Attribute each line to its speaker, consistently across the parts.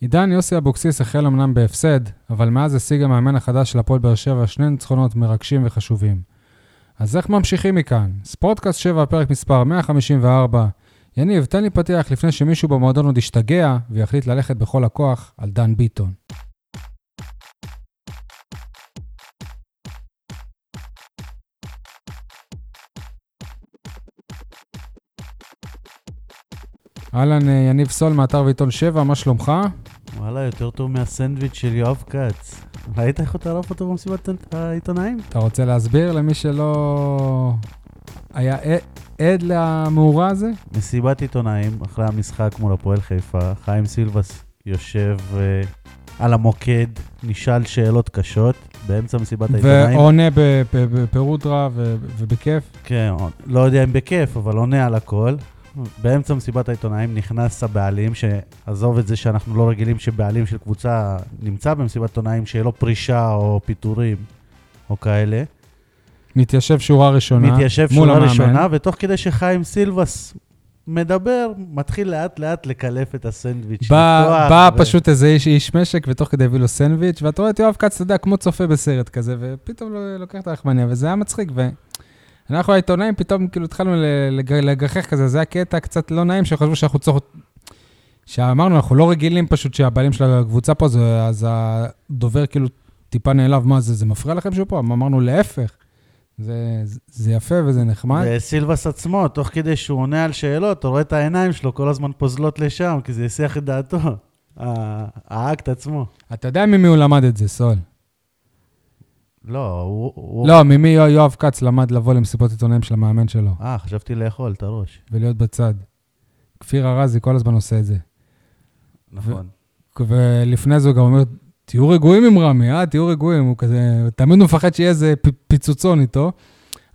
Speaker 1: עידן יוסי אבוקסיס החל אמנם בהפסד, אבל מאז השיג המאמן החדש של הפועל באר שבע שני ניצחונות מרגשים וחשובים. אז איך ממשיכים מכאן? ספורטקאסט 7, פרק מספר 154. יניב, תן לי פתיח לפני שמישהו במועדון עוד ישתגע ויחליט ללכת בכל הכוח על דן ביטון. אהלן, אה, יניב סול מאתר ועיתון 7, מה שלומך?
Speaker 2: וואלה, יותר טוב מהסנדוויץ' של יואב כץ. ראית איך הוא טרף אותו במסיבת העיתונאים?
Speaker 1: אתה רוצה להסביר למי שלא היה ע- עד למאורע הזה?
Speaker 2: מסיבת עיתונאים, אחרי המשחק מול הפועל חיפה, חיים סילבס יושב אה, על המוקד, נשאל שאלות קשות באמצע מסיבת העיתונאים.
Speaker 1: ועונה בפ- בפירוט רב ו- ובכיף.
Speaker 2: כן, לא יודע אם בכיף, אבל עונה על הכל. באמצע מסיבת העיתונאים נכנס הבעלים, שעזוב את זה שאנחנו לא רגילים שבעלים של קבוצה נמצא במסיבת עיתונאים, שיהיה לו פרישה או פיטורים או כאלה.
Speaker 1: מתיישב שורה ראשונה
Speaker 2: מתיישב
Speaker 1: מול
Speaker 2: שורה
Speaker 1: המאמן.
Speaker 2: ראשונה, ותוך כדי שחיים סילבס מדבר, מתחיל לאט לאט לקלף את הסנדוויץ'.
Speaker 1: בא,
Speaker 2: לפתוח,
Speaker 1: בא
Speaker 2: ו-
Speaker 1: פשוט איזה איש, איש משק, ותוך כדי הביא לו סנדוויץ', ואתה רואה את יואב כץ, אתה יודע, כמו צופה בסרט כזה, ופתאום לא- לוקח את הרחמניה, וזה היה מצחיק. ואנחנו העיתונאים, פתאום כאילו התחלנו ל- לג- לגחך כזה, זה היה קטע קצת לא נעים, שחשבו שאנחנו צורך... שאמרנו, אנחנו לא רגילים פשוט שהבעלים של הקבוצה פה, זה, אז הדובר כאילו טיפה נעלב, מה זה, זה מפריע לכם שהוא פה? אמרנו, להפך. זה, זה יפה וזה נחמד.
Speaker 2: וסילבס עצמו, תוך כדי שהוא עונה על שאלות, אתה רואה את העיניים שלו כל הזמן פוזלות לשם, כי זה הסיח את דעתו. ה- האקט עצמו.
Speaker 1: אתה יודע ממי הוא למד את זה, סול.
Speaker 2: לא, הוא... הוא-
Speaker 1: לא, ממי יוא- יואב כץ למד לבוא למסיבות עיתונאים של המאמן שלו.
Speaker 2: אה, חשבתי לאכול את הראש.
Speaker 1: ולהיות בצד. כפיר ארזי כל הזמן עושה את זה.
Speaker 2: נכון.
Speaker 1: ולפני זה הוא גם אומר, תהיו רגועים עם רמי, אה, תהיו רגועים. הוא כזה, תמיד הוא מפחד שיהיה איזה פ- פיצוצון איתו.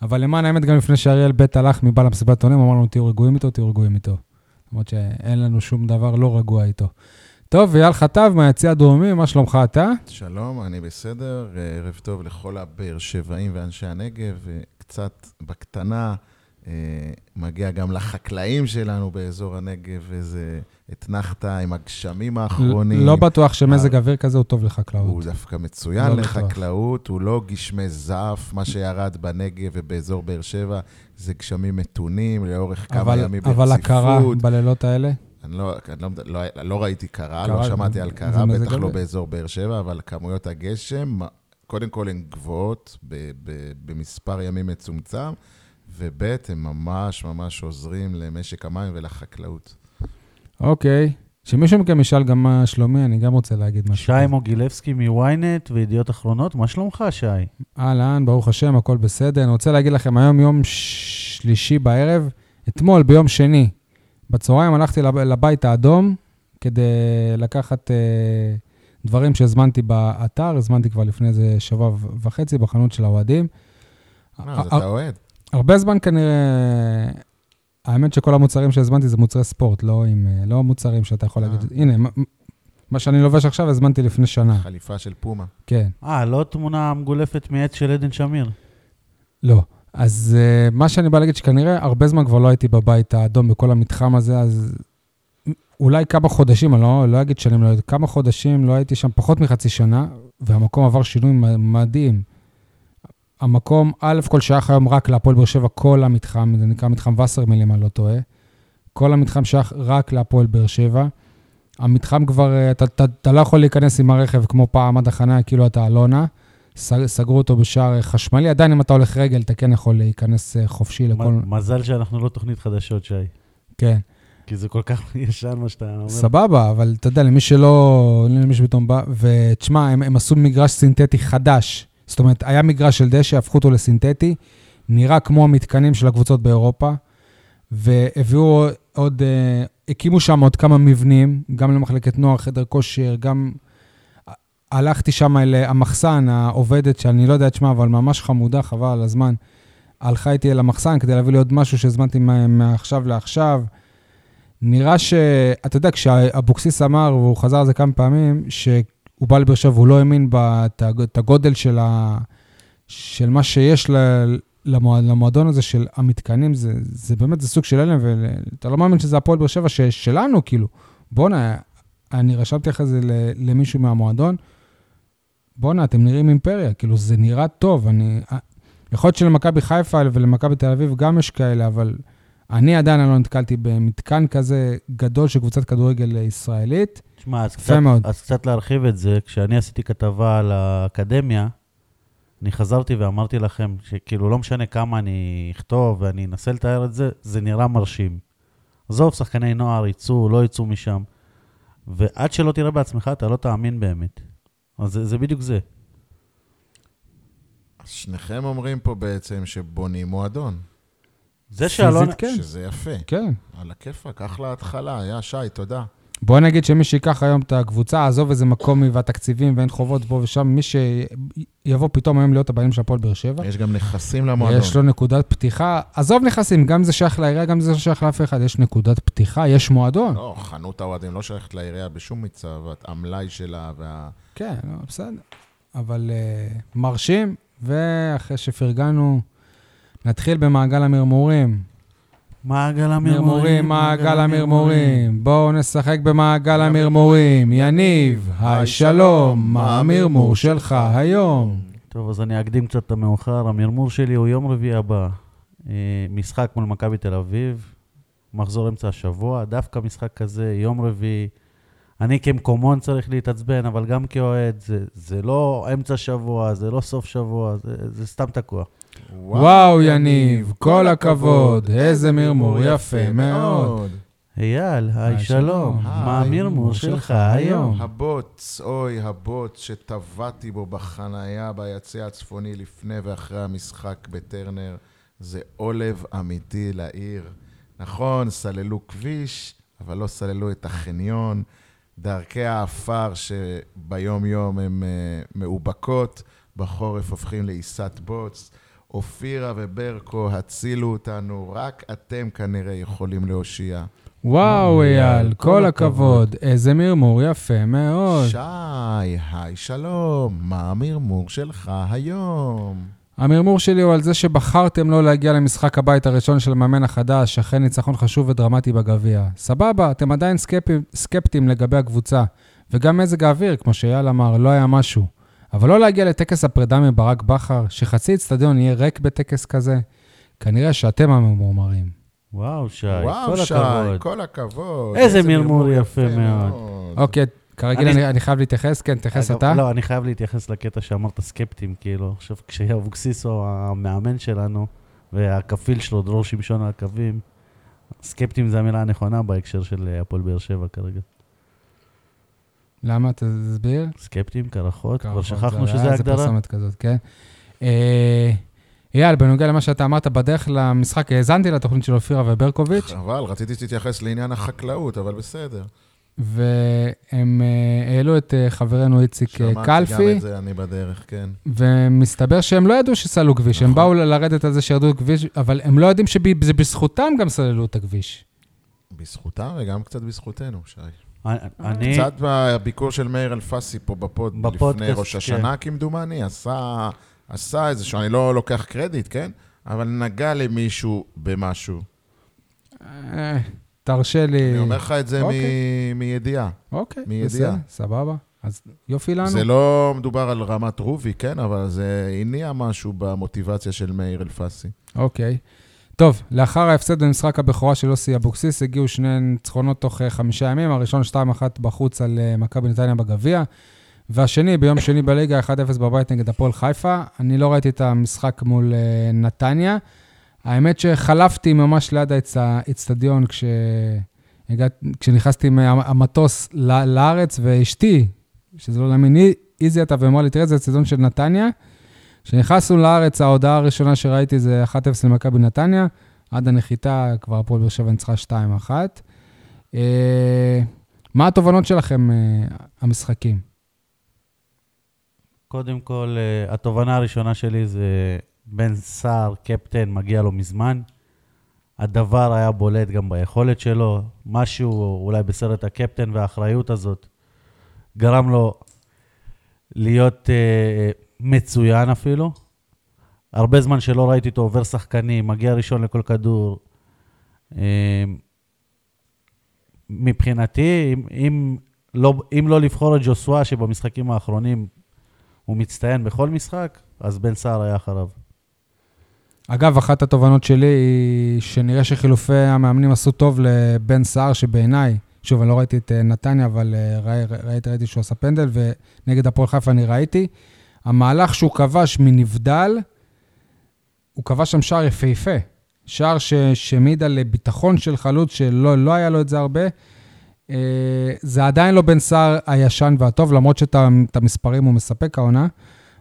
Speaker 1: אבל למען האמת, גם לפני שאריאל בית הלך מבעל המסיבת עיתונאים, אמר לנו, תהיו רגועים איתו, תהיו רגועים איתו. למרות שאין לנו שום דבר לא רגוע איתו. טוב, אייל חטב מהיציע הדרומי, מה שלומך אתה?
Speaker 3: שלום, אני בסדר. אה, ערב טוב לכל הבאר שבעים ואנשי הנגב. אה, קצת בקטנה, אה, מגיע גם לחקלאים שלנו באזור הנגב, איזה אתנחתה עם הגשמים האחרונים.
Speaker 1: לא בטוח שמזג אוויר כזה הוא טוב לחקלאות.
Speaker 3: אה, הוא דווקא מצוין
Speaker 1: לא בטוח.
Speaker 3: לחקלאות, הוא לא גשמי זעף, מה שירד בנגב ובאזור באר שבע, זה גשמים מתונים לאורך כמה
Speaker 1: אבל
Speaker 3: ימים
Speaker 1: אבל הקרה
Speaker 3: ברציפות.
Speaker 1: בלילות האלה,
Speaker 3: אני לא, אני לא, לא, לא ראיתי קרה,
Speaker 1: קרה,
Speaker 3: לא שמעתי על
Speaker 1: זה
Speaker 3: קרה,
Speaker 1: מזג
Speaker 3: בטח לא
Speaker 1: אוויר.
Speaker 3: באזור באר שבע, אבל כמויות הגשם, קודם כל הן גבוהות ב, ב, במספר ימים מצומצם, וב' הם ממש ממש עוזרים למשק המים ולחקלאות.
Speaker 1: אוקיי. שמישהו מכם ישאל גם מה שלומי, אני גם רוצה להגיד משהו.
Speaker 2: שי מוגילבסקי מ-ynet וידיעות אחרונות, מה שלומך, שי?
Speaker 1: אהלן, ברוך השם, הכל בסדר. אני רוצה להגיד לכם, היום יום ש- שלישי בערב, אתמול, ביום שני, בצהריים הלכתי לב- לבית האדום כדי לקחת אה, דברים שהזמנתי באתר, הזמנתי כבר לפני איזה שבוע ו- וחצי בחנות של האוהדים.
Speaker 3: מה, אה, אז
Speaker 1: ה-
Speaker 3: אתה אוהד.
Speaker 1: הרבה זמן כנראה... האמת שכל המוצרים שהזמנתי זה מוצרי ספורט, לא, עם, אה, לא מוצרים שאתה יכול
Speaker 3: אה.
Speaker 1: להגיד. הנה, מה- מה שאני לובש עכשיו הזמנתי לפני שנה.
Speaker 3: חליפה של פומה.
Speaker 1: כן.
Speaker 2: אה, לא תמונה מגולפת מעץ של עדן שמיר.
Speaker 1: לא. אז uh, מה שאני בא להגיד, שכנראה הרבה זמן כבר לא הייתי בבית האדום בכל המתחם הזה, אז אולי כמה חודשים, אני לא, לא אגיד שנים, לא, כמה חודשים לא הייתי שם, פחות מחצי שנה, והמקום עבר שינוי מ- מדהים. המקום, א', כל שייך היום רק להפועל באר שבע, כל המתחם, זה נקרא מתחם וסרמיל, אם אני לא טועה. כל המתחם שייך רק להפועל באר שבע. המתחם כבר, אה, אתה, אתה, אתה לא יכול להיכנס עם הרכב כמו פעם עד החניה, כאילו אתה אלונה. ס- סגרו אותו בשער אה, חשמלי, עדיין אם אתה הולך רגל, אתה כן יכול להיכנס אה, חופשי לכל...
Speaker 2: מ- מזל שאנחנו לא תוכנית חדשות, שי.
Speaker 1: כן.
Speaker 2: כי זה כל כך ישן מה שאתה אומר.
Speaker 1: סבבה, אבל אתה יודע, למי שלא, למי שפתאום בא, ותשמע, הם, הם עשו מגרש סינתטי חדש. זאת אומרת, היה מגרש של דשא, הפכו אותו לסינתטי, נראה כמו המתקנים של הקבוצות באירופה, והביאו עוד, אה, הקימו שם עוד כמה מבנים, גם למחלקת נוער, חדר כושר, גם... הלכתי שם אל המחסן, העובדת, שאני לא יודע את שמה, אבל ממש חמודה, חבל על הזמן. הלכה איתי אל המחסן כדי להביא לי עוד משהו שהזמנתי מה- מעכשיו לעכשיו. נראה ש... אתה יודע, כשאבוקסיס אמר, והוא חזר על זה כמה פעמים, שהוא בא לבאר שבע, הוא לא האמין בגודל של, ה... של מה שיש ל... למוע... למועדון הזה של המתקנים, זה, זה באמת, זה סוג של הלם, ואתה לא מאמין שזה הפועל באר שבע ש... שלנו, כאילו. בואנה, אני רשמתי אחרי זה ל- למישהו מהמועדון, בואנה, אתם נראים אימפריה, כאילו, זה נראה טוב. אני... אה, יכול להיות שלמכבי חיפה ולמכבי תל אביב גם יש כאלה, אבל אני עדיין לא נתקלתי במתקן כזה גדול של קבוצת כדורגל ישראלית.
Speaker 2: תשמע, אז,
Speaker 1: יפה
Speaker 2: קצת,
Speaker 1: מאוד.
Speaker 2: אז קצת להרחיב את זה, כשאני עשיתי כתבה על האקדמיה, אני חזרתי ואמרתי לכם שכאילו לא משנה כמה אני אכתוב ואני אנסה לתאר את זה, זה נראה מרשים. עזוב, שחקני נוער יצאו, לא יצאו משם, ועד שלא תראה בעצמך, אתה לא תאמין באמת. אז זה, זה בדיוק זה.
Speaker 3: אז שניכם אומרים פה בעצם שבונים מועדון,
Speaker 2: זה שאלון...
Speaker 1: פיזית, כן,
Speaker 3: שזה יפה.
Speaker 1: כן.
Speaker 3: על הכיפאק, אחלה התחלה, יא שי, תודה.
Speaker 1: בוא נגיד שמי שייקח היום את הקבוצה, עזוב איזה מקום והתקציבים ואין חובות פה ושם, מי שיבוא פתאום היום להיות הבעלים של הפועל באר שבע,
Speaker 3: יש גם נכסים למועדון.
Speaker 1: לא. יש לו נקודת פתיחה, עזוב נכסים, גם אם זה שייך לעירייה, גם אם זה לא שייך לאף אחד, יש נקודת פתיחה, יש מועדון.
Speaker 3: לא, חנות האוהדים לא שייכת לעירייה בשום מצב, המלאי שלה וה...
Speaker 1: כן, לא, בסדר. אבל uh, מרשים, ואחרי שפרגנו, נתחיל במעגל המרמורים.
Speaker 2: מעגל
Speaker 1: מרמורים, מעגל המרמורים. בואו נשחק במעגל המרמורים. יניב, היי שלום, מה המרמור שלך היום?
Speaker 2: טוב, אז אני אקדים קצת את המאוחר. המרמור שלי הוא יום רביעי הבא. אה, משחק מול מכבי תל אביב, מחזור אמצע השבוע, דווקא משחק כזה, יום רביעי. אני כמקומון צריך להתעצבן, אבל גם כאוהד, זה, זה לא אמצע שבוע, זה לא סוף שבוע, זה, זה סתם תקוע.
Speaker 1: וואו, יניב, כל הכבוד, איזה מרמור יפה מאוד.
Speaker 2: אייל, היי
Speaker 1: היי,
Speaker 2: שלום,
Speaker 1: שלום.
Speaker 2: מה
Speaker 3: היי,
Speaker 2: המרמור
Speaker 1: מור
Speaker 2: שלך
Speaker 1: שלך
Speaker 2: היום?
Speaker 1: היום.
Speaker 3: הבוץ, אוי, הבוץ שטבעתי בו בחנייה ביציע הצפוני לפני ואחרי המשחק בטרנר, זה עולב אמיתי לעיר. נכון, סללו כביש, אבל לא סללו את החניון. דרכי העפר שביום-יום הן אה, מאובקות, בחורף הופכים לעיסת בוץ. אופירה וברקו הצילו אותנו, רק אתם כנראה יכולים להושיע.
Speaker 1: וואו, אייל, כל הכבוד, איזה מרמור יפה מאוד.
Speaker 3: שי, היי שלום, מה המרמור שלך היום?
Speaker 1: המרמור שלי הוא על זה שבחרתם לא להגיע למשחק הבית הראשון של המאמן החדש, אחרי ניצחון חשוב ודרמטי בגביע. סבבה, אתם עדיין סקפ- סקפטיים לגבי הקבוצה, וגם מזג האוויר, כמו שאייל אמר, לא היה משהו. אבל לא להגיע לטקס הפרידה מברק בכר, שחצי אצטדיון יהיה ריק בטקס כזה, כנראה שאתם הממורמרים.
Speaker 2: וואו, שי,
Speaker 3: וואו,
Speaker 2: כל
Speaker 3: שי,
Speaker 2: הכבוד.
Speaker 3: כל הכבוד.
Speaker 2: איזה מרמור יפה מאוד.
Speaker 1: אוקיי, כרגיל
Speaker 2: אני-
Speaker 1: אני, אני חייב להתייחס, כן, תתייחס
Speaker 2: אגב,
Speaker 1: אתה.
Speaker 2: לא, אני חייב להתייחס לקטע שאמרת סקפטים, כאילו, עכשיו כשאבוקסיסו המאמן שלנו, והכפיל שלו, דרור שמשון על הקווים, סקפטים זה המילה הנכונה בהקשר של אה, הפועל באר שבע כרגע.
Speaker 1: למה? תסביר.
Speaker 2: סקפטים, קרחות, כבר
Speaker 1: קרחות,
Speaker 2: שכחנו
Speaker 1: זה היה
Speaker 2: שזה
Speaker 1: איזה
Speaker 2: הגדרה.
Speaker 1: פרסומת כזאת, כן. אה, אייל, בנוגע למה שאתה אמרת בדרך למשחק, האזנתי לתוכנית של אופירה וברקוביץ',
Speaker 3: חבל, רציתי שתתייחס לעניין החקלאות, אבל בסדר.
Speaker 1: והם אה, העלו את אה, חברנו איציק אה,
Speaker 2: אוקיי,
Speaker 3: שמעתי גם
Speaker 1: קלפי,
Speaker 3: את זה, אני בדרך, כן.
Speaker 1: ומסתבר שהם לא ידעו שסללו כביש, הם
Speaker 3: נכון.
Speaker 1: באו ל- לרדת על זה שירדו כביש, אבל הם לא יודעים שזה בזכותם גם סללו את הכביש.
Speaker 3: בזכותם וגם קצת בזכותנו, שי.
Speaker 2: אני,
Speaker 3: קצת מהביקור של מאיר אלפסי פה בפוד,
Speaker 2: בפודקאסט, כן.
Speaker 3: לפני ראש השנה, כמדומני, עשה, עשה איזה, אני לא לוקח קרדיט, כן? אבל נגע למישהו במשהו.
Speaker 1: אה, תרשה לי.
Speaker 3: אני אומר לך את זה מ-
Speaker 1: אוקיי.
Speaker 3: מידיעה.
Speaker 1: אוקיי,
Speaker 3: מידיעה.
Speaker 1: בסדר, סבבה. אז יופי לנו.
Speaker 3: זה לא מדובר על רמת רובי, כן, אבל זה הניע משהו במוטיבציה של מאיר אלפסי.
Speaker 1: אוקיי. טוב, לאחר ההפסד במשחק הבכורה של יוסי אבוקסיס, הגיעו שני ניצחונות תוך אה, חמישה ימים, הראשון 2-1 בחוץ על אה, מכבי נתניה בגביע, והשני ביום שני בליגה 1-0 בבית נגד הפועל חיפה. אני לא ראיתי את המשחק מול אה, נתניה. האמת שחלפתי ממש ליד האיצטדיון כש... הגעת, כשנכנסתי מהמטוס ל- לארץ, ואשתי, שזה לא להאמין, היא- איזי אתה ואמרה לי, תראה, זה האיצטדיון של נתניה. כשנכנסנו לארץ, ההודעה הראשונה שראיתי זה 1-0 למכבי נתניה, עד הנחיתה כבר הפועל באר שבע ניצחה 2-1. אה, מה התובנות שלכם, אה, המשחקים?
Speaker 2: קודם כל, אה, התובנה הראשונה שלי זה בן סער, קפטן, מגיע לו מזמן. הדבר היה בולט גם ביכולת שלו, משהו אולי בסרט הקפטן והאחריות הזאת גרם לו להיות אה, מצוין אפילו. הרבה זמן שלא ראיתי אותו עובר שחקנים, מגיע ראשון לכל כדור. אה, מבחינתי, אם, אם לא, אם לא לבחור את ג'וסווה, שבמשחקים האחרונים הוא מצטיין בכל משחק, אז בן סער היה אחריו.
Speaker 1: אגב, אחת התובנות שלי היא שנראה שחילופי המאמנים עשו טוב לבן סער, שבעיניי, שוב, אני לא ראיתי את אה, נתניה, אבל אה, ראי- ראיתי, ראיתי שהוא עשה פנדל, ונגד הפועל חיפה אני ראיתי. המהלך שהוא כבש מנבדל, הוא כבש שם שער יפהפה. שער ש- שהעמיד על ביטחון של חלוץ, שלא לא היה לו את זה הרבה. אה, זה עדיין לא בן סער הישן והטוב, למרות שאת ה- את המספרים הוא מספק העונה,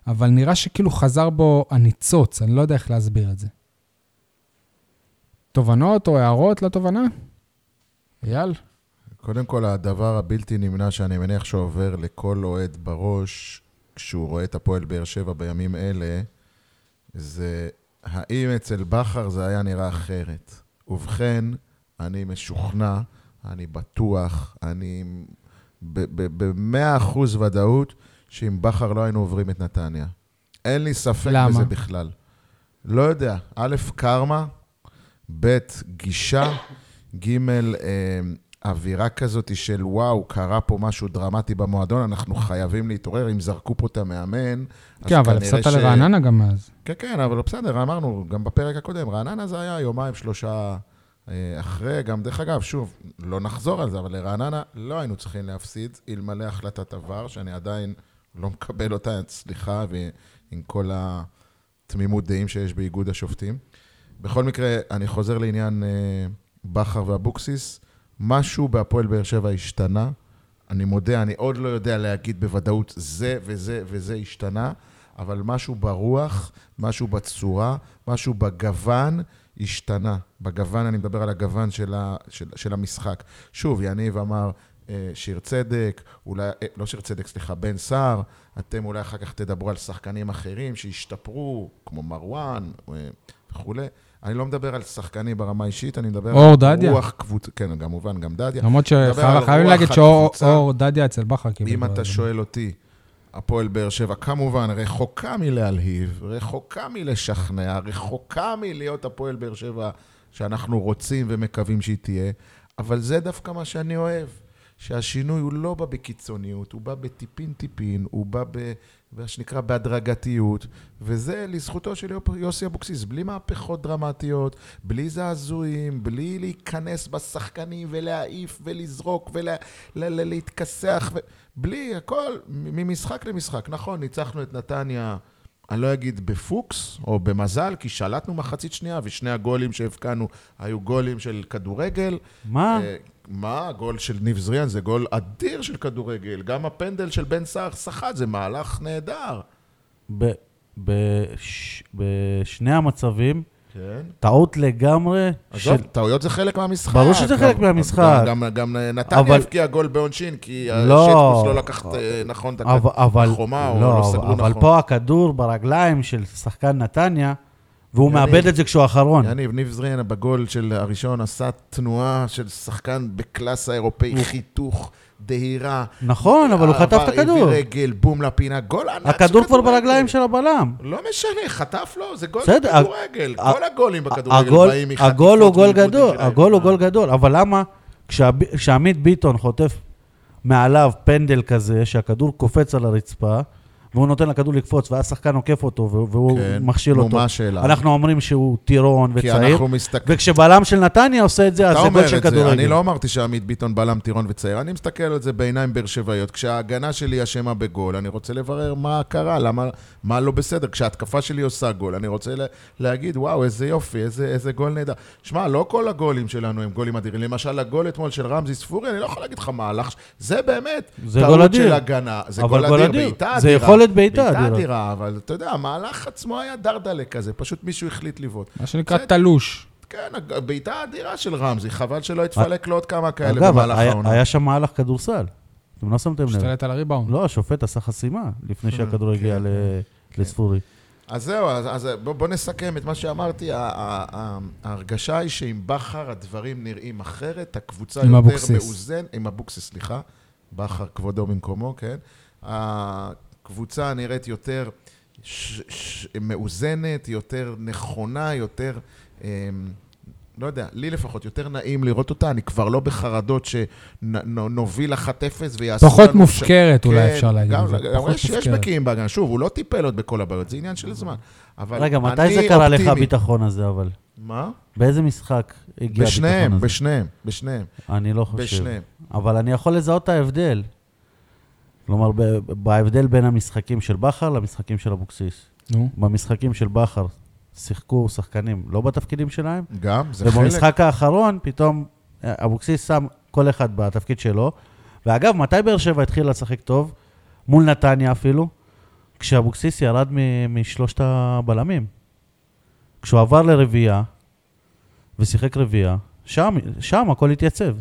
Speaker 1: אבל נראה שכאילו חזר בו הניצוץ, אני לא יודע איך להסביר את זה. תובנות או הערות לתובנה? אייל?
Speaker 3: קודם כל, הדבר הבלתי נמנע שאני מניח שעובר לכל אוהד בראש, כשהוא רואה את הפועל באר שבע בימים אלה, זה האם אצל בכר זה היה נראה אחרת. ובכן, אני משוכנע, אני בטוח, אני במאה אחוז ודאות, שעם בכר לא היינו עוברים את נתניה. אין לי ספק
Speaker 1: למה?
Speaker 3: בזה בכלל. לא יודע. א', קרמה, ב', גישה, ג', אה, אווירה כזאת של וואו, קרה פה משהו דרמטי במועדון, אנחנו חייבים להתעורר. אם זרקו פה את המאמן, אז
Speaker 1: כן, אבל
Speaker 3: כנראה
Speaker 1: הפסדת
Speaker 3: ש-
Speaker 1: לרעננה גם אז.
Speaker 3: כן, כן, אבל בסדר, אמרנו, גם בפרק הקודם, רעננה זה היה יומיים, שלושה אה, אחרי, גם דרך אגב, שוב, לא נחזור על זה, אבל לרעננה לא היינו צריכים להפסיד, אלמלא החלטת עבר, שאני עדיין לא מקבל אותה, סליחה, ועם כל התמימות דעים שיש באיגוד השופטים. בכל מקרה, אני חוזר לעניין אה, בכר ואבוקסיס. משהו בהפועל באר שבע השתנה. אני מודה, אני עוד לא יודע להגיד בוודאות זה וזה וזה השתנה, אבל משהו ברוח, משהו בצורה, משהו בגוון השתנה. בגוון, אני מדבר על הגוון של, ה, של, של המשחק. שוב, יניב אמר, אה, שיר צדק, אולי, אה, לא שיר צדק, סליחה, בן סער, אתם אולי אחר כך תדברו על שחקנים אחרים שהשתפרו, כמו מרואן אה, וכולי. אני לא מדבר על שחקנים ברמה האישית, אני מדבר
Speaker 1: אור
Speaker 3: על
Speaker 1: דדיה.
Speaker 3: רוח קבוצה, כן, כמובן, גם דדיה.
Speaker 1: למרות
Speaker 3: מדבר על
Speaker 1: שחייבים
Speaker 3: רוח
Speaker 1: להגיד שאור
Speaker 3: הקבוצה.
Speaker 1: אור דדיה אצל בכר קיבל.
Speaker 3: אם
Speaker 1: גול.
Speaker 3: אתה שואל אותי, הפועל באר שבע כמובן רחוקה מלהלהיב, רחוקה מלשכנע, רחוקה מלהיות הפועל באר שבע שאנחנו רוצים ומקווים שהיא תהיה, אבל זה דווקא מה שאני אוהב, שהשינוי הוא לא בא בקיצוניות, הוא בא בטיפין-טיפין, הוא בא ב... מה שנקרא בהדרגתיות, וזה לזכותו של יופ- יוסי אבוקסיס, בלי מהפכות דרמטיות, בלי זעזועים, בלי להיכנס בשחקנים ולהעיף ולזרוק ולהתכסח, ו... בלי הכל, מ- ממשחק למשחק. נכון, ניצחנו את נתניה, אני לא אגיד בפוקס או במזל, כי שלטנו מחצית שנייה, ושני הגולים שהבקענו היו גולים של כדורגל.
Speaker 2: מה?
Speaker 3: אה, מה, הגול של ניב זריאן זה גול אדיר של כדורגל. גם הפנדל של בן סער סחט, זה מהלך נהדר.
Speaker 2: ב- בש- בשני המצבים,
Speaker 3: כן.
Speaker 2: טעות לגמרי של...
Speaker 3: עזוב, טעויות זה חלק מהמשחק.
Speaker 2: ברור שזה
Speaker 3: גם-
Speaker 2: חלק
Speaker 3: גם-
Speaker 2: מהמשחק.
Speaker 3: גם- גם אה, נתניה
Speaker 2: אבל-
Speaker 3: הבקיע גול בעונשין, כי
Speaker 2: לא.
Speaker 3: השטקוס לא לקח אה, נכון את
Speaker 2: אבל, אבל,
Speaker 3: החומה, או
Speaker 2: לא,
Speaker 3: לא סגרו
Speaker 2: אבל
Speaker 3: נכון.
Speaker 2: פה הכדור ברגליים של שחקן נתניה, והוא
Speaker 3: יניב.
Speaker 2: מאבד את זה כשהוא האחרון.
Speaker 3: יניב, ניב זריאן בגול של הראשון עשה תנועה של שחקן בקלאס האירופאי, חיתוך, דהירה. אה,
Speaker 2: נכון, אבל הוא
Speaker 3: עבר,
Speaker 2: חטף את הכדור.
Speaker 3: הביא רגל, בום לפינה, גול ענק. של
Speaker 2: הכדור כבר
Speaker 3: כדורגל.
Speaker 2: ברגליים של הבלם.
Speaker 3: לא משנה, חטף לו, זה גול
Speaker 2: בסדר, ה-
Speaker 3: בכדורגל. כל
Speaker 2: ה-
Speaker 3: הגולים בכדורגל
Speaker 2: הגול,
Speaker 3: באים מחטיפות. אה.
Speaker 2: הגול הוא גול
Speaker 3: ועיבודים
Speaker 2: גדול,
Speaker 3: של
Speaker 2: הגול הוא
Speaker 3: הארגון.
Speaker 2: גול גדול, אבל למה כשהב- כשעמית ביטון חוטף מעליו פנדל כזה, שהכדור קופץ על הרצפה, והוא נותן לכדור לקפוץ, ואז שחקן עוקף אותו, והוא- והוא
Speaker 3: כן,
Speaker 2: מכשיל
Speaker 3: נו,
Speaker 2: אותו.
Speaker 3: מה השאלה?
Speaker 2: אנחנו אומרים שהוא טירון
Speaker 3: כי
Speaker 2: וצעיר,
Speaker 3: אנחנו מסתכלים...
Speaker 2: וכשבלם של נתניה עושה את זה, אז
Speaker 3: אתה
Speaker 2: זה גול
Speaker 3: אומר
Speaker 2: של
Speaker 3: את זה, אני
Speaker 2: כדורגל.
Speaker 3: לא אמרתי שעמית ביטון בלם טירון וצעיר, אני מסתכל על זה בעיניים באר שבעיות. כשההגנה שלי אשמה בגול, אני רוצה לברר מה קרה, למה, מה לא בסדר. כשההתקפה שלי עושה גול, אני רוצה לה, להגיד, וואו, איזה יופי, איזה, איזה גול נהדר. שמע, לא כל הגולים שלנו הם גולים אדירים. למשל, הגול אתמול של רמזי ספורי, אני לא יכול להגיד לך מהלך, ש- זה באמת
Speaker 2: זה
Speaker 3: טעות
Speaker 2: גול
Speaker 3: של
Speaker 2: אדיר.
Speaker 3: הגנה. זה
Speaker 2: אבל
Speaker 3: גול
Speaker 2: גול
Speaker 3: אדיר,
Speaker 2: אדיר.
Speaker 3: בעיטה אדירה.
Speaker 2: זה יכולת בעיטה
Speaker 3: בעיטה
Speaker 2: אדירה.
Speaker 3: אדירה, אבל אתה יודע, המהלך עצמו היה דרדלה כזה, פשוט מישהו החליט לבעוט.
Speaker 1: מה שנקרא
Speaker 3: זה-
Speaker 1: תלוש.
Speaker 3: כן, הבעיטה האדירה של רמזי, חבל שלא התפלק לו עוד כמה כאלה
Speaker 2: אגב,
Speaker 3: במהלך
Speaker 2: היה-
Speaker 3: העונה.
Speaker 2: היה שם מהלך כדורסל. אתם לא שמתם לב.
Speaker 1: השתלט על הריבאונד.
Speaker 2: לא, השופט עשה חסימה לפני שהכדור הגיע ל- לספורי.
Speaker 3: אז זהו, אז, אז בוא, בוא נסכם את מה שאמרתי. ה- ה- ה- ההרגשה היא שעם בכר הדברים נראים אחרת, הקבוצה
Speaker 1: עם
Speaker 3: יותר
Speaker 1: אבוקסיס.
Speaker 3: מאוזן, עם אבוקסיס, סליחה, בכר כבודו במקומו, כן. הקבוצה נראית יותר ש- ש- מאוזנת, יותר נכונה, יותר אמ, לא יודע, לי לפחות יותר נעים לראות אותה, אני כבר לא בחרדות שנוביל 1-0 ויעשו לנו...
Speaker 1: פחות
Speaker 3: ש-
Speaker 1: מופקרת, אולי
Speaker 3: לא, כן,
Speaker 1: אפשר להגיד.
Speaker 3: גם-
Speaker 1: את זה.
Speaker 3: גם
Speaker 1: פחות
Speaker 3: יש- יש
Speaker 1: מופקרת.
Speaker 3: בקיאים בהגנה. שוב, הוא לא טיפל עוד בכל הבעיות, זה עניין של זמן. אבל
Speaker 2: רגע, מתי
Speaker 3: אני
Speaker 2: זה קרה לך,
Speaker 3: אופטימי.
Speaker 2: הביטחון הזה, אבל?
Speaker 3: מה?
Speaker 2: באיזה משחק הגיע הביטחון
Speaker 3: בשניהם,
Speaker 2: הזה?
Speaker 3: בשניהם, בשניהם,
Speaker 2: אני לא
Speaker 1: אוקיי.
Speaker 2: חושב.
Speaker 3: בשניהם.
Speaker 2: אבל אני יכול לזהות את ההבדל. כלומר, ב- בהבדל בין המשחקים של בכר למשחקים של אבוקסיס.
Speaker 1: נו.
Speaker 2: במשחקים של בכר שיחקו שחקנים לא בתפקידים שלהם,
Speaker 3: גם, זה חלק.
Speaker 2: ובמשחק האחרון פתאום אה, אבוקסיס שם כל אחד בתפקיד שלו. ואגב, מתי באר שבע התחילה לשחק טוב? מול נתניה אפילו, כשאבוקסיס ירד מ- משלושת הבלמים. כשהוא עבר לרביעייה ושיחק רביעייה, שם, שם הכל התייצב.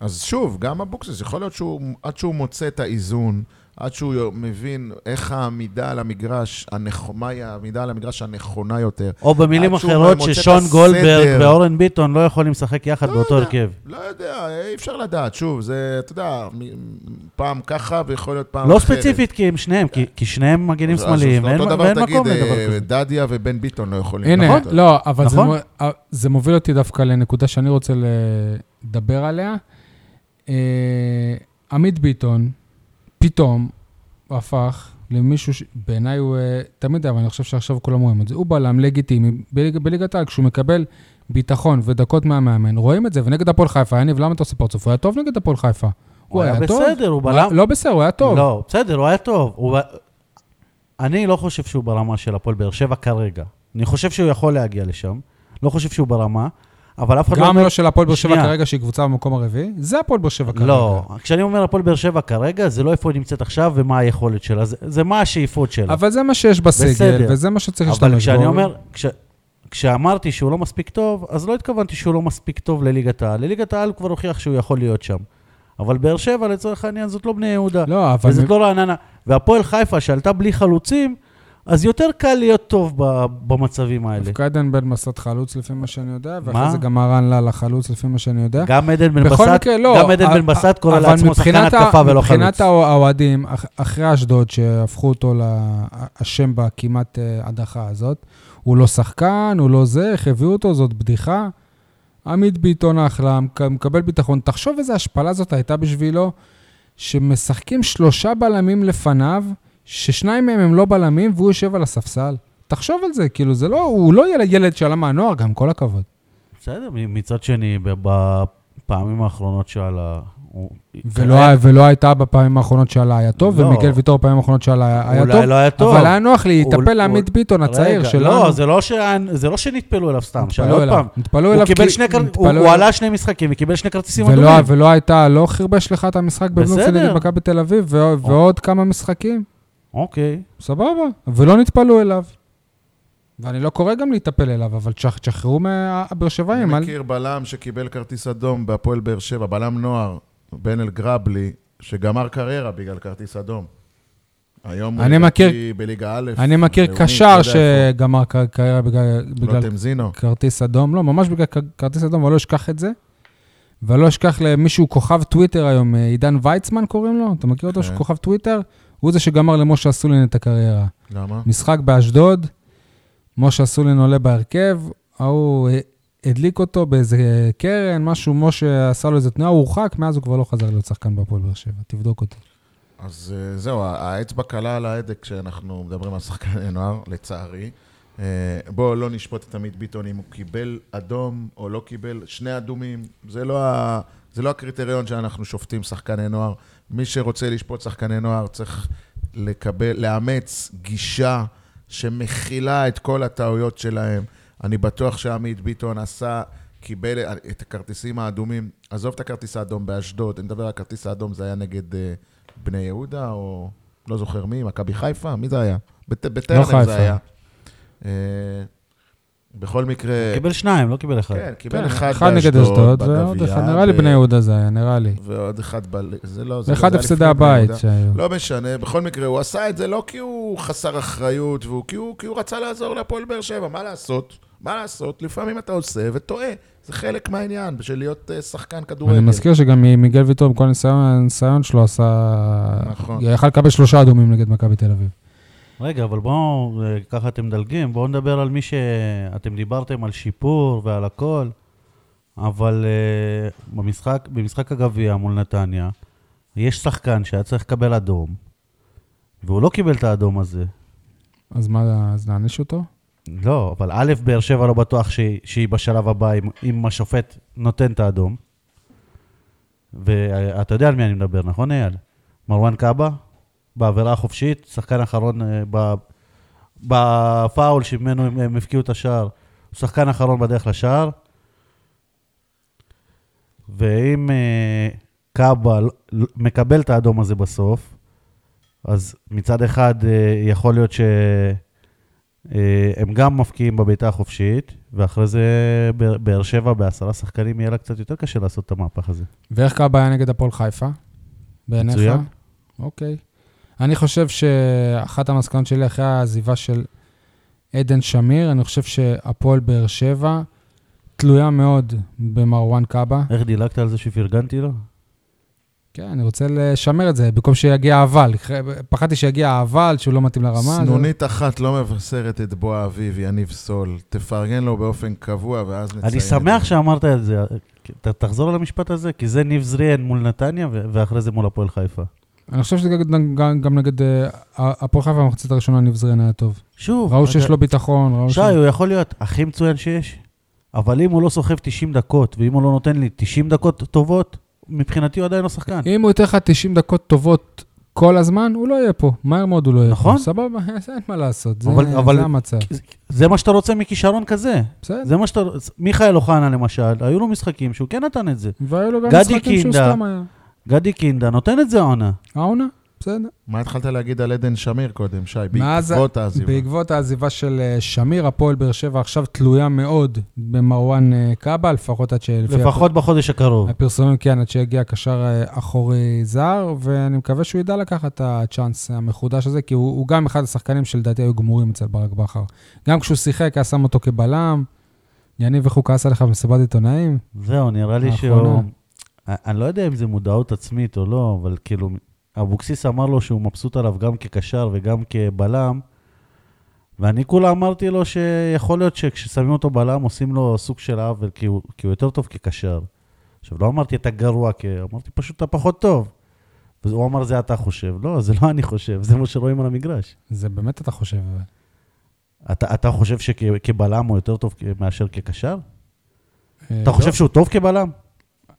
Speaker 3: אז שוב, גם אבוקסיס, יכול להיות שהוא, עד שהוא מוצא את האיזון, עד שהוא מבין איך העמידה על המגרש, הנכ... מהי העמידה על המגרש הנכונה יותר.
Speaker 2: או במילים
Speaker 3: עד שהוא
Speaker 2: אחרות,
Speaker 3: מוצא את
Speaker 2: ששון
Speaker 3: הסדר.
Speaker 2: גולדברג ואורן ביטון לא יכולים לשחק יחד באותו הרכב.
Speaker 3: לא יודע, אי אפשר לדעת. שוב, זה, אתה יודע, מ- פעם ככה ויכול להיות פעם
Speaker 2: לא
Speaker 3: אה, אחרת.
Speaker 2: ספציפית כי הם שניהם, כי- כי שניהם מגנים
Speaker 3: אז- אז
Speaker 2: שמאליים, ואין
Speaker 3: אותו דבר
Speaker 2: ואין
Speaker 3: תגיד,
Speaker 2: מקום לדבר
Speaker 3: אה,
Speaker 2: כזה.
Speaker 3: דדיה ובן ביטון לא יכולים.
Speaker 1: הנה,
Speaker 3: לעשות.
Speaker 1: לא, אבל זה
Speaker 2: נכון?
Speaker 1: מוביל- אה, זה מוביל אותי דווקא לנקודה שאני רוצה לדבר עליה. אה, עמית ביטון פתאום הפך למישהו שבעיניי הוא אה, תמיד היה, אבל אני חושב שעכשיו כולם רואים את זה. הוא בלם לגיטימי בליג- בליגת העל, כשהוא מקבל ביטחון ודקות מהמאמן, רואים את זה, ונגד הפועל חיפה, יניב, למה אתה עושה פרצוף? הוא היה טוב נגד הפועל חיפה.
Speaker 2: הוא היה
Speaker 1: טוב.
Speaker 2: בסדר, הוא
Speaker 1: הוא היה-
Speaker 2: בלם.
Speaker 1: לא בסדר, הוא היה טוב.
Speaker 2: לא, בסדר, הוא היה טוב. הוא... ב- אני לא חושב שהוא ברמה של הפועל באר שבע כרגע. אני חושב שהוא יכול להגיע לשם, לא חושב שהוא ברמה, אבל אף אחד לא...
Speaker 1: גם
Speaker 2: אומר-
Speaker 1: לא של הפועל באר שבע
Speaker 2: שנייה.
Speaker 1: כרגע, שהיא קבוצה במקום הרביעי, זה הפועל באר שבע כרגע.
Speaker 2: לא, כשאני אומר הפועל באר שבע כרגע, זה לא איפה היא נמצאת עכשיו ומה היכולת שלה, זה, זה מה השאיפות שלה.
Speaker 1: אבל זה מה שיש בסגל,
Speaker 2: בסדר.
Speaker 1: וזה מה שצריך להשתמש בו.
Speaker 2: אבל כשאני אומר, כש, כשאמרתי שהוא לא מספיק טוב, אז לא התכוונתי שהוא לא מספיק טוב לליגת העל. לליגת העל הוא כבר הוכיח שהוא יכול להיות שם. אבל באר שבע, לצורך העניין, זאת לא בני יהודה.
Speaker 1: לא, אבל...
Speaker 2: וזאת לא רעננה. והפועל חיפה, שעלתה בלי חלוצים, אז יותר קל להיות טוב ב- במצבים האלה.
Speaker 1: דווקא עדן בן מסת חלוץ לפי מה שאני יודע, ואחרי
Speaker 2: מה?
Speaker 1: זה גם אהרן לאלה חלוץ לפי מה שאני יודע.
Speaker 2: גם עדן בן
Speaker 1: אה? בכל
Speaker 2: בסט,
Speaker 1: מקרה, לא.
Speaker 2: גם עדן
Speaker 1: א-
Speaker 2: בן בסט קורא
Speaker 1: אבל
Speaker 2: לעצמו שחקן
Speaker 1: מבחינת ה-
Speaker 2: התקפה ולא
Speaker 1: מבחינת
Speaker 2: חלוץ.
Speaker 1: האו- האוהדים, אח- אחרי אשדוד, שהפכו אותו לאשם בכמעט אה, הדחה הזאת, הוא לא שחקן, הוא לא זה, איך הביאו אותו, זאת בדיחה. עמית ביטון אחלה, מק- מקבל ביטחון. תחשוב איזה השפלה זאת הייתה בשבילו, שמשחקים שלושה בלמים לפניו, ששניים מהם הם לא בלמים, והוא יושב על הספסל. תחשוב על זה, כאילו, זה לא, הוא לא ילד, ילד שעלה מהנוער, גם כל הכבוד.
Speaker 2: בסדר, מ- מצד שני, ב- בפעמים האחרונות שעלה... הוא-
Speaker 1: ולא, ולא הייתה בפעמים האחרונות שעלה היה טוב,
Speaker 2: כן. לא.
Speaker 1: ומיגל ויטור בפעמים האחרונות שעלה היה טוב,
Speaker 2: אולי לא היה טוב.
Speaker 1: אבל היה נוח לי
Speaker 2: הוא-
Speaker 1: להתאפל
Speaker 2: הוא-
Speaker 1: לעמית ביטון הצעיר
Speaker 2: רגע,
Speaker 1: שלנו.
Speaker 2: לא, זה לא, ש... זה לא שנטפלו אליו סתם,
Speaker 1: נטפלו
Speaker 2: שאלה עוד
Speaker 1: אליו.
Speaker 2: פעם.
Speaker 1: נטפלו
Speaker 2: הוא
Speaker 1: אליו
Speaker 2: קיבל
Speaker 1: כי-
Speaker 2: שני כר...
Speaker 1: נטפלו
Speaker 2: הוא, הוא
Speaker 1: אליו-
Speaker 2: עלה שני משחקים וקיבל שני כרטיסים
Speaker 1: ולא,
Speaker 2: אדומים.
Speaker 1: ולא הייתה, לא חרבש לך את המשחק בבלומפילד
Speaker 2: בסדר.
Speaker 1: נגד מכבי תל אביב, ו- ועוד כמה משחקים,
Speaker 2: אוקיי.
Speaker 1: סבבה, ולא נטפלו אליו. ואני לא קורא גם להיטפל אליו, אבל תשח- תשחררו מהבאר
Speaker 3: אני
Speaker 1: שבעים. אל-
Speaker 3: מכיר בלם שקיבל כרטיס אדום בהפועל באר שבע, בלם נוער, בן אל גרבלי, שגמר קריירה בגלל כרטיס אדום. היום הוא
Speaker 1: אני
Speaker 3: לדעתי
Speaker 1: מכיר-
Speaker 3: בליגה א'.
Speaker 1: אני מכיר
Speaker 3: לאומית,
Speaker 1: קשר
Speaker 3: אתה לא יודע איפה. לא
Speaker 1: שגמר קר- קריירה בגלל- בגלל
Speaker 3: לוטם זינו.
Speaker 1: כרטיס אדום, לא, ממש בגלל כ- כרטיס אדום, אבל לא אשכח את זה. ולא אשכח למישהו, כוכב טוויטר היום, אה, עידן ויצמן קוראים לו? אתה מכיר אותו?
Speaker 3: כן.
Speaker 1: שהוא כוכב טוויטר? הוא זה שגמר למשה אסולין את הקריירה.
Speaker 3: למה?
Speaker 1: משחק באשדוד, משה אסולין עולה בהרכב, ההוא אה, הדליק אותו באיזה אה, קרן, משהו, משה עשה לו איזה תנועה, הוא הורחק, מאז הוא כבר לא חזר להיות שחקן בהפועל באר שבע. תבדוק אותי.
Speaker 3: אז אה, זהו, ה- האצבע קלה על ההדק כשאנחנו מדברים על שחקני נוער, לצערי. אה, בואו לא נשפוט את עמית ביטון אם הוא קיבל אדום או לא קיבל, שני אדומים, זה לא, ה... זה לא הקריטריון שאנחנו שופטים שחקני נוער. מי שרוצה לשפוט שחקני נוער צריך לקבל, לאמץ גישה שמכילה את כל הטעויות שלהם. אני בטוח שעמית ביטון עשה, קיבל את הכרטיסים האדומים. עזוב את הכרטיס האדום באשדוד, אני מדבר על הכרטיס האדום, זה היה נגד אה, בני יהודה, או לא זוכר מי, מכבי חיפה? מי זה היה? בת- בטרנר
Speaker 1: לא חיפה.
Speaker 3: זה היה. אה, בכל מקרה,
Speaker 2: קיבל שניים, לא קיבל אחד.
Speaker 3: כן, קיבל
Speaker 1: כן,
Speaker 3: אחד
Speaker 1: אחד נגד
Speaker 3: באשדוד,
Speaker 1: אשדוד,
Speaker 3: בגביע.
Speaker 1: ועוד אחד, נראה לי
Speaker 3: ו-
Speaker 1: בני יהודה זה היה, נראה לי.
Speaker 3: ועוד אחד, בל- זה לא, זה לא,
Speaker 1: ואחד
Speaker 3: זה היה
Speaker 1: הפסדי
Speaker 3: לפני בני
Speaker 1: הבית
Speaker 3: יהודה.
Speaker 1: שהיו.
Speaker 3: לא משנה, בכל מקרה, הוא עשה את זה לא כי הוא חסר אחריות, והוא, כי, הוא, כי הוא רצה לעזור להפועל באר שבע, מה לעשות? מה לעשות? לפעמים אתה עושה וטועה. זה חלק מהעניין של להיות אה, שחקן כדורגל.
Speaker 1: אני מזכיר שגם מ- מיגל ויטור, עם כל הניסיון הניסיון שלו, עשה...
Speaker 3: נכון.
Speaker 1: יכל לקבל שלושה אדומים נגד מכבי תל אביב.
Speaker 2: רגע, אבל בואו, אה, ככה אתם מדלגים, בואו נדבר על מי ש... אתם דיברתם על שיפור ועל הכל, אבל אה, במשחק, במשחק הגביע מול נתניה, יש שחקן שהיה צריך לקבל אדום, והוא לא קיבל את האדום הזה.
Speaker 1: אז מה, אז נעניש אותו?
Speaker 2: לא, אבל א', באר שבע לא בטוח שהיא, שהיא בשלב הבא אם, אם השופט נותן את האדום. ואתה יודע על מי אני מדבר, נכון, אייל? מרואן קאבה, בעבירה החופשית, שחקן אחרון אה, ב, בפאול שממנו הם, הם הפקיעו את השער, הוא שחקן אחרון בדרך לשער. ואם אה, קאבה לא- לא- מקבל את האדום הזה בסוף, אז מצד אחד אה, יכול להיות ש... אה, הם גם מפקיעים בבעיטה החופשית, ואחרי זה באר- באר שבע בעשרה שחקנים יהיה לה קצת יותר קשה לעשות את המהפך הזה.
Speaker 1: ואיך קרה בעיה נגד הפועל חיפה? בעיניך?
Speaker 2: מצוין.
Speaker 1: אוקיי. אני חושב שאחת המסקנות שלי אחרי העזיבה של עדן שמיר, אני חושב שהפועל באר שבע תלויה מאוד במרואן קאבה.
Speaker 2: איך דילגת על זה שפרגנתי לו?
Speaker 1: כן, אני רוצה לשמר את זה, במקום שיגיע אבל. פחדתי שיגיע אבל, שהוא לא מתאים לרמה. אז-
Speaker 3: סנונית אחת לא מבשרת את בוא אביב, יניב סול. תפרגן לו באופן קבוע, ואז נציין.
Speaker 2: אני
Speaker 3: את
Speaker 2: שמח
Speaker 3: זה.
Speaker 2: שאמרת את זה. ת- תחזור על המשפט הזה, כי זה ניב זריאן מול נתניה, ו- ואחרי זה מול הפועל חיפה.
Speaker 1: אני חושב שזה גם- גם- גם נגד אה, הפועל חיפה במחצית הראשונה נבזרין היה טוב.
Speaker 2: שוב,
Speaker 1: ראו
Speaker 2: אתה-
Speaker 1: שיש לו ביטחון, ראו ש...
Speaker 2: שי, הוא יכול להיות הכי מצוין שיש, אבל אם הוא לא סוחב 90 דקות, ואם הוא לא נותן לי 90 דקות טובות, מבחינתי הוא עדיין לא שחקן.
Speaker 1: אם הוא ייתן לך 90 דקות טובות כל הזמן, הוא לא יהיה פה. מהר מאוד הוא לא יהיה
Speaker 2: נכון.
Speaker 1: פה. סבבה, אז אין מה לעשות. זה,
Speaker 2: אבל- אבל-
Speaker 1: זה המצב.
Speaker 2: זה מה שאתה רוצה מכישרון כזה.
Speaker 1: בסדר.
Speaker 2: זה מה שאתה... מיכאל אוחנה למשל, היו לו משחקים שהוא כן נתן את זה.
Speaker 1: והיו לו גם
Speaker 2: גדי
Speaker 1: משחקים שהוא
Speaker 2: קינדה.
Speaker 1: סתם היה.
Speaker 2: גדי קינדה נותן את זה העונה.
Speaker 1: העונה, בסדר.
Speaker 3: מה התחלת להגיד על עדן שמיר קודם, שי?
Speaker 1: מאז-
Speaker 3: בעקבות העזיבה.
Speaker 1: בעקבות העזיבה של אה, שמיר, הפועל באר שבע עכשיו תלויה מאוד במרואן אה, קאבה, לפחות עד שלפי
Speaker 2: לפחות בחודש הקרוב.
Speaker 1: הפרסומים, כן, עד שיגיע קשר אה, אחורי זר, ואני מקווה שהוא ידע לקחת את הצ'אנס המחודש הזה, כי הוא, הוא גם אחד השחקנים שלדעתי היו גמורים אצל ברק בכר. גם כשהוא שיחק, היה שם אותו כבלם. יניב, איך הוא כעס עליך במסיבת עיתונאים?
Speaker 2: זהו, נראה לי שהוא...
Speaker 1: האחרונה.
Speaker 2: אני- אני לא יודע אם זה מודעות עצמית או לא, אבל כאילו, אבוקסיס אמר לו שהוא מבסוט עליו גם כקשר וגם כבלם, ואני כולה אמרתי לו שיכול להיות שכששמים אותו בלם עושים לו סוג של עוול, כי הוא, כי הוא יותר טוב כקשר. עכשיו, לא אמרתי אתה גרוע, כי אמרתי פשוט אתה פחות טוב. והוא אמר, זה אתה חושב. לא, זה לא אני חושב, זה מה שרואים על המגרש.
Speaker 1: זה באמת אתה חושב. אבל.
Speaker 2: אתה, אתה חושב שכבלם הוא יותר טוב כ- מאשר כקשר?
Speaker 1: אה,
Speaker 2: אתה
Speaker 1: לא.
Speaker 2: חושב שהוא טוב כבלם?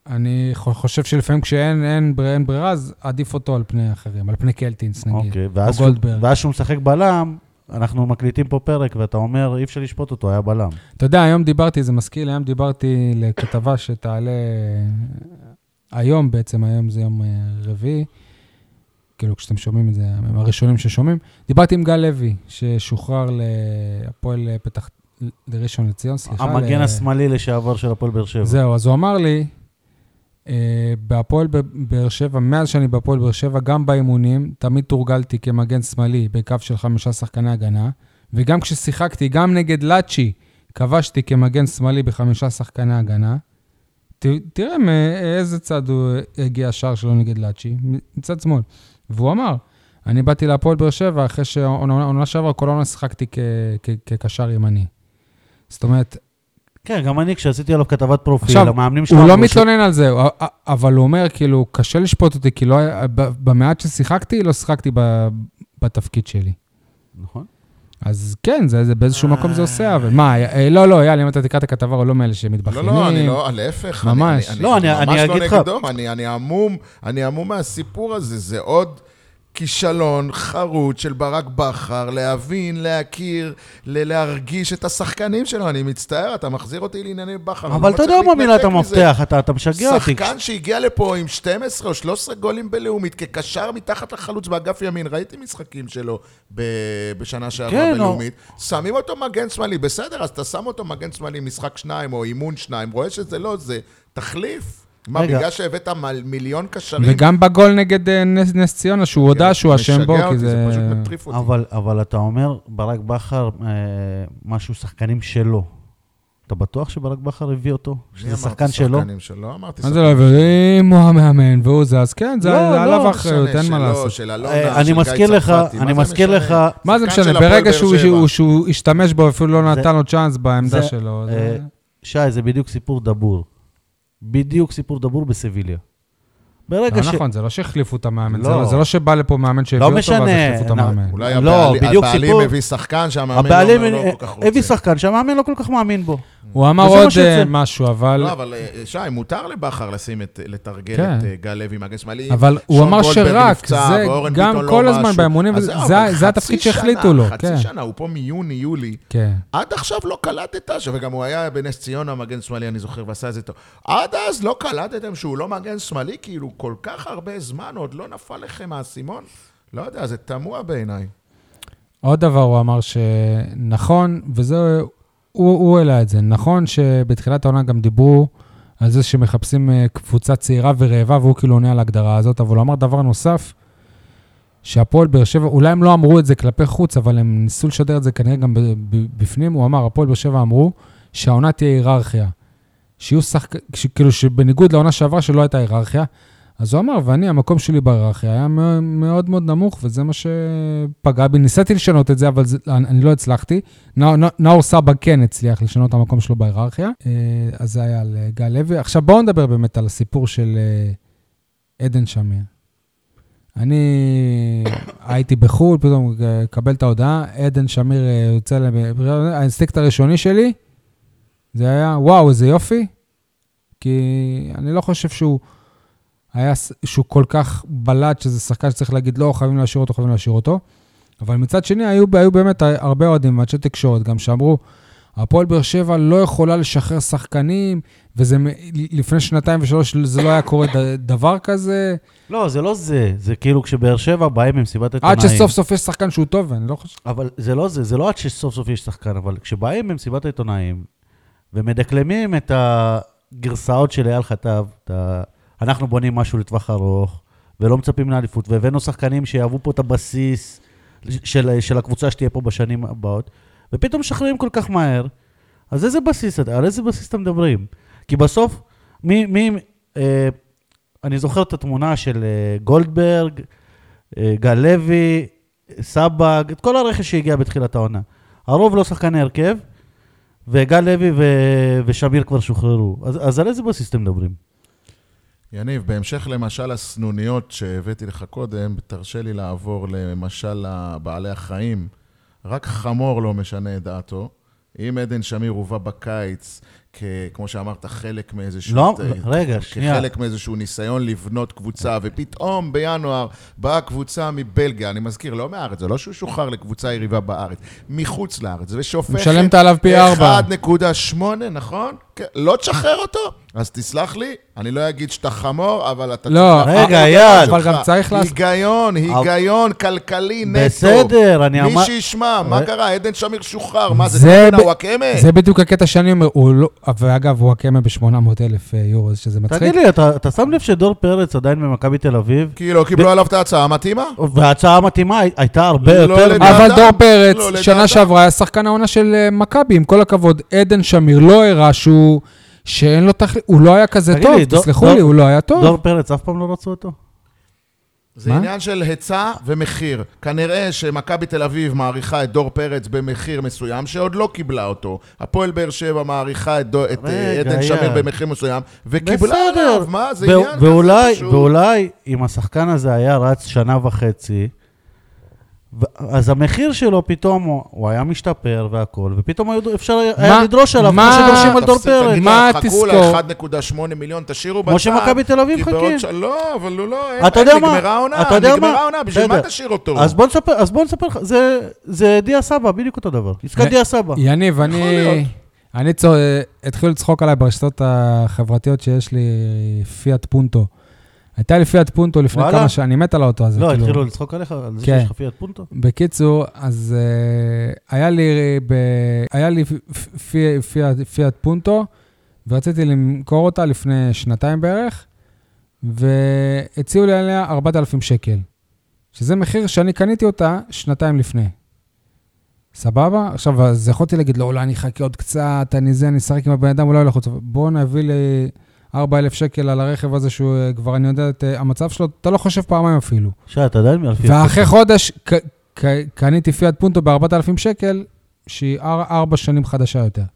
Speaker 1: אני חו- חושב שלפעמים כשאין אין, בר- אין ברירה, אז עדיף אותו על פני אחרים, על פני קלטינס נגיד.
Speaker 2: אוקיי, ואז
Speaker 1: או
Speaker 2: שהוא-
Speaker 1: גולדברג.
Speaker 2: ואז שהוא משחק בלם, אנחנו מקליטים פה פרק, ואתה אומר, אי אפשר לשפוט אותו, היה בלם.
Speaker 1: אתה יודע, היום דיברתי, זה מזכיר לי, היום דיברתי לכתבה שתעלה היום בעצם, היום זה יום אה, רביעי, כאילו כשאתם שומעים את זה, הם הראשונים ששומעים. דיברתי עם גל לוי, ששוחרר להפועל אה, פתח, לראשון לציון, סליחה.
Speaker 2: המגן
Speaker 1: ל-
Speaker 2: השמאלי לשעבר של הפועל באר שבע.
Speaker 1: זהו, אז הוא אמר לי, אה, בהפועל ב- באר שבע, מאז שאני בהפועל באר שבע, גם באימונים, תמיד תורגלתי כמגן שמאלי בקו של חמישה שחקני הגנה, וגם כששיחקתי, גם נגד לאצ'י, כבשתי כמגן שמאלי בחמישה שחקני הגנה. ת, תראה מאיזה צד הוא הגיע השער שלו נגד לאצ'י, מצד שמאל. והוא אמר, אני באתי להפועל באר שבע אחרי שהעונה שעברה, כל העונה שיחקתי כ- כ- כקשר ימני. זאת אומרת,
Speaker 2: כן, גם אני, כשעשיתי עליו כתבת פרופיל,
Speaker 1: עכשיו,
Speaker 2: המאמנים שלנו...
Speaker 1: הוא לא
Speaker 2: אמרו ש-
Speaker 1: מתלונן על זה, הוא- אבל הוא אומר, כאילו, קשה לשפוט אותי, כי לא היה- ב- במעט ששיחקתי, לא שיחקתי ב- בתפקיד שלי.
Speaker 2: נכון.
Speaker 1: אז כן, זה, זה באיזשהו מקום זה עושה, אבל מה, אה, לא, לא, יאללה, אם אתה תקרא את הכתבה, הוא לא מאלה
Speaker 3: לא,
Speaker 1: שמתבכיינים.
Speaker 3: לא, אני לא, להפך. אני-
Speaker 1: ממש.
Speaker 2: לא, אני- אני
Speaker 3: ממש
Speaker 2: אגיד לך-
Speaker 3: לא נגדו, אני- אני המום, אני המום מהסיפור הזה. זה עוד כישלון חרוץ של ברק בכר להבין, להכיר, ל- להרגיש את השחקנים שלו. אני מצטער, אתה מחזיר אותי לענייני בכר. אני
Speaker 2: אבל
Speaker 3: לא
Speaker 2: אתה יודע
Speaker 3: מצליח
Speaker 2: מה מילת
Speaker 3: להתנתק מזה.
Speaker 2: המפתח, אתה אתה משגע אותי.
Speaker 3: שחקן שהגיע לפה עם 12 או 13 גולים בלאומית, כקשר מתחת לחלוץ באגף ימין, ראיתי משחקים שלו ב- בשנה שעברה
Speaker 1: לא.
Speaker 2: כן,
Speaker 3: בלאומית, שמים אותו מגן שמאלי, בסדר, אז אתה שם אותו מגן שמאלי משחק שניים או אימון שניים, רואה שזה לא זה, תחליף. מה,
Speaker 2: רגע.
Speaker 3: בגלל שהבאת מל- מיליון קשרים?
Speaker 1: וגם בגול נד אה, נס, נס ציונה, שהוא
Speaker 3: כן,
Speaker 1: הודה שהוא אשם
Speaker 3: משגע
Speaker 1: בו,
Speaker 3: אותי,
Speaker 1: כי זה...
Speaker 3: זה פשוט מטריף אותי.
Speaker 2: אבל, אבל אתה אומר, ברק בכר, אה, משהו, שחקנים שלו. אתה בטוח שברק בכר הביא אותו?
Speaker 3: מי
Speaker 2: שזה
Speaker 3: אמרתי
Speaker 2: שחקן שלו?
Speaker 3: שחקנים שלו, אמרתי
Speaker 1: מה זה לא הביא? אם הוא המאמן והוא זה, אז כן, זה
Speaker 2: לא, לא,
Speaker 1: זה עליו
Speaker 2: לא
Speaker 1: האחריות, אין מה
Speaker 3: שלו,
Speaker 1: לעשות.
Speaker 3: של
Speaker 2: אה,
Speaker 3: אלונה,
Speaker 2: אני
Speaker 3: של גיא
Speaker 2: מזכיר לך-
Speaker 3: צרפתי,
Speaker 2: אני
Speaker 3: מה זה
Speaker 2: מזכיר
Speaker 3: משנה?
Speaker 2: לך-
Speaker 1: מה זה
Speaker 3: שחקן של
Speaker 1: משנה?
Speaker 3: הפועל
Speaker 1: ברגע
Speaker 3: באר
Speaker 1: שהוא-
Speaker 3: שבע.
Speaker 1: שהוא- שהוא השתמש בו, אפילו לא
Speaker 2: זה-
Speaker 1: נתן לו צ'אנס בעמדה
Speaker 2: זה-
Speaker 1: שלו.
Speaker 2: אה,
Speaker 1: זה-
Speaker 2: שי, זה בדיוק סיפור דבור. בדיוק סיפור דבור בסביליה. ברגע
Speaker 1: לא
Speaker 2: ש...
Speaker 1: נכון, זה לא שהחליפו את המאמן, זה
Speaker 2: לא.
Speaker 1: לא- זה לא שבא לפה מאמן שהביא אותו, ואז
Speaker 2: משנה,
Speaker 1: החליפו את
Speaker 2: נ-
Speaker 1: המאמן.
Speaker 3: אולי
Speaker 2: לא,
Speaker 3: הבעלי-
Speaker 2: בדיוק
Speaker 3: הבעלים
Speaker 2: סיפור.
Speaker 3: הביא שחקן שהמאמן לא
Speaker 2: הבעלים
Speaker 3: אומר לו כל כך רוצה.
Speaker 2: הביא שחקן שהמאמן לא כל כך מאמין בו.
Speaker 1: הוא אמר
Speaker 2: וזה מה
Speaker 1: עוד
Speaker 2: שיוצא.
Speaker 1: אה, משהו, אבל...
Speaker 3: לא, אבל אה, שי, מותר לבכר לשים את, לתרגל
Speaker 1: כן.
Speaker 3: את אה, גל לוי מגן שמאלי.
Speaker 1: אבל הוא
Speaker 3: שון
Speaker 1: אמר
Speaker 3: גולדברג
Speaker 1: שרק,
Speaker 3: נפצע,
Speaker 1: זה
Speaker 3: ואורן
Speaker 1: גם
Speaker 3: ביטון לא
Speaker 1: כל הזמן
Speaker 3: משהו.
Speaker 1: באימונים,
Speaker 3: אז
Speaker 1: וזה-
Speaker 3: זהו,
Speaker 1: זה-
Speaker 3: אבל
Speaker 1: זה
Speaker 3: חצי
Speaker 1: התפקיד
Speaker 3: שנה,
Speaker 1: שהחליטו לו, כן.
Speaker 3: חצי שנה, הוא פה מיוני-יולי.
Speaker 1: כן.
Speaker 3: עד עכשיו לא קלטת, וגם הוא היה בנס ציונה מגן שמאלי, אני זוכר, ועשה את זה טוב. עד אז לא קלטתם שהוא לא מגן שמאלי, כאילו כל כך הרבה זמן עוד לא נפל לכם האסימון? לא יודע, זה תמוה בעיניי.
Speaker 1: עוד דבר הוא אמר שנכון, וזה, הוא, הוא העלה את זה, נכון שבתחילת העונה גם דיברו על זה שמחפשים אה, קבוצה צעירה ורעבה, והוא כאילו עונה על ההגדרה הזאת, אבל הוא אמר דבר נוסף, שהפועל באר שבע, אולי הם לא אמרו את זה כלפי חוץ, אבל הם ניסו לשדר את זה כנראה גם ב- ב- בפנים, הוא אמר, הפועל באר שבע אמרו שהעונה תהיה היררכיה. שיהיו שחק... ש... כאילו שבניגוד לעונה שעברה שלא הייתה היררכיה, אז הוא אמר, ואני, המקום שלי בהיררכיה היה מאוד- מאוד מאוד נמוך, וזה מה שפגע בי. ניסיתי לשנות את זה, אבל זה, אני, אני לא הצלחתי. נא- נא- נאור סבא כן הצליח לשנות את המקום שלו בהיררכיה. אה, אז זה היה על אה, גל לוי. עכשיו בואו נדבר באמת על הסיפור של אה, עדן שמיר. אני הייתי בחו"ל, פתאום אה, קבל את ההודעה, עדן שמיר אה, יוצא לברירה, האינסטינקט הראשוני שלי, זה היה, וואו, איזה יופי, כי אני לא חושב שהוא היה, ס- שהוא כל כך בלט, שזה שחקן שצריך להגיד, לא, חייבים להשאיר אותו, חייבים להשאיר אותו. אבל מצד שני, היו, היו באמת הרבה אוהדים, אנשי תקשורת גם, שאמרו, הפועל באר שבע לא יכולה לשחרר שחקנים, וזה מ- לפני שנתיים ושלוש, זה לא היה קורה ד- דבר כזה,
Speaker 2: לא, זה לא זה. זה כאילו כשבאר שבע באים ממסיבת עיתונאים.
Speaker 1: עד שסוף סוף יש שחקן שהוא טוב, ואני לא חושב...
Speaker 2: אבל זה לא זה, זה לא עד שסוף סוף יש שחקן, אבל כשבאים במסיבת העיתונאים ומדקלמים את הגרסאות של אייל חטב, את ה... אנחנו בונים משהו לטווח ארוך ולא מצפים לאליפות, והבאנו שחקנים שיהוו פה את הבסיס של, של הקבוצה שתהיה פה בשנים הבאות, ופתאום משחררים כל כך מהר, אז איזה בסיס, אתה- על איזה בסיס אתם מדברים? כי בסוף, מי, מי, אה, אני זוכר את התמונה של אה, גולדברג, אה, גל לוי, סבג, את כל הרכש שהגיע בתחילת העונה. הרוב לא שחקני הרכב, וגל לוי ו... ושמיר כבר שוחררו. אז, אז על איזה בסיס אתם מדברים?
Speaker 3: יניב, בהמשך למשל הסנוניות שהבאתי לך קודם, תרשה לי לעבור למשל בעלי החיים. רק חמור לא משנה את דעתו. אם עדן שמיר הובא בקיץ, כ- כמו שאמרת, חלק מאיזשהו...
Speaker 2: לא,
Speaker 3: ת-
Speaker 2: רגע, שנייה.
Speaker 3: כחלק מאיזשהו ניסיון לבנות קבוצה, ופתאום בינואר באה קבוצה מבלגיה, אני מזכיר, לא מהארץ, זה לא שהוא שוחרר לקבוצה יריבה בארץ, מחוץ לארץ, ושופכת...
Speaker 1: משלמת עליו פי ארבע.
Speaker 3: 1.8, נכון? כן, לא תשחרר אותו? אז תסלח לי, אני לא אגיד שאתה חמור, אבל אתה...
Speaker 1: לא,
Speaker 3: צריך-
Speaker 2: רגע,
Speaker 3: אה,
Speaker 2: אייל.
Speaker 1: אבל גם צריך לעשות-
Speaker 3: היגיון, היגיון כלכלי נטו.
Speaker 2: בסדר, אני אמר-
Speaker 3: מי שישמע, מה
Speaker 2: אה.
Speaker 3: קרה? עדן שמיר שוחרר, מה זה?
Speaker 1: זה
Speaker 3: זה...
Speaker 1: ב-
Speaker 3: וואקמה?
Speaker 1: זה בדיוק הקטע שאני אומר, הוא לא... ואגב, הוא הקמא ב-800 אלף יורו, אז שזה מצחיק.
Speaker 2: תגיד לי, אתה, אתה שם לב שדור פרץ עדיין במכבי תל אביב?
Speaker 3: כי לא קיבלו עליו את ההצעה המתאימה?
Speaker 2: וההצעה המתאימה הי- הייתה הרבה
Speaker 3: לא
Speaker 2: יותר... אה,
Speaker 3: לדעתי.
Speaker 1: אבל
Speaker 3: לדעתם.
Speaker 1: דור פרץ,
Speaker 3: לא,
Speaker 1: שנה
Speaker 3: לדעתם.
Speaker 1: שעברה היה שחקן העונה של אה, מכבי, עם כל הכבוד. עדן שמיר לא הראה שהוא... שאין לו תחליף, הוא לא היה כזה
Speaker 2: תגיד
Speaker 1: טוב,
Speaker 2: לי, דור-
Speaker 1: תסלחו
Speaker 2: דור-
Speaker 1: לי, הוא לא היה טוב.
Speaker 2: דור פרץ, אף פעם לא רצו אותו?
Speaker 3: זה
Speaker 1: מה?
Speaker 3: עניין של היצע ומחיר. כנראה שמכבי תל אביב מעריכה את דור פרץ במחיר מסוים שעוד לא קיבלה אותו. הפועל באר שבע מעריכה את, דו, את
Speaker 2: רגע,
Speaker 3: רגע, עדן שמיר
Speaker 2: יאללה.
Speaker 3: במחיר מסוים, וקיבלה
Speaker 2: בסדר.
Speaker 3: עליו, מה? זה
Speaker 2: ו-
Speaker 3: עניין
Speaker 2: ואולי,
Speaker 3: כזה פשוט.
Speaker 2: ואולי אם השחקן הזה היה רץ שנה וחצי, ו- אז המחיר שלו פתאום, הוא- הוא היה משתפר והכול, ופתאום היו- אפשר היה- היה
Speaker 1: מה-
Speaker 2: לדרוש עליו, כמו
Speaker 1: מה-
Speaker 2: שדורשים על דור
Speaker 3: תפסיק,
Speaker 2: פרץ.
Speaker 3: תגיד
Speaker 1: מה
Speaker 3: להם, חכו
Speaker 1: תזכור?
Speaker 3: ל-1.8 מיליון, תשאירו בצד.
Speaker 2: כמו שמכבי תל אביב
Speaker 3: כי
Speaker 2: חכה.
Speaker 3: בעוד ש- לא, אבל הוא לא, אין,
Speaker 2: אתה יודע מה?
Speaker 3: נגמרה העונה,
Speaker 2: אתה יודע
Speaker 3: נגמרה
Speaker 2: מה?
Speaker 3: העונה, בשביל מה
Speaker 2: בסדר.
Speaker 3: תשאיר אותו?
Speaker 2: אז בוא נספר, אז בוא נספר לך, זה- זה דיה סבא, בדיוק אותו דבר. עסקת
Speaker 1: ו-
Speaker 2: דיה סבא.
Speaker 1: יניב, אני...
Speaker 3: להיות.
Speaker 1: אני צור... התחילו לצחוק עליי ברשתות החברתיות שיש לי פיאט פונטו. הייתה לי פיאט פונטו לפני
Speaker 2: וואלה?
Speaker 1: כמה שנים, אני מת על האוטו הזה.
Speaker 2: לא,
Speaker 1: כאילו.
Speaker 2: התחילו לצחוק עליך, על זה
Speaker 1: כן.
Speaker 2: שיש לך פיאט פונטו?
Speaker 1: בקיצור, אז uh, היה לי, ב... היה לי פ- פי- פיאט- פיאט פונטו, ורציתי למכור אותה לפני שנתיים בערך, והציעו לי עליה 4,000 שקל, שזה מחיר שאני קניתי אותה שנתיים לפני. סבבה? עכשיו, אז יכולתי להגיד לו, אולי אני אחכה עוד קצת, אני זה, אני אשחק עם הבן אדם, אולי לא הוא ילך לצבא. בוא נביא לי 4,000 שקל על הרכב הזה, שהוא אה, כבר, אני יודע את אה, המצב שלו, אתה לא חושב פעמיים אפילו.
Speaker 2: שי, אתה עדיין מאלפי...
Speaker 1: ואחרי חודש ק- ק- קניתי פיאט פונטו ב-4,000 שקל, שהיא אר- ארבע שנים חדשה יותר. אתה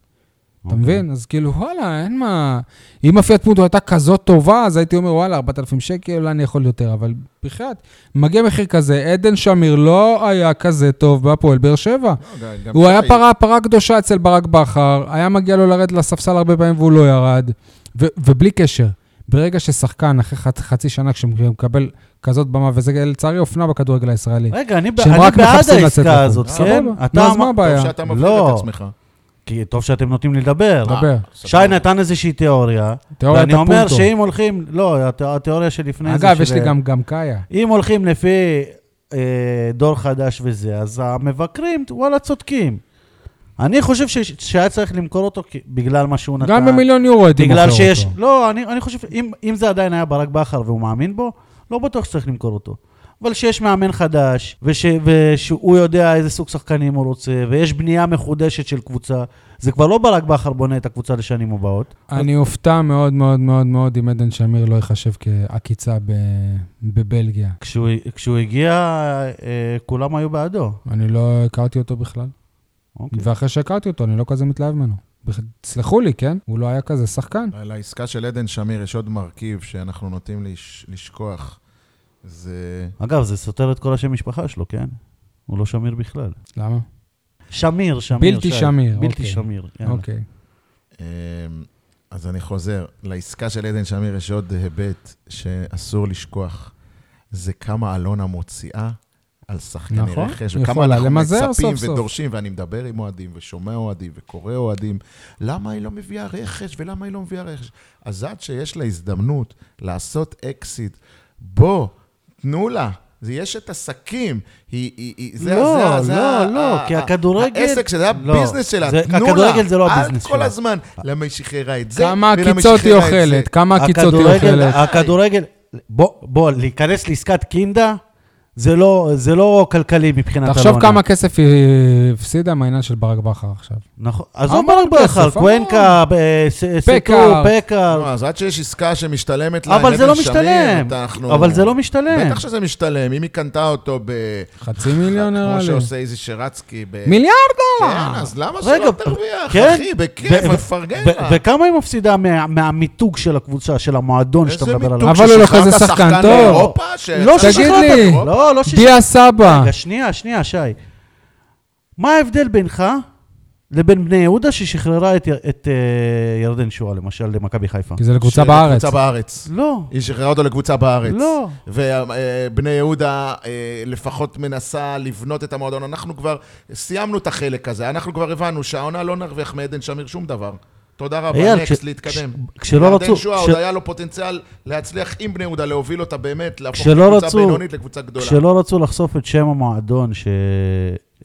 Speaker 2: אוקיי.
Speaker 1: מבין? אז כאילו, וואלה, אין מה... אם הפיאט פונטו הייתה כזאת טובה, אז הייתי אומר, וואלה, 4,000 שקל, אולי אני יכול יותר, אבל בחייאת, מגיע מחיר כזה, עדן שמיר לא היה כזה טוב בהפועל באר שבע.
Speaker 3: לא, גם- גם
Speaker 1: הוא היה
Speaker 3: שי-
Speaker 1: פרה, פרה קדושה אצל ברק בכר, היה מגיע לו לרדת לספסל הרבה פעמים והוא לא ירד. ו- ובלי קשר, ברגע ששחקן אחרי חצ- חצי שנה, כשהוא מקבל כזאת במה, וזה לצערי אופנה בכדורגל הישראלי,
Speaker 2: רגע, אני ב-
Speaker 1: שהם
Speaker 2: אני
Speaker 1: רק
Speaker 2: בעד
Speaker 1: מחפשים לצאת
Speaker 2: העסקה
Speaker 1: לחו"ל.
Speaker 2: הזאת,
Speaker 3: סבבה.
Speaker 2: כן?
Speaker 1: נו,
Speaker 2: אתה
Speaker 1: אז מה
Speaker 2: אמר-
Speaker 1: הבעיה?
Speaker 3: טוב שאתה מפחיד
Speaker 2: לא.
Speaker 3: את עצמך.
Speaker 2: כי טוב שאתם נותנים לי לדבר.
Speaker 1: דבר.
Speaker 2: שי נתן איזושהי תיאוריה,
Speaker 1: תיאוריית
Speaker 2: ואני אומר
Speaker 1: הפונטו.
Speaker 2: שאם הולכים... לא, הת- התיאוריה שלפני זה...
Speaker 1: אגב, יש
Speaker 2: של-
Speaker 1: לי גם- גם קאיה.
Speaker 2: אם הולכים לפי אה, דור חדש וזה, אז המבקרים, וואלה, צודקים. אני חושב ש- שהיה צריך למכור אותו כי- בגלל מה שהוא נתן.
Speaker 1: גם במיליון יורו הייתי מוכר
Speaker 2: בגלל
Speaker 1: אותו.
Speaker 2: שיש... לא, אני, אני חושב, אם, אם זה עדיין היה ברק בכר והוא מאמין בו, לא בטוח שצריך למכור אותו. אבל שיש מאמן חדש, וש, ושהוא יודע איזה סוג שחקנים הוא רוצה, ויש בנייה מחודשת של קבוצה, זה כבר לא ברק בכר בונה את הקבוצה לשנים הבאות.
Speaker 1: אני אופתע מאוד מאוד מאוד מאוד אם עדן שמיר לא ייחשב כעקיצה ב- בבלגיה.
Speaker 2: כשהוא, כשהוא הגיע, אה, כולם היו בעדו.
Speaker 1: אני לא הכרתי אותו בכלל.
Speaker 2: אוקיי.
Speaker 1: ואחרי שהכרתי אותו, אני לא כזה מתלהב ממנו. בכ- תסלחו לי, כן? הוא לא היה כזה שחקן.
Speaker 3: על העסקה של עדן שמיר יש עוד מרכיב שאנחנו נוטים לש- לשכוח. זה...
Speaker 2: אגב, זה סותר את כל השם משפחה שלו, כן? הוא לא שמיר בכלל.
Speaker 1: למה?
Speaker 2: שמיר, שמיר.
Speaker 1: בלתי
Speaker 2: שי.
Speaker 1: שמיר,
Speaker 2: בלתי
Speaker 1: אוקיי.
Speaker 2: שמיר, כן. יאללה.
Speaker 1: אוקיי.
Speaker 3: אמ, אז אני חוזר, לעסקה של עדן שמיר יש עוד היבט שאסור לשכוח, זה כמה אלונה מוציאה על שחקני
Speaker 1: נכון,
Speaker 3: רכש,
Speaker 1: היא
Speaker 3: וכמה
Speaker 1: יכולה
Speaker 3: אנחנו
Speaker 1: למזער
Speaker 3: מצפים
Speaker 1: סוף סוף.
Speaker 3: ודורשים, ואני מדבר עם אוהדים ושומע אוהדים וקורא אוהדים, למה היא לא מביאה רכש ולמה היא לא מביאה רכש? אז עד שיש לה הזדמנות לעשות אקזיט, בוא, תנו לה. זה יש את עסקים, היא, היא, היא, זה,
Speaker 2: לא,
Speaker 3: זה, זה,
Speaker 2: לא,
Speaker 3: ה-
Speaker 2: לא,
Speaker 3: ה-
Speaker 2: כי
Speaker 3: ה-
Speaker 2: הכדורגל-
Speaker 3: העסק שלה, זה
Speaker 2: לא,
Speaker 3: הביזנס שלה,
Speaker 2: זה-
Speaker 3: תנו לה,
Speaker 2: הכדורגל זה לא הביזנס
Speaker 3: אל כל
Speaker 2: שלה.
Speaker 3: הזמן, למה היא שחררה את זה,
Speaker 1: כמה
Speaker 3: ולמה
Speaker 1: עקיצות היא
Speaker 3: שחררה את זה.
Speaker 1: אוכלת? כמה עקיצות היא
Speaker 2: הכדורגל,
Speaker 1: אוכלת?
Speaker 2: הכדורגל, בוא, בוא, להיכנס לעסקת קינדה, זה לא, זה לא כלכלי מבחינת אלונה.
Speaker 1: תחשוב כמה כסף היא הפסידה מהעניין של ברק בכר עכשיו.
Speaker 2: נכון, עזוב
Speaker 1: המון
Speaker 2: ברק בכר,
Speaker 1: כסף, המון.
Speaker 2: קוונקה, אה, ס- סטו,
Speaker 1: פקארט.
Speaker 2: פקארט.
Speaker 3: נו, לא, אז עד שיש עסקה שמשתלמת לה,
Speaker 2: אבל זה
Speaker 3: עם
Speaker 2: לא
Speaker 3: עדן שמיר,
Speaker 2: משתלם.
Speaker 3: אנחנו-
Speaker 2: אבל זה לא משתלם.
Speaker 3: בטח שזה משתלם, אם היא קנתה אותו ב...
Speaker 1: חצי מיליון נראה
Speaker 3: כמו
Speaker 1: לי.
Speaker 3: שעושה איזי שרצקי ב...
Speaker 1: מיליארד
Speaker 3: כן,
Speaker 1: דולר!
Speaker 3: אז למה
Speaker 2: רגע,
Speaker 3: שלא תרוויח,
Speaker 2: כן?
Speaker 3: אחי? בכיף,
Speaker 2: ו-
Speaker 3: מפרגן
Speaker 2: ו-
Speaker 3: לה.
Speaker 2: וכמה היא מפסידה מה- מהמיטוג של הקבוצה, של המועדון שאתה
Speaker 3: איזה
Speaker 2: מדבר
Speaker 3: מיתוג
Speaker 2: עליו?
Speaker 1: אבל הוא לא
Speaker 3: ששחררת
Speaker 1: כזה שחקן טוב.
Speaker 3: לאירופה? ש-
Speaker 2: לא
Speaker 3: ששחררת
Speaker 1: תגיד לי.
Speaker 3: לאירופה?
Speaker 2: לא, לא שש...
Speaker 1: דיה סבא.
Speaker 2: רגע, שנייה, שנייה, שי. מה ההבדל בינך לבין בני יהודה ששחררה את, יר- את uh, ירדן שואה, למשל, למכבי חיפה?
Speaker 1: כי זה לקבוצה
Speaker 3: של-
Speaker 1: בארץ.
Speaker 3: קבוצה בארץ.
Speaker 2: לא.
Speaker 3: היא שחררה אותו לקבוצה בארץ.
Speaker 2: לא.
Speaker 3: ובני יהודה אה, לפחות מנסה לבנות את המועדון. אנחנו כבר סיימנו את החלק הזה, אנחנו כבר הבנו שהעונה לא נרוויח מעדן שמיר שום דבר. תודה רבה,
Speaker 2: אייל,
Speaker 3: נקסט,
Speaker 2: כש-
Speaker 3: להתקדם.
Speaker 2: כש- כשלא רצו-
Speaker 3: ירדן שואה
Speaker 2: כש-
Speaker 3: עוד היה לו פוטנציאל להצליח עם בני יהודה, להוביל אותה באמת, להפוך
Speaker 2: כשלא
Speaker 3: קבוצה
Speaker 2: רצו-
Speaker 3: בינונית לקבוצה גדולה.
Speaker 2: כשלא רצו לחשוף את שם המועדון ש...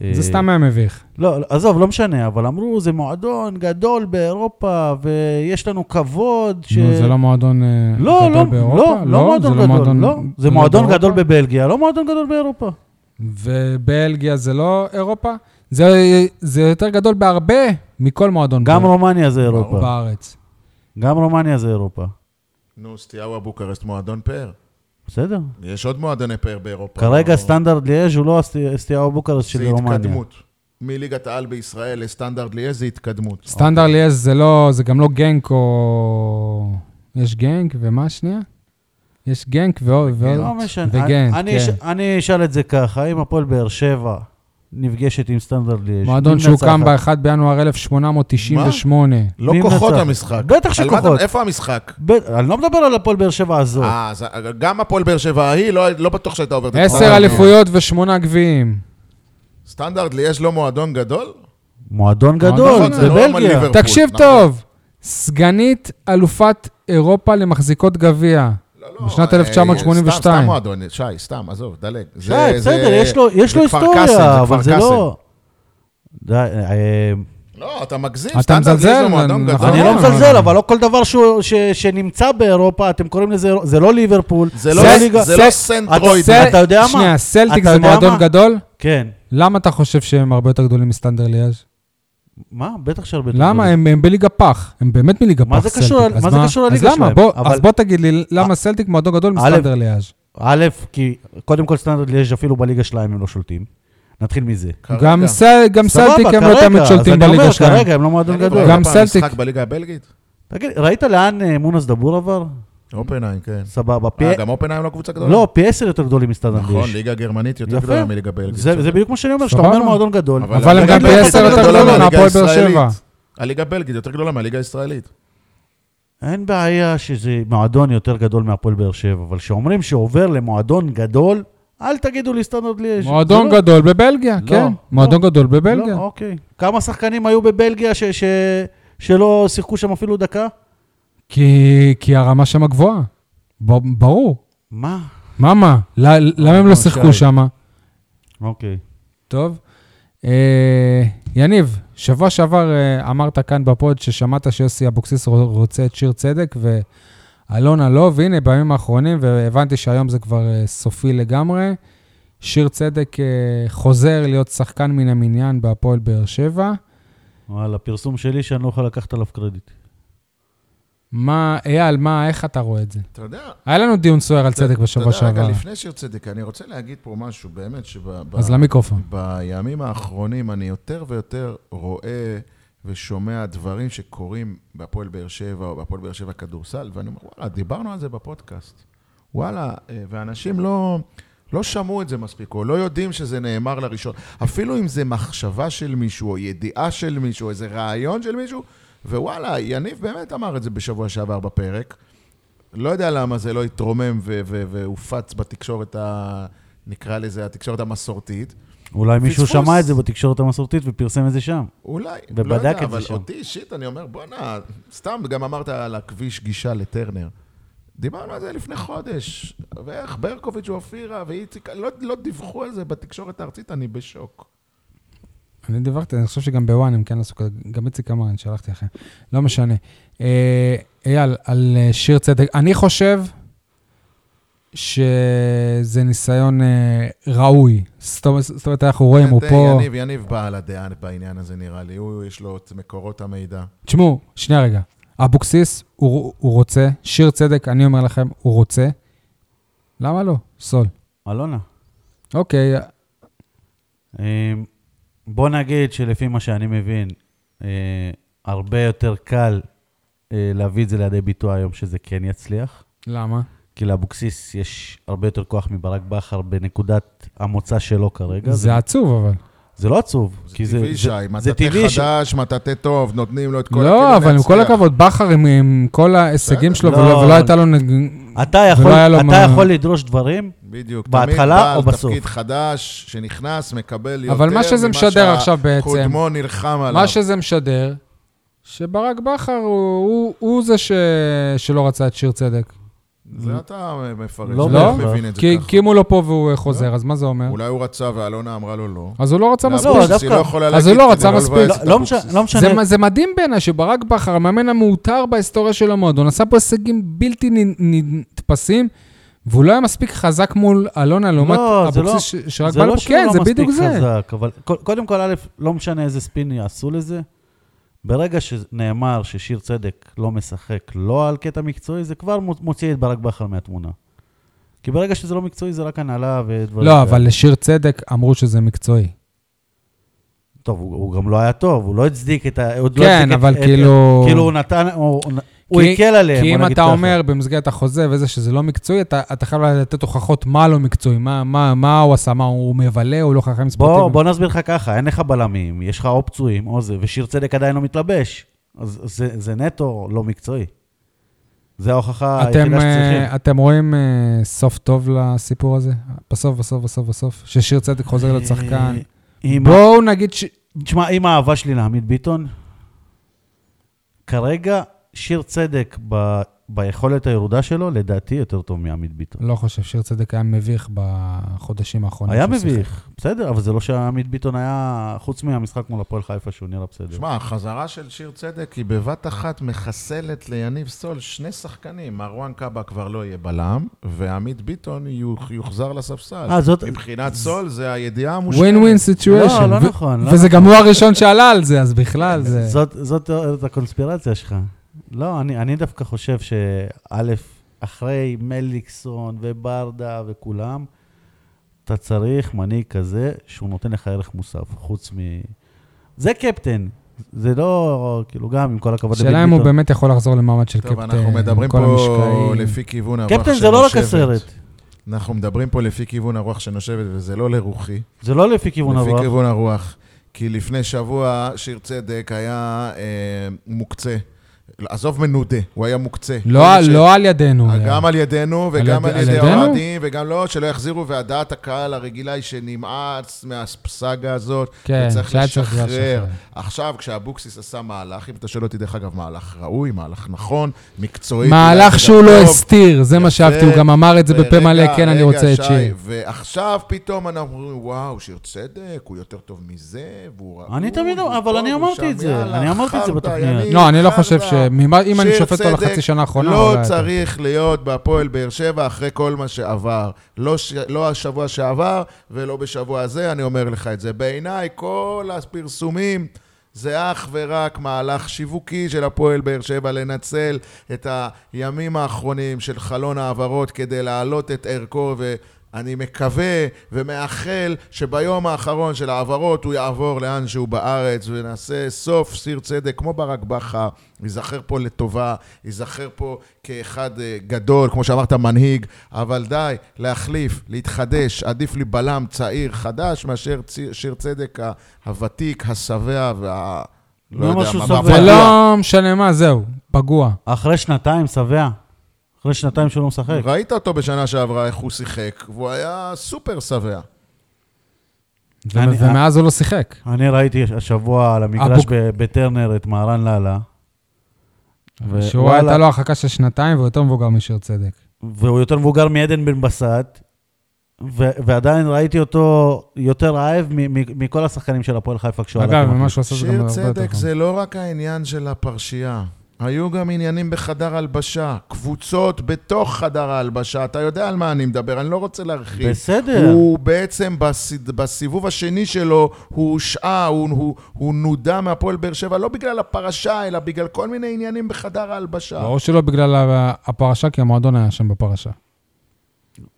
Speaker 2: אה,
Speaker 1: זה סתם היה מביך.
Speaker 2: לא, לא, עזוב, לא משנה, אבל אמרו, זה מועדון גדול באירופה, ויש לנו כבוד ש...
Speaker 1: נו, זה לא מועדון אה,
Speaker 2: לא, לא,
Speaker 1: גדול באירופה?
Speaker 2: לא, לא מועדון
Speaker 1: זה
Speaker 2: גדול, לא. זה מועדון
Speaker 1: באירופה?
Speaker 2: גדול בבלגיה, לא מועדון גדול באירופה.
Speaker 1: ובלגיה זה לא אירופה? זה זה יותר גדול בהרבה מכל מועדון
Speaker 2: גם לא
Speaker 1: באירופה-
Speaker 2: רומניה זה אירופה.
Speaker 1: בארץ.
Speaker 2: גם רומניה זה אירופה.
Speaker 3: נו, סטיהו אבוקרסט, מועדון פאר.
Speaker 2: בסדר.
Speaker 3: יש עוד מועדוני פאר באירופה.
Speaker 2: כרגע
Speaker 3: לא-
Speaker 2: סטנדרט ליאז' הוא לא הסטי- הסטיהו בוקרסט של
Speaker 3: זה
Speaker 2: רומניה.
Speaker 3: התקדמות. מליגת העל בישראל לסטנדרט ליה זה התקדמות.
Speaker 1: סטנדרט
Speaker 2: אוקיי.
Speaker 1: ליאס זה לא, זה גם לא גנק או... יש גנק ומה השנייה? יש גנק ועוד... ועוד-
Speaker 2: לא משנה.
Speaker 1: וגנק,
Speaker 2: אני- אני
Speaker 1: כן.
Speaker 2: אש- אני אשאל את זה ככה, אם הפועל באר שבע נפגשת עם סטנדרט ליאז'
Speaker 1: מועדון
Speaker 2: מי
Speaker 1: שהוקם ב-1
Speaker 2: מנצחת?
Speaker 1: בינואר 1898.
Speaker 3: לא
Speaker 2: מי
Speaker 3: כוחות
Speaker 2: מנצח?
Speaker 3: המשחק.
Speaker 2: בטח
Speaker 3: על מה אתה-
Speaker 2: שכוחות.
Speaker 3: איפה המשחק?
Speaker 2: ב- אני לא מדבר על הפועל באר שבע הזאת.
Speaker 3: אה, אז גם הפועל באר שבע ההיא, לא, לא בטוח שהייתה עוברת את
Speaker 1: עשר
Speaker 3: סטנדרט.
Speaker 1: אליפויות ושמונה גביעים.
Speaker 3: סטנדרט ליאש לא מועדון גדול?
Speaker 2: מועדון גדול,
Speaker 1: מועדון,
Speaker 3: זה לא
Speaker 2: בבלגיה.
Speaker 3: ליברפול,
Speaker 1: תקשיב
Speaker 3: נכון.
Speaker 1: טוב, סגנית אלופת אירופה למחזיקות גביע.
Speaker 3: לא,
Speaker 1: בשנת
Speaker 3: אה,
Speaker 1: 1982.
Speaker 3: סתם, סתם מועדון, אה, שי, סתם, עזוב, דלג.
Speaker 2: שי, אה, בסדר, יש לו- יש
Speaker 3: זה
Speaker 2: לו
Speaker 3: כפר קאסם,
Speaker 2: לא- היסטוריה, אבל
Speaker 3: כפר
Speaker 2: זה
Speaker 3: קאסם.
Speaker 2: לא... די, אה,
Speaker 3: לא, אתה מגזים,
Speaker 1: אתה
Speaker 3: סטנדרט יש
Speaker 1: מזלזל,
Speaker 3: לו מועדון
Speaker 1: נכון.
Speaker 3: גדול.
Speaker 2: אני לא
Speaker 1: נכון.
Speaker 2: מזלזל, אבל לא כל דבר שהוא- ש- שנמצא באירופה, אתם קוראים לזה, זה לא ליברפול.
Speaker 3: זה לא-
Speaker 2: לא
Speaker 1: סל-
Speaker 2: ליגה-
Speaker 3: זה לא
Speaker 1: סל-
Speaker 3: סנטרויד.
Speaker 2: סל- אתה יודע מה?
Speaker 1: שנייה, סלטיק
Speaker 2: אתה
Speaker 1: זה
Speaker 2: יודע
Speaker 1: מועדון
Speaker 2: מה?
Speaker 1: גדול,
Speaker 2: כן.
Speaker 1: למה אתה חושב שהם הרבה יותר גדולים מסטנדר ליאז'?
Speaker 2: מה? בטח שהרבה... יותר
Speaker 1: למה?
Speaker 2: גדולים.
Speaker 1: הם הם בליגה פח. הם באמת מליגה פח,
Speaker 2: מה זה קשור-
Speaker 1: סלטיק. אז
Speaker 2: מה זה קשור לליגה
Speaker 1: אז למה?
Speaker 2: שלהם?
Speaker 1: בוא-
Speaker 2: אבל- אה,
Speaker 1: אז בוא תגיד לי, למה סלטיק מועדון גדול מסטנדר ליאז'?
Speaker 2: א', כי קודם כל סטנדרט יש אפילו בליגה שלהם הם לא שולטים. נתחיל מזה.
Speaker 3: כרגע.
Speaker 1: גם סל- גם
Speaker 2: סבבה,
Speaker 1: סלטיק הם לא
Speaker 2: כרגע,
Speaker 1: תמיד
Speaker 2: אז
Speaker 1: שולטים
Speaker 2: אני אומר,
Speaker 1: בליגה שלהם.
Speaker 2: כרגע הם לא מועדון
Speaker 3: תגידו,
Speaker 2: גדול.
Speaker 1: גם
Speaker 3: היה פעם
Speaker 1: סלטיק.
Speaker 3: משחק בליגה הבלגית?
Speaker 2: תגיד, ראית לאן אה, מונס דבור עבר?
Speaker 3: אופנהיים, כן.
Speaker 2: סבבה. פי-
Speaker 3: אה, גם אופנהיים לא קבוצה גדולה?
Speaker 2: לא, פי עשר יותר גדולים מסטנדרט יש.
Speaker 3: נכון, ליגה גרמנית יותר
Speaker 2: יפה.
Speaker 3: גדולה מליגה בלגית.
Speaker 2: זה זה בדיוק מה שאני אומר, שאתה
Speaker 1: סבבה.
Speaker 2: אומר מועדון גדול.
Speaker 1: אבל הם
Speaker 3: הליגה
Speaker 1: גם פי
Speaker 3: הבלגית
Speaker 1: עשר יותר
Speaker 3: גדולה
Speaker 1: גדולה
Speaker 3: מהליגה
Speaker 1: מהפועל באר
Speaker 3: הישראלית.
Speaker 1: שבע.
Speaker 3: הליגה הבלגית יותר גדולה מהליגה הישראלית.
Speaker 2: אין בעיה שזה מועדון יותר גדול מהפועל באר שבע, אבל כשאומרים שעובר למועדון גדול, אל תגידו לי סטנדרט ליאז'. זה
Speaker 1: מועדון
Speaker 2: לא-
Speaker 1: גדול בבלגיה,
Speaker 2: לא,
Speaker 1: כן.
Speaker 2: לא.
Speaker 1: מועדון גדול
Speaker 2: לא,
Speaker 1: בבלגיה.
Speaker 2: אוקיי. כמה שחקנים היו בבלגיה ש- ש- שלא שיחקו שם אפילו דקה?
Speaker 1: כי כי הרמה שם גבוהה. ב- ברור.
Speaker 2: מה?
Speaker 1: מה, מה? ל-
Speaker 2: אה,
Speaker 1: למה הם לא
Speaker 3: לא,
Speaker 1: שיחקו
Speaker 3: שי.
Speaker 1: שם?
Speaker 2: אוקיי.
Speaker 1: טוב. אה, יניב, שבוע שעבר אה, אמרת כאן בפוד ששמעת שיוסי אבוקסיס רו- רוצה את שיר צדק ואלונה לא, והנה בימים האחרונים, והבנתי שהיום זה כבר אה, סופי לגמרי. שיר צדק אה, חוזר להיות שחקן מן המניין בהפועל באר שבע.
Speaker 2: וואלה, פרסום שלי שאני לא יכול לקחת עליו קרדיט.
Speaker 1: מה, אייל, מה, איך אתה רואה את זה?
Speaker 3: אתה יודע,
Speaker 1: היה לנו דיון סוער על
Speaker 3: אתה-
Speaker 1: צדק בשבוע
Speaker 3: אתה יודע,
Speaker 1: שעבר.
Speaker 3: רגע, לפני שיר צדק, אני רוצה להגיד פה משהו, באמת, שב...
Speaker 1: אז
Speaker 3: ב-
Speaker 1: למיקרופון.
Speaker 3: בימים האחרונים אני יותר ויותר רואה ושומע דברים שקורים בהפועל באר שבע או בהפועל באר שבע כדורסל, ואני אומר, וואלה, דיברנו על זה בפודקאסט. וואלה, אה, ואנשים לא, לא שמעו את זה מספיק, או לא יודעים שזה נאמר לראשון. אפילו אם זה מחשבה של מישהו, או ידיעה של מישהו, או איזה רעיון של מישהו, ווואלה, יניב באמת אמר את זה בשבוע שעבר בפרק. לא יודע למה זה לא התרומם ו- ו- והופץ בתקשורת, ה... נקרא לזה, התקשורת המסורתית.
Speaker 2: אולי מישהו
Speaker 3: פספוס.
Speaker 2: שמע את זה בתקשורת המסורתית ופרסם את זה שם.
Speaker 3: אולי,
Speaker 2: ובדק
Speaker 3: לא
Speaker 2: את
Speaker 3: יודע,
Speaker 2: זה
Speaker 3: אבל
Speaker 2: שם.
Speaker 3: אותי אישית, אני אומר, בואנה, סתם, גם אמרת על הכביש גישה לטרנר. דיברנו על זה לפני חודש, ואיך ברקוביץ' ואופירה ואיציק, לא, לא דיווחו על זה בתקשורת הארצית, אני בשוק.
Speaker 1: אני דיווחתי, אני חושב שגם בוואן הם כן עשו כזה, גם איציק אמר, אני שלחתי לכם, לא משנה. אה, אייל, על אה, שיר צדק, אני חושב שזה ניסיון אה, ראוי. זאת אומרת- זאת אומרת, אנחנו רואים, הוא
Speaker 3: אה,
Speaker 1: פה...
Speaker 3: יניב, יניב בעל הדעה בעניין הזה, נראה לי. הוא, יש לו את מקורות המידע.
Speaker 1: תשמעו, שנייה רגע. אבוקסיס, הוא הוא רוצה, שיר צדק, אני אומר לכם, הוא רוצה. למה לא? סול.
Speaker 2: אלונה.
Speaker 1: אוקיי,
Speaker 2: אה, בוא נגיד שלפי מה שאני מבין, אה, הרבה יותר קל אה, להביא את זה לידי ביטוי היום שזה כן יצליח,
Speaker 1: למה?
Speaker 2: כי לאבוקסיס יש הרבה יותר כוח מברק בכר בנקודת המוצא שלו כרגע.
Speaker 1: זה עצוב, אבל.
Speaker 2: זה לא עצוב.
Speaker 3: זה
Speaker 2: כי
Speaker 3: טבעי, שי,
Speaker 2: זה
Speaker 3: מטאטא
Speaker 2: טבעי ש-
Speaker 3: חדש, מטאטא טוב, נותנים לו את כל הכלים
Speaker 1: לא, אבל עם כל
Speaker 3: להצליח.
Speaker 1: הכבוד, בכר עם- עם כל ההישגים שלו,
Speaker 2: לא,
Speaker 1: ולא ולא
Speaker 2: אבל-
Speaker 1: הייתה לו... נג-
Speaker 2: אתה יכול,
Speaker 1: ולא לא היה לו
Speaker 2: אתה
Speaker 1: מה-
Speaker 2: יכול לדרוש דברים,
Speaker 3: לא, בדיוק.
Speaker 2: בהתחלה או
Speaker 3: תמיד
Speaker 2: בסוף?
Speaker 3: בעל תפקיד חדש שנכנס, מקבל יותר
Speaker 1: אבל מה שזה משדר עכשיו בעצם,
Speaker 3: שקודמו נלחם עליו.
Speaker 1: מה שזה משדר, שברק בכר הוא, הוא, הוא זה ש... שלא רצה את שיר צדק.
Speaker 3: זה אתה מפרש,
Speaker 2: לא
Speaker 3: לא
Speaker 1: בהכרח.
Speaker 3: מבין את זה
Speaker 1: כי, כי
Speaker 3: ככה.
Speaker 1: אם הוא לא פה והוא אה, חוזר, אז מה זה אומר?
Speaker 3: אולי הוא רצה ואלונה אמרה לו לא.
Speaker 1: אז הוא לא רצה
Speaker 3: לאבוקסיס
Speaker 1: מספיק.
Speaker 2: לא, דווקא-
Speaker 3: היא יכולה
Speaker 1: אז
Speaker 3: להגיד
Speaker 1: הוא לא
Speaker 3: כדי
Speaker 1: רצה
Speaker 3: לבאס
Speaker 1: מספיק.
Speaker 3: את
Speaker 2: לא לא משנה,
Speaker 3: אבוקסיס.
Speaker 2: לא משנה.
Speaker 1: זה, מה- זה מדהים בעיניי שברק בכר, המאמן המעוטר בהיסטוריה של המועדון, עשה פה הישגים בלתי נ- נתפסים, והוא לא היה מספיק חזק מול אלונה לעומת
Speaker 2: לא, זה
Speaker 1: אבוקסיס ש- שרק
Speaker 2: זה
Speaker 1: בא
Speaker 2: לא
Speaker 1: לפה.
Speaker 2: שהוא
Speaker 1: כן,
Speaker 2: לא
Speaker 1: זה
Speaker 2: מספיק
Speaker 1: בדיוק זה.
Speaker 2: חזק, אבל ק- קודם כל, א', לא משנה איזה ספין יעשו לזה, ברגע שנאמר ששיר צדק לא משחק לא על קטע מקצועי, זה כבר מו- מוציא את ברק בכר מהתמונה. כי ברגע שזה לא מקצועי, זה רק הנהלה ודברים
Speaker 1: לא, אבל לשיר צדק אמרו שזה מקצועי.
Speaker 2: טוב, הוא, הוא גם לא היה טוב, הוא לא הצדיק את ה... עוד לא
Speaker 1: כן,
Speaker 2: הצדיק
Speaker 1: אבל
Speaker 2: את,
Speaker 1: כאילו-
Speaker 2: את, כאילו הוא נתן... הוא, הוא
Speaker 1: כי-
Speaker 2: הקל עליהם,
Speaker 1: כי
Speaker 2: אה, בוא
Speaker 1: אם
Speaker 2: נגיד
Speaker 1: אתה
Speaker 2: ככה.
Speaker 1: אומר במסגרת החוזה וזה שזה לא מקצועי, אתה, אתה חייב לתת הוכחות מה לא מקצועי, מה, מה, מה הוא עשה, מה הוא מבלה, הוא לא חכם ספורטיבי.
Speaker 2: בוא, בוא נסביר לך ככה, אין לך בלמים, יש לך או פצועים או זה, ושיר צדק עדיין לא מתלבש. אז זה, זה נטו לא מקצועי. זה ההוכחה
Speaker 1: אתם,
Speaker 2: היחידה
Speaker 1: אה,
Speaker 2: שצריכים.
Speaker 1: אתם רואים אה, סוף טוב לסיפור הזה? בסוף, בסוף, בסוף, בסוף, ששיר צדק חוזר להיות שחקן.
Speaker 2: אה, עם ה-
Speaker 1: בואו נגיד ש...
Speaker 2: תשמע, עם האהבה שלי לעמית ביטון, כרגע שיר צדק ב, ביכולת הירודה שלו, לדעתי יותר טוב מעמית ביטון.
Speaker 1: לא חושב, שיר צדק היה מביך בחודשים האחרונים.
Speaker 2: היה
Speaker 1: שהוא שיחק.
Speaker 2: מביך, בסדר, אבל זה לא שעמית ביטון היה, חוץ מהמשחק מול הפועל חיפה שהוא נראה בסדר.
Speaker 3: שמע, החזרה של שיר צדק היא בבת אחת מחסלת ליניב סול שני שחקנים. מרואן קאבה כבר לא יהיה בלם, ועמית ביטון יוח- יוחזר לספסל.
Speaker 2: אה, זאת-
Speaker 3: מבחינת סול זה הידיעה המושלמת.
Speaker 1: ווין ווין סיטואשן.
Speaker 2: לא, לא נכון, לא
Speaker 1: וזה גם הוא הראשון שעלה על זה, אז בכלל זה...
Speaker 2: זאת, זאת תיאוריית הקונספירציה שלך. לא, אני, אני דווקא חושב שא', אחרי מליקסון וברדה וכולם, אתה צריך מנהיג כזה שהוא נותן לך ערך מוסף, חוץ מ... זה קפטן. זה לא, כאילו, גם עם כל הכבוד
Speaker 1: שאלה אם הוא באמת יכול לחזור למעמד של
Speaker 3: טוב,
Speaker 1: קפטן,
Speaker 3: אנחנו מדברים
Speaker 1: כל
Speaker 3: פה
Speaker 1: המשקעים.
Speaker 3: לפי כיוון הרוח
Speaker 2: קפטן זה לא רק
Speaker 3: שנושבת.
Speaker 2: הסרט,
Speaker 3: אנחנו מדברים פה לפי כיוון הרוח שנושבת, וזה לא לרוחי.
Speaker 2: זה לא לפי כיוון
Speaker 3: לפי
Speaker 2: הרוח.
Speaker 3: כיוון הרוח. כי לפני שבוע שיר צדק היה אה, מוקצה. עזוב מנודה, הוא היה מוקצה.
Speaker 1: לא,
Speaker 3: כל מי ש- אה,
Speaker 1: לא על ידינו.
Speaker 3: גם על ידינו וגם
Speaker 1: על יד-
Speaker 3: על
Speaker 1: על
Speaker 3: ידי
Speaker 1: ידינו?
Speaker 3: האוהדים, וגם לא, שלא יחזירו, והדעת הקהל הרגילה היא שנמאס מהסאגה הזאת,
Speaker 1: כן,
Speaker 3: וצריך
Speaker 1: שהיה צריך כבר
Speaker 3: לשחרר.
Speaker 1: לשחרר.
Speaker 3: עכשיו, כשאבוקסיס עשה מהלך, אם אתה שואל אותי, דרך אגב, מהלך ראוי, מהלך נכון, מקצועי.
Speaker 1: מהלך
Speaker 3: אולי
Speaker 1: שהוא
Speaker 3: זה
Speaker 1: לא
Speaker 3: גם טוב.
Speaker 1: הסתיר, זה מה
Speaker 3: יפה.
Speaker 1: שאהבתי, הוא גם אמר את זה בפה
Speaker 3: ורגע,
Speaker 1: מלא, כן, אני
Speaker 3: רגע,
Speaker 1: רוצה את
Speaker 3: שי,
Speaker 1: שיר.
Speaker 3: ועכשיו פתאום אנחנו אומרים, וואו, שיר צדק, הוא יותר טוב מזה, והוא ראוי.
Speaker 2: אני תמיד-
Speaker 3: הוא
Speaker 2: אבל
Speaker 3: טוב,
Speaker 2: אני
Speaker 3: הוא
Speaker 2: אמרתי
Speaker 3: שם,
Speaker 2: את זה,
Speaker 3: יאללה,
Speaker 2: אני אמרתי את זה
Speaker 3: חרטא,
Speaker 2: בתוכניות.
Speaker 3: יניב,
Speaker 1: לא, אני לא חושב
Speaker 3: חרטא.
Speaker 1: ש... ממה- אם אני
Speaker 3: שיר
Speaker 1: שופט אותו
Speaker 3: צדק
Speaker 1: לחצי שנה האחרונה... הוא
Speaker 3: לא
Speaker 1: היה טוב.
Speaker 3: צריך להיות בהפועל באר שבע אחרי כל מה שעבר. לא, ש... לא השבוע שעבר ולא בשבוע הזה, אני אומר לך את זה. בעיניי, כל הפרסומים זה אך ורק מהלך שיווקי של הפועל באר שבע לנצל את הימים האחרונים של חלון העברות כדי להעלות את ערכו ו... אני מקווה ומאחל שביום האחרון של ההעברות הוא יעבור לאן שהוא בארץ ונעשה סוף סיר צדק כמו ברק בכר, ייזכר פה לטובה, ייזכר פה כאחד אה, גדול, כמו שאמרת, מנהיג, אבל די, להחליף, להתחדש, עדיף לי בלם צעיר חדש מאשר צי- שיר צדק ה- הוותיק, השבע וה...
Speaker 2: לא משהו
Speaker 3: מה,
Speaker 2: שבע.
Speaker 1: זה
Speaker 3: והפגוע.
Speaker 1: לא משנה מה, זהו, פגוע.
Speaker 2: אחרי שנתיים, שבע. אחרי שנתיים שהוא לא משחק.
Speaker 3: ראית אותו בשנה שעברה, איך הוא שיחק, והוא היה סופר שבע.
Speaker 1: ו-
Speaker 2: אני-
Speaker 1: ומאז הוא לא שיחק.
Speaker 3: נכון.
Speaker 2: אני ראיתי השבוע על המגרש
Speaker 1: אבוק-
Speaker 2: ב- בטרנר את מהרן לאללה. ו-
Speaker 1: שהוא
Speaker 2: וואלה.
Speaker 1: הייתה לו הרחקה של שנתיים והוא יותר מבוגר משיר צדק.
Speaker 2: והוא יותר מבוגר מעדן בן בסט, ו- ועדיין ראיתי אותו יותר רעב מ- מ- מכל השחקנים של הפועל חיפה כשהוא עלה.
Speaker 1: אגב,
Speaker 2: כמחליף.
Speaker 1: ומה שהוא עשה זה גם
Speaker 3: שיר
Speaker 1: הרבה יותר
Speaker 3: צדק
Speaker 1: חם.
Speaker 3: זה לא רק העניין של הפרשייה. היו גם עניינים בחדר הלבשה, קבוצות בתוך חדר ההלבשה. אתה יודע על מה אני מדבר, אני לא רוצה להרחיב.
Speaker 2: בסדר.
Speaker 3: הוא בעצם בסד... בסיבוב השני שלו, הוא הושעה, הוא, הוא, הוא נודע מהפועל באר שבע, לא בגלל הפרשה, אלא בגלל כל מיני עניינים בחדר ההלבשה.
Speaker 1: ברור שלא בגלל ה- הפרשה, כי המועדון היה שם בפרשה.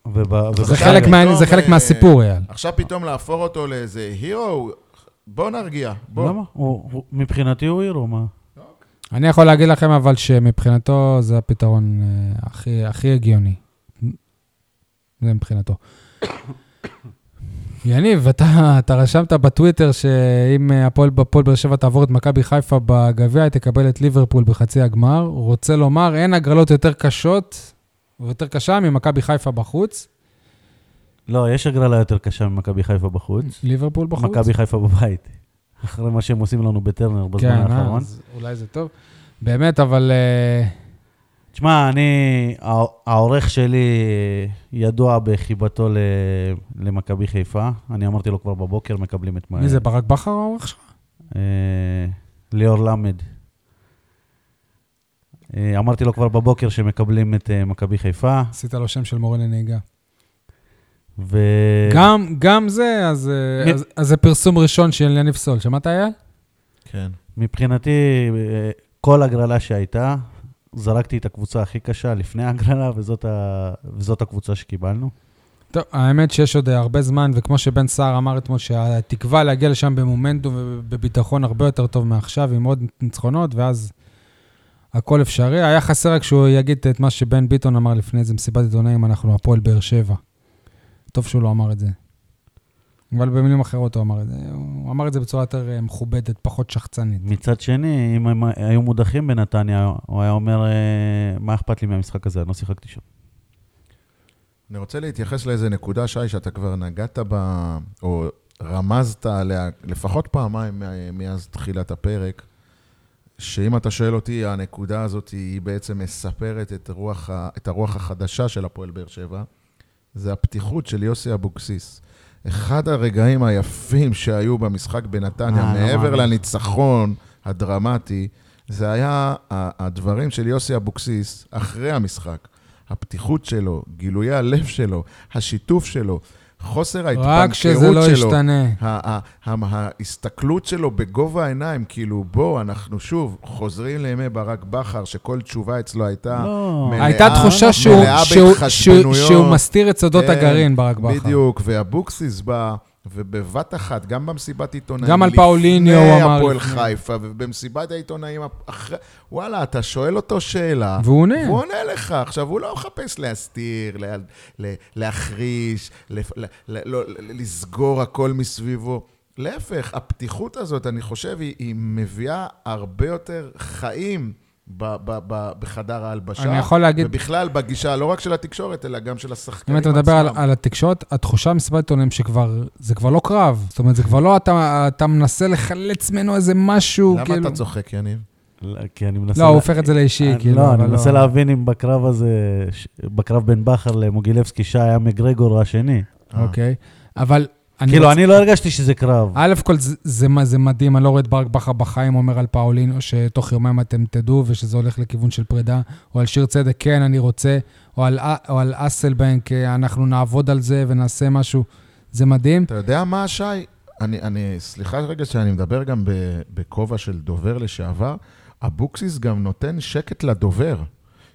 Speaker 2: וב-
Speaker 1: זה
Speaker 2: ובכלל,
Speaker 1: חלק
Speaker 3: פתאום,
Speaker 1: מה- זה
Speaker 3: אה,
Speaker 1: חלק מהסיפור, אייל.
Speaker 3: עכשיו פתאום להפוך אותו לאיזה הירו, בוא נרגיע, בוא.
Speaker 2: למה? הוא- הוא- מבחינתי הוא הירו, מה?
Speaker 1: אני יכול להגיד לכם אבל שמבחינתו זה הפתרון אה, הכי, הכי הגיוני. זה מבחינתו. יניב, אתה, אתה רשמת בטוויטר שאם אה, הפועל הפועל באר שבע תעבור את מכבי חיפה בגביע, היא תקבל את ליברפול בחצי הגמר. הוא רוצה לומר, אין הגרלות יותר קשות ויותר קשה ממכבי חיפה בחוץ.
Speaker 2: לא, יש הגרלה יותר קשה ממכבי חיפה בחוץ.
Speaker 1: ליברפול בחוץ?
Speaker 2: מכבי חיפה בבית. אחרי מה שהם עושים לנו בטרנר בזמן
Speaker 1: כן, אה,
Speaker 2: האחרון.
Speaker 1: אז אולי זה טוב. באמת, אבל... אה,
Speaker 2: תשמע, אני, הא- העורך שלי ידוע בחיבתו ל- למכבי חיפה. אני אמרתי לו כבר בבוקר, מקבלים את מה...
Speaker 1: מי זה, ברק בכר העורך שלך?
Speaker 2: אה, ליאור למד. אה, אמרתי לו כבר בבוקר שמקבלים את אה, מכבי חיפה,
Speaker 1: עשית לו שם של מורה לנהיגה.
Speaker 2: ו...
Speaker 1: גם, גם זה, אז, אה,
Speaker 2: מי-
Speaker 1: אז, אז זה פרסום ראשון של יניב סול. שמעת, אייל?
Speaker 3: כן.
Speaker 2: מבחינתי, אה, כל הגרלה שהייתה, זרקתי את הקבוצה הכי קשה לפני ההגרלה, וזאת, ה... וזאת הקבוצה שקיבלנו.
Speaker 1: טוב, האמת שיש עוד אה, הרבה זמן, וכמו שבן סער אמר אתמול, שהתקווה להגיע לשם במומנטום ובביטחון הרבה יותר טוב מעכשיו, עם עוד ניצחונות, ואז הכל אפשרי. היה חסר רק שהוא יגיד את מה שבן ביטון אמר לפני איזה מסיבת עיתונאים, אנחנו הפועל באר שבע. טוב שהוא לא אמר את זה. אבל במילים אחרות הוא אמר את זה. הוא אמר את זה בצורה יותר אה, מכובדת, פחות שחצנית.
Speaker 2: מצד שני, אם הם היו מודחים בנתניה, הוא היה אומר, אה, מה אכפת לי מהמשחק הזה, אני לא שיחקתי שם.
Speaker 3: אני רוצה להתייחס לאיזה נקודה, שי, שאתה כבר נגעת בה, או רמזת עליה לפחות פעמיים מה- מאז תחילת הפרק, שאם אתה שואל אותי, הנקודה הזאת היא בעצם מספרת את הרוח, ה- את הרוח החדשה של הפועל באר שבע, זה הפתיחות של יוסי אבוקסיס. אחד הרגעים היפים שהיו במשחק בנתניה,
Speaker 2: אה, לא
Speaker 3: מעבר
Speaker 2: מאמין.
Speaker 3: לניצחון הדרמטי, זה היה ה- הדברים של יוסי אבוקסיס אחרי המשחק. הפתיחות שלו, גילויי הלב שלו, השיתוף שלו, חוסר
Speaker 1: רק
Speaker 3: ההתפנקרות אה, שלו.
Speaker 1: שזה לא ישתנה.
Speaker 3: ה- ה- ה- ההסתכלות שלו בגובה העיניים, כאילו, בוא, אנחנו שוב חוזרים לימי ברק בכר, שכל תשובה אצלו הייתה...
Speaker 2: לא.
Speaker 3: מלאה-
Speaker 1: הייתה תחושה שהוא-
Speaker 3: מלאה
Speaker 1: שהוא- שהוא
Speaker 3: בהתחשבנויות.
Speaker 1: שהוא מסתיר את סודות
Speaker 3: כן,
Speaker 1: הגרעין, ברק בכר.
Speaker 3: בדיוק, ואבוקסיס בא, ובבת אחת, גם במסיבת עיתונאים,
Speaker 1: גם על פאוליניו הוא אמר
Speaker 3: לפני הפועל
Speaker 1: לפני.
Speaker 3: חיפה, ובמסיבת העיתונאים, אחרי... וואלה, אתה שואל אותו שאלה.
Speaker 1: והוא עונה.
Speaker 3: הוא עונה לך. עכשיו, הוא לא מחפש להסתיר, לה, לה, להחריש, לפ, ל, ל, לא, ל- לסגור הכל מסביבו. להפך, הפתיחות הזאת, אני חושב, היא, היא מביאה הרבה יותר חיים ב, ב, ב, בחדר ההלבשה.
Speaker 1: אני יכול להגיד-
Speaker 3: ובכלל, בגישה לא רק של התקשורת, אלא גם של השחקנים
Speaker 1: אם אתה
Speaker 3: עצמם.
Speaker 1: מדבר על, על התקשורת, התחושה במסיבת עיתונאים שכבר, זה כבר לא קרב. זאת אומרת, זה כבר לא אתה, אתה מנסה לחלץ ממנו איזה משהו,
Speaker 3: למה
Speaker 1: כאילו...
Speaker 3: אתה צוחק, יניב?
Speaker 2: לא, כי אני מנסה...
Speaker 1: לא, הוא
Speaker 2: לה-
Speaker 1: הופך את זה לאישי,
Speaker 2: אני-
Speaker 1: כאילו,
Speaker 2: לא,
Speaker 1: אבל
Speaker 2: אני
Speaker 1: לא.
Speaker 2: מנסה להבין אם בקרב הזה, ש- בקרב בין בכר למוגילבסקי, שהיה מגרגור השני.
Speaker 1: אוקיי. אבל... אני
Speaker 2: כאילו,
Speaker 1: רוצה-
Speaker 2: אני לא הרגשתי שזה קרב.
Speaker 1: א' כל זה, זה, מה- זה מדהים, אני לא רואה את ברק בכר בחיים אומר על פאולינו, שתוך יומיים אתם תדעו ושזה הולך לכיוון של פרידה, או על שיר צדק, כן, אני רוצה, או על, א- או על אסלבנק, אה, אנחנו נעבוד על זה ונעשה משהו, זה מדהים.
Speaker 3: אתה יודע מה, שי? אני, אני, סליחה רגע שאני מדבר גם ב- בכובע של דובר לשעבר, אבוקסיס גם נותן שקט לדובר.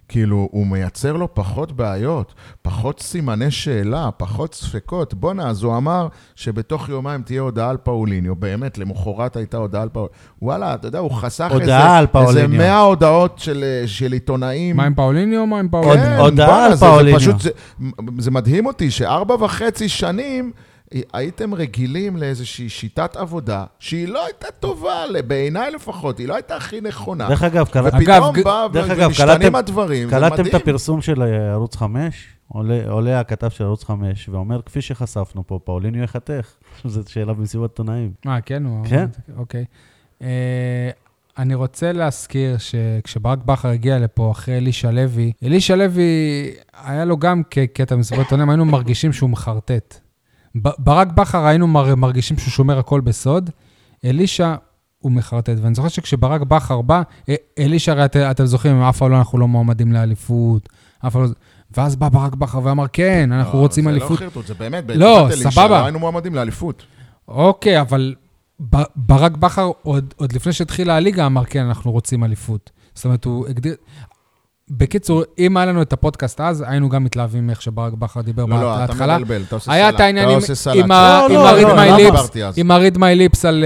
Speaker 3: כאילו, הוא מייצר לו פחות בעיות, פחות סימני שאלה, פחות ספקות. בואנה, אז הוא אמר שבתוך יומיים תהיה הודעה על פאוליניו. באמת, למחרת הייתה הודעה על פאוליניו. וואלה, אתה יודע, הוא חסך
Speaker 2: הודעה
Speaker 3: איזה,
Speaker 2: על פאוליניו.
Speaker 3: איזה 100 הודעות של, של עיתונאים.
Speaker 1: מה עם פאוליניו, מה עם
Speaker 3: כן,
Speaker 1: פאוליניו?
Speaker 2: עוד- הודעה
Speaker 3: בואנה,
Speaker 2: על
Speaker 3: זה- זה
Speaker 2: פאוליניו.
Speaker 3: פשוט, זה- זה מדהים אותי שארבע וחצי שנים הייתם רגילים לאיזושהי שיטת עבודה שהיא לא הייתה טובה, בעיניי לפחות, היא לא הייתה הכי נכונה.
Speaker 2: דרך אגב, קלט-
Speaker 1: ופ-
Speaker 3: ופתאום
Speaker 1: אגב,
Speaker 3: בא,
Speaker 2: דרך אגב,
Speaker 3: ומשתנים
Speaker 2: קלטתם-
Speaker 3: הדברים, זה
Speaker 2: קלטתם את
Speaker 3: מדהים.
Speaker 2: הפרסום של אה, ערוץ 5? עולה, עולה הכתב של ערוץ 5 ואומר, כפי שחשפנו פה, פאוליניו יחתך. זו שאלה במסיבת עיתונאים.
Speaker 1: אה, כן, הוא...
Speaker 2: כן.
Speaker 1: אוקיי. אה, אני רוצה להזכיר שכשברק בכר הגיע לפה אחרי אלישע לוי, אלישע לוי, היה לו גם כ- קטע מסיבות עיתונאים, היינו מרגישים שהוא מחרטט. ב- ברק בכר היינו מר- מרגישים שהוא שומר הכל בסוד, אלישע הוא מחרטט. ואני זוכר שכשברק בכר בא, אה, אלישע, הרי את, אתם זוכרים, אף פעם לא אנחנו לא מועמדים לאליפות, אף פעם לא... זה." ואז בא ברק בכר ואמר, כן, אנחנו רוצים
Speaker 3: זה
Speaker 1: אליפות.
Speaker 3: לא חרטוט, זה באמת,
Speaker 1: לא,
Speaker 3: בתקופת אלישע,
Speaker 1: סבבה.
Speaker 3: לא היינו מועמדים לאליפות.
Speaker 1: אוקיי, אבל ב- ברק בכר, עוד, עוד לפני שהתחילה הליגה, אמר, כן, אנחנו רוצים אליפות. זאת אומרת, הוא הגדיר... בקיצור, אם היה לנו את הפודקאסט אז, היינו גם מתלהבים מאיך שברק בכר דיבר
Speaker 3: לא, לא, אתה
Speaker 1: בהתחלה.
Speaker 3: מבלבל, אתה עושה סלט.
Speaker 1: היה את העניין
Speaker 3: אתה
Speaker 1: עם-
Speaker 3: עושה סלט.
Speaker 1: עם ה- עם
Speaker 2: לא, לא,
Speaker 1: ה-read
Speaker 2: לא,
Speaker 1: my
Speaker 2: לא
Speaker 1: lips,
Speaker 3: דיברתי אז.
Speaker 1: עם ה-read my lips על,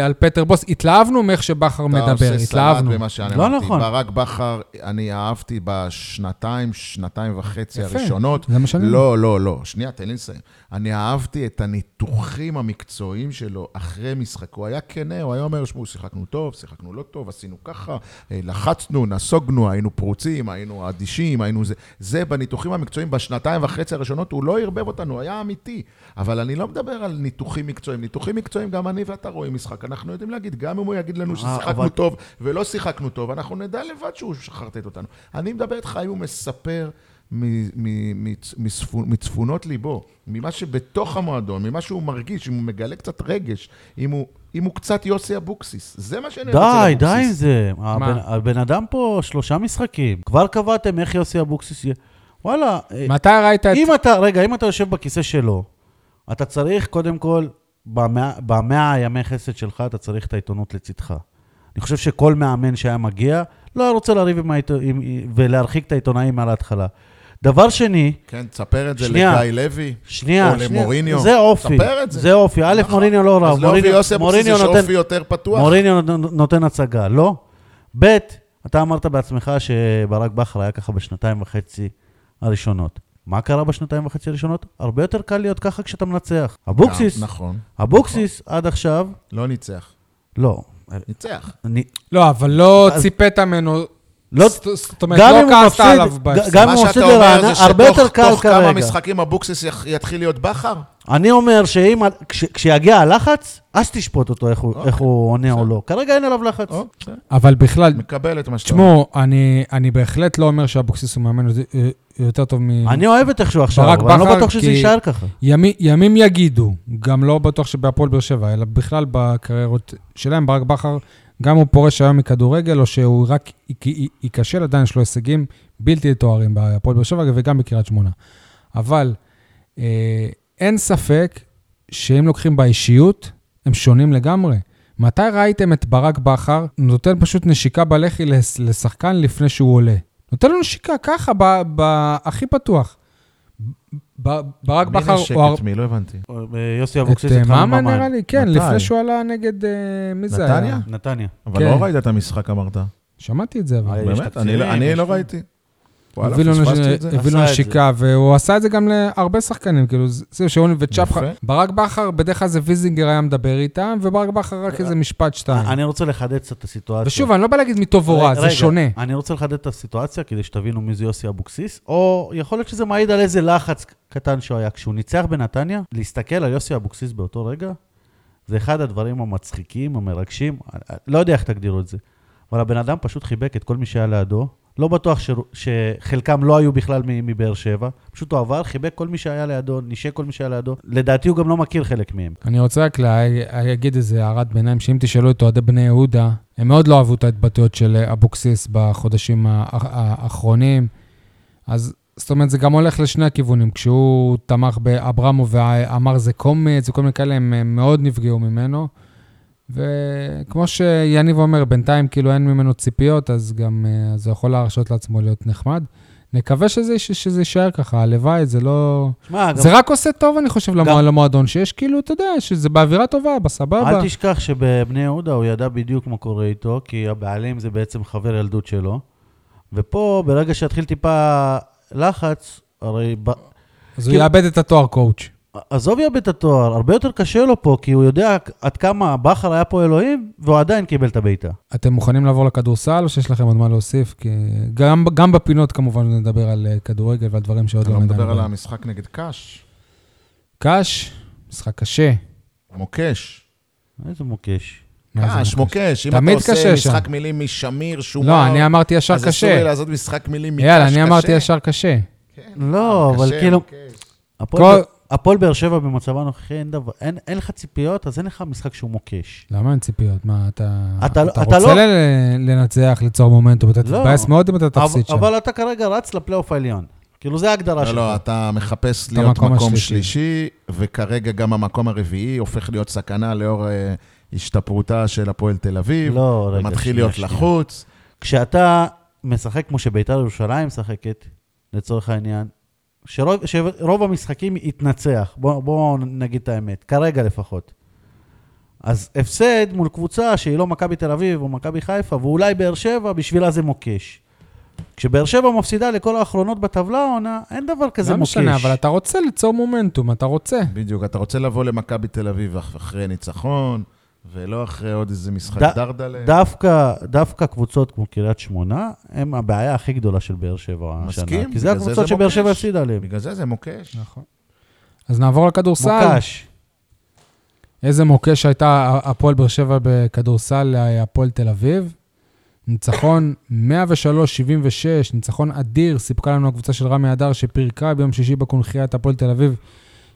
Speaker 1: אה, על פטר בוס, התלהבנו מאיך שבכר
Speaker 3: אתה
Speaker 1: מדבר,
Speaker 3: עושה סלט
Speaker 1: התלהבנו.
Speaker 3: במה שאני
Speaker 2: לא
Speaker 3: אמרתי.
Speaker 2: נכון.
Speaker 3: ברק בכר, אני אהבתי בשנתיים, שנתיים וחצי
Speaker 1: יפה.
Speaker 3: הראשונות.
Speaker 1: זה מה שאני...
Speaker 3: לא, לא, לא. שנייה, תן לי לסיים. אני אהבתי את הניתוחים המקצועיים שלו אחרי משחק. הוא היה כנה, הוא היה אומר, שמעו, שיחקנו טוב, שיחקנו לא טוב, עשינו ככה, אה, לחצנו, נסוגנו, היינו פרוצים, היינו אדישים, היינו זה. זה בניתוחים המקצועיים בשנתיים וחצי הראשונות, הוא לא ערבב אותנו, הוא היה אמיתי. אבל אני לא מדבר על ניתוחים מקצועיים. ניתוחים מקצועיים, גם אני ואתה רואים משחק. אנחנו יודעים להגיד, גם אם הוא יגיד לנו
Speaker 2: אה,
Speaker 3: ששיחקנו
Speaker 2: אבל-
Speaker 3: טוב ולא שיחקנו טוב, אנחנו נדע לבד שהוא חרטט אותנו. אני מדבר איתך, האם הוא מספר מ- מ- מצ- מצפו- מצפונות ליבו, ממה שבתוך המועדון, ממה שהוא מרגיש, אם הוא מגלה קצת רגש, אם הוא, אם הוא קצת יוסי אבוקסיס. זה מה שאני רוצה
Speaker 2: די,
Speaker 3: לאבוקסיס.
Speaker 2: די עם זה. הבן, הבן אדם פה שלושה משחקים. כבר קבעתם איך יוסי אבוקסיס יהיה. וואלה, אה,
Speaker 1: מתי ראית את...
Speaker 2: אם אתה, רגע, אם אתה יושב בכיסא שלו, אתה צריך קודם כל, במאה- במאה הימי חסד שלך, אתה צריך את העיתונות לצדך. אני חושב שכל מאמן שהיה מגיע, לא היה רוצה לריב עם העיתונאים עם- ולהרחיק את העיתונאים על ההתחלה. דבר שני,
Speaker 3: כן, תספר את זה
Speaker 2: שנייה.
Speaker 3: לגיא לוי.
Speaker 2: שנייה,
Speaker 3: או
Speaker 2: שנייה,
Speaker 3: למוריניו.
Speaker 2: זה אופי,
Speaker 3: ספר את זה.
Speaker 2: זה אופי, א',
Speaker 3: נכון.
Speaker 2: מוריניו לא רב,
Speaker 3: אז לאופי
Speaker 2: מוריניו-
Speaker 3: יוסי אבוקסיס
Speaker 2: מוריניו
Speaker 3: יש
Speaker 2: נותן-
Speaker 3: אופי יותר פתוח.
Speaker 2: מוריניו נות- נותן הצגה, לא? ב', אתה אמרת בעצמך שברק בכר היה ככה בשנתיים וחצי הראשונות. מה קרה בשנתיים וחצי הראשונות? הרבה יותר קל להיות ככה כשאתה מנצח. אבוקסיס,
Speaker 3: נכון,
Speaker 2: אבוקסיס עד עכשיו,
Speaker 3: לא ניצח.
Speaker 2: לא.
Speaker 3: ניצח.
Speaker 2: אני,
Speaker 1: לא, אבל לא
Speaker 2: אז-
Speaker 1: ציפית ממנו...
Speaker 2: לא,
Speaker 1: זאת- זאת אומרת,
Speaker 2: גם
Speaker 1: לא
Speaker 2: אם הוא
Speaker 1: כעסת
Speaker 2: מפסיד,
Speaker 1: עליו
Speaker 2: ג-
Speaker 1: בהפסד.
Speaker 2: גם אם
Speaker 3: מה
Speaker 2: הוא
Speaker 3: שאתה
Speaker 2: מפסיד
Speaker 3: אומר
Speaker 2: לרעננה,
Speaker 3: זה
Speaker 2: הרבה יותר
Speaker 3: שתוך
Speaker 2: קל
Speaker 3: תוך כמה
Speaker 2: כרגע.
Speaker 3: משחקים אבוקסיס יח- יתחיל להיות בכר?
Speaker 2: אני אומר שאם, כש- כשיגיע הלחץ, אז תשפוט אותו, איך הוא-
Speaker 3: אוקיי,
Speaker 2: איך הוא עונה או
Speaker 3: בסדר.
Speaker 2: לא.
Speaker 3: אוקיי.
Speaker 2: כרגע אין עליו לחץ.
Speaker 3: או, בסדר.
Speaker 1: אבל בכלל,
Speaker 3: מקבל את מה שאתה אומר.
Speaker 1: תשמעו, אני- אני בהחלט לא אומר שאבוקסיס הוא מאמן יותר- יותר טוב מ...
Speaker 2: אני אוהב את איכשהו עכשיו,
Speaker 1: ברק
Speaker 2: אבל אני לא
Speaker 1: בכר,
Speaker 2: בטוח שזה
Speaker 1: כי-
Speaker 2: יישאר ככה.
Speaker 1: ימי, ימים יגידו, גם לא בטוח שבהפועל באר שבע, אלא בכלל בקריירות שלהם, ברק בכר, גם הוא פורש היום מכדורגל, או שהוא רק ייק- י- ייכשל, עדיין יש לו הישגים בלתי תוארים בהפועל באר שבע וגם בקריית שמונה. אבל אה, אין ספק שאם לוקחים באישיות, הם שונים לגמרי. מתי ראיתם את ברק בכר נותן פשוט נשיקה בלחי לס- לשחקן לפני שהוא עולה? נותן לו נשיקה ככה, ב- ב- הכי פתוח. ב- ברק בכר...
Speaker 3: מי נשק
Speaker 1: הוא הר-
Speaker 3: את מי? לא הבנתי.
Speaker 2: יוסי
Speaker 1: את
Speaker 2: אבוקסיס
Speaker 1: אה,
Speaker 2: התחלנו
Speaker 1: ממן
Speaker 2: במים.
Speaker 1: נראה לי, כן,
Speaker 3: מתי?
Speaker 1: לפני שהוא עלה נגד, אה, מי זה היה?
Speaker 3: נתניה?
Speaker 2: נתניה.
Speaker 3: אבל
Speaker 1: כן.
Speaker 3: לא ראית את המשחק, אמרת.
Speaker 1: שמעתי את זה, אבל.
Speaker 2: אה, יש
Speaker 3: באמת? אני
Speaker 2: תקצירים,
Speaker 3: לא- אני
Speaker 2: יש-
Speaker 3: לא ראיתי. וואלה,
Speaker 1: הביא לו נש-
Speaker 3: פספסתי את זה.
Speaker 1: הביא לו
Speaker 2: עשה את
Speaker 1: נשיקה, והוא עשה את זה גם להרבה שחקנים, כאילו, זהו, שאולי וצ'פחה.
Speaker 3: יפה.
Speaker 1: ברק בכר, בדרך כלל זה ויזינגר היה מדבר איתם, וברק בכר
Speaker 3: אה,
Speaker 1: רק איזה משפט שתיים.
Speaker 2: אני רוצה לחדד קצת את הסיטואציה.
Speaker 1: ושוב, אני לא בא להגיד מטוב או רע,
Speaker 2: רגע,
Speaker 1: זה שונה.
Speaker 2: אני רוצה לחדד את הסיטואציה כדי שתבינו מי זה יוסי אבוקסיס, או יכול להיות שזה מעיד על איזה לחץ קטן שהוא היה. כשהוא ניצח בנתניה, להסתכל על יוסי אבוקסיס באותו רגע, זה אחד הדברים המצחיקים, המרגשים, לא יודע איך תגדירו את זה. אבל הבן אדם פשוט חיבק את כל מי שהיה לידו. לא בטוח ש... שחלקם לא היו בכלל מ- מבאר שבע, פשוט הוא עבר, חיבק כל מי שהיה לידו, נשק כל מי שהיה לידו. לדעתי הוא גם לא מכיר חלק מהם.
Speaker 1: אני רוצה רק לה- להגיד איזה הערת ביניים, שאם תשאלו את אוהדי בני יהודה, הם מאוד לא אהבו את ההתבטאויות של אה, אבוקסיס בחודשים ה- ה- האחרונים. אז זאת אומרת, זה גם הולך לשני הכיוונים. כשהוא תמך באברמוב ואמר זה קומץ וכל מיני כאלה, הם הם מאוד נפגעו ממנו. וכמו שיניב אומר, בינתיים כאילו אין ממנו ציפיות, אז גם אה, אז הוא יכול להרשות לעצמו להיות נחמד. נקווה שזה, שזה יישאר ככה, הלוואי, זה לא...
Speaker 2: שמע, אה, גם
Speaker 1: זה רק עושה טוב, אני חושב, למוע-
Speaker 2: גם-
Speaker 1: למועדון, שיש כאילו, אתה יודע, שזה באווירה טובה, בסבבה.
Speaker 2: אל תשכח שבבני יהודה הוא ידע בדיוק מה קורה איתו, כי הבעלים זה בעצם חבר ילדות שלו. ופה, ברגע שהתחיל טיפה לחץ, הרי... ב...
Speaker 1: אז הוא
Speaker 2: כאילו-
Speaker 1: יאבד את התואר קואוצ'.
Speaker 2: עזוב יאבד את התואר, הרבה יותר קשה לו פה, כי הוא יודע עד כמה בכר היה פה אלוהים, והוא עדיין קיבל את הבעיטה.
Speaker 1: אתם מוכנים לעבור לכדורסל, או שיש לכם עוד מה להוסיף? כי גם, גם בפינות, כמובן, נדבר על אה, כדורגל ועל דברים שעוד
Speaker 3: אתה
Speaker 1: לא
Speaker 3: לא
Speaker 1: נדבר.
Speaker 3: מדבר על המשחק נגד קאש,
Speaker 1: קאש, משחק קשה.
Speaker 3: מוקש.
Speaker 2: איזה מוקש.
Speaker 1: מה זה
Speaker 3: קאש, מוקש. אם אתה
Speaker 1: תמיד
Speaker 3: עושה
Speaker 1: קשה שם.
Speaker 3: משחק מילים משמיר, שומר,
Speaker 1: לא, אני אמרתי ישר
Speaker 3: אז אסור לי
Speaker 1: קשה.
Speaker 3: לעשות משחק מילים מקאש קשה.
Speaker 1: יאללה, אני אמרתי ישר קשה.
Speaker 3: כן,
Speaker 2: לא, אבל
Speaker 3: קשה, אוקיי.
Speaker 2: כאילו,
Speaker 3: מוקש.
Speaker 2: הפועל-
Speaker 1: כל-
Speaker 2: הפועל באר שבע במצבה הנוכחי, אין דבר- אין אין לך ציפיות, אז אין לך משחק שהוא מוקש.
Speaker 1: למה אין ציפיות? מה, אתה,
Speaker 2: אתה-
Speaker 1: אתה,
Speaker 2: אתה
Speaker 1: רוצה
Speaker 2: לא-
Speaker 1: ל- לנצח, ליצור מומנטום, אתה
Speaker 2: לא.
Speaker 1: תתבאס מאוד אם אתה
Speaker 2: אבל
Speaker 1: תפסיד שם.
Speaker 2: אבל אתה כרגע רץ לפלייאוף העליון. כאילו, זה ההגדרה
Speaker 3: לא,
Speaker 2: שלך.
Speaker 3: לא, אתה מחפש
Speaker 1: אתה
Speaker 3: להיות
Speaker 1: מקום
Speaker 3: מקום
Speaker 1: השלישי.
Speaker 3: שלישי, וכרגע גם המקום הרביעי הופך להיות סכנה לאור אה, השתפרותה של הפועל תל אביב.
Speaker 2: לא, רגע.
Speaker 3: מתחיל
Speaker 2: שנייה,
Speaker 3: להיות
Speaker 2: שנייה.
Speaker 3: לחוץ.
Speaker 2: כשאתה משחק כמו שביתר ירושלים משחקת, לצורך העניין, שרוב, שרוב המשחקים יתנצח, בואו בוא נגיד את האמת, כרגע לפחות. אז הפסד מול קבוצה שהיא לא מכבי תל אביב או מכבי חיפה, ואולי באר שבע, בשבילה זה מוקש. כשבאר שבע מפסידה לכל האחרונות בטבלה העונה, אין דבר כזה
Speaker 1: לא
Speaker 2: מוקש.
Speaker 1: משנה, אבל אתה רוצה ליצור מומנטום, אתה רוצה.
Speaker 3: בדיוק, אתה רוצה לבוא למכבי תל אביב אח- אחרי ניצחון, ולא אחרי עוד איזה משחק
Speaker 2: ד-
Speaker 3: דרדלה.
Speaker 2: דווקא, דווקא קבוצות כמו קריית שמונה, הם הבעיה הכי גדולה של באר שבע השנה.
Speaker 3: מסכים,
Speaker 2: כי זה
Speaker 3: בגלל זה
Speaker 2: הקבוצות
Speaker 3: זה
Speaker 2: שבאר
Speaker 3: מוקש.
Speaker 2: שבע הפסידה עליהן.
Speaker 3: בגלל זה זה מוקש.
Speaker 1: נכון. אז נעבור לכדורסל.
Speaker 2: מוקש.
Speaker 1: איזה מוקש הייתה הפועל באר שבע בכדורסל להפועל תל אביב. ניצחון 103-76, ניצחון אדיר, סיפקה לנו הקבוצה של רמי אדר שפירקה ביום שישי בקונכייה את הפועל תל אביב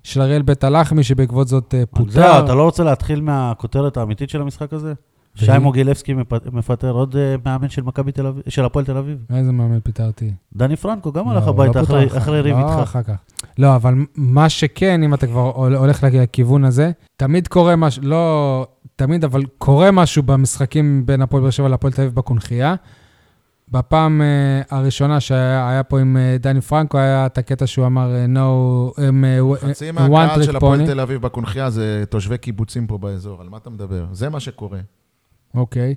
Speaker 1: של אריאל בית הלחמי, שבעקבות זאת אה,
Speaker 2: פוטר. זהו,
Speaker 1: פוטר. כן.
Speaker 2: אתה לא רוצה להתחיל מהכותרת האמיתית של המשחק הזה?
Speaker 1: והיא?
Speaker 2: שי מוגילבסקי מפ- מפטר עוד אה, מאמן של מכבי תל אביב, של הפועל תל אביב.
Speaker 1: איזה מאמן פיטרתי.
Speaker 2: דני פרנקו גם
Speaker 1: לא,
Speaker 2: הלך
Speaker 1: הוא
Speaker 2: הביתה
Speaker 1: לא
Speaker 2: אחרי-
Speaker 1: פותח.
Speaker 2: אחרי ריב
Speaker 1: לא,
Speaker 2: איתך.
Speaker 1: אחר כך. לא, אבל מה שכן, אם אתה כבר הול- הולך לכיוון הזה, תמיד קורה משהו, לא תמיד, אבל קורה משהו במשחקים בין הפועל באר שבע להפועל תל אביב בקונכייה. בפעם אה, הראשונה שהיה היה פה עם אה, דני פרנקו, היה את הקטע שהוא אמר, אה, no, הם אה, one
Speaker 3: חצי
Speaker 1: trick
Speaker 3: מהקהל של הפועל
Speaker 1: pony.
Speaker 3: תל אביב בקונכייה זה תושבי קיבוצים פה באזור, על מה אתה מדבר? זה מה שקורה.
Speaker 1: אוקיי.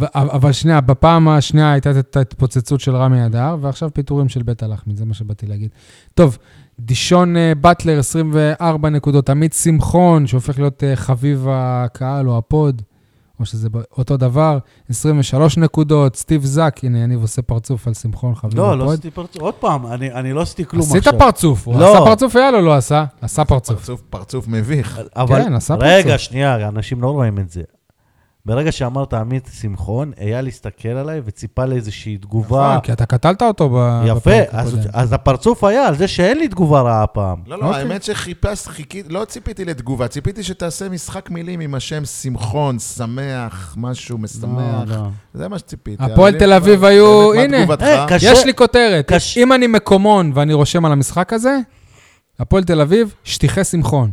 Speaker 1: ו- אבל שנייה, בפעם השנייה הייתה את ההתפוצצות של רמי אדר, ועכשיו פיטורים של בית הלחמי, זה מה שבאתי להגיד. טוב, דישון אה, באטלר, 24 נקודות, עמית שמחון, שהופך להיות אה, חביב הקהל או הפוד, או שזה ב- אותו דבר. 23 נקודות, סטיב זק, הנה, יניב עושה פרצוף על שמחון, חביב
Speaker 2: לא, לא
Speaker 1: הפוד.
Speaker 2: עשיתי פרצוף. עוד פעם, אני אני לא עשיתי כלום עכשיו.
Speaker 1: עשית פרצוף, הוא
Speaker 2: לא.
Speaker 1: עשה פרצוף, אייל או לא עשה? עשה פרצוף.
Speaker 3: פרצוף, פרצוף מביך.
Speaker 2: אבל,
Speaker 1: כן, עשה
Speaker 2: רגע,
Speaker 1: פרצוף.
Speaker 2: שנייה, אנשים לא רואים את זה. ברגע שאמרת עמית שמחון, אייל הסתכל עליי וציפה לאיזושהי תגובה.
Speaker 1: נכון, כי אתה קטלת אותו ב-
Speaker 2: יפה,
Speaker 1: בפרק
Speaker 2: אז-
Speaker 1: הקודם.
Speaker 2: אז הפרצוף היה על זה שאין לי תגובה רעה הפעם.
Speaker 3: לא, לא,
Speaker 1: אוקיי.
Speaker 3: האמת שחיפשת, חיכית, לא ציפיתי לתגובה, ציפיתי שתעשה משחק מילים עם השם שמחון, שמח, משהו משמח.
Speaker 2: לא, לא.
Speaker 3: זה מה שציפיתי.
Speaker 1: הפועל
Speaker 3: אבל
Speaker 1: תל
Speaker 3: אם-
Speaker 1: אביב היו-
Speaker 3: באמת, מה
Speaker 1: הנה.
Speaker 3: תגובתך?
Speaker 2: אה, קשה.
Speaker 1: יש לי כותרת.
Speaker 2: קש-
Speaker 1: אם אני מקומון ואני רושם על המשחק הזה, הפועל תל אביב, שטיחי שמחון.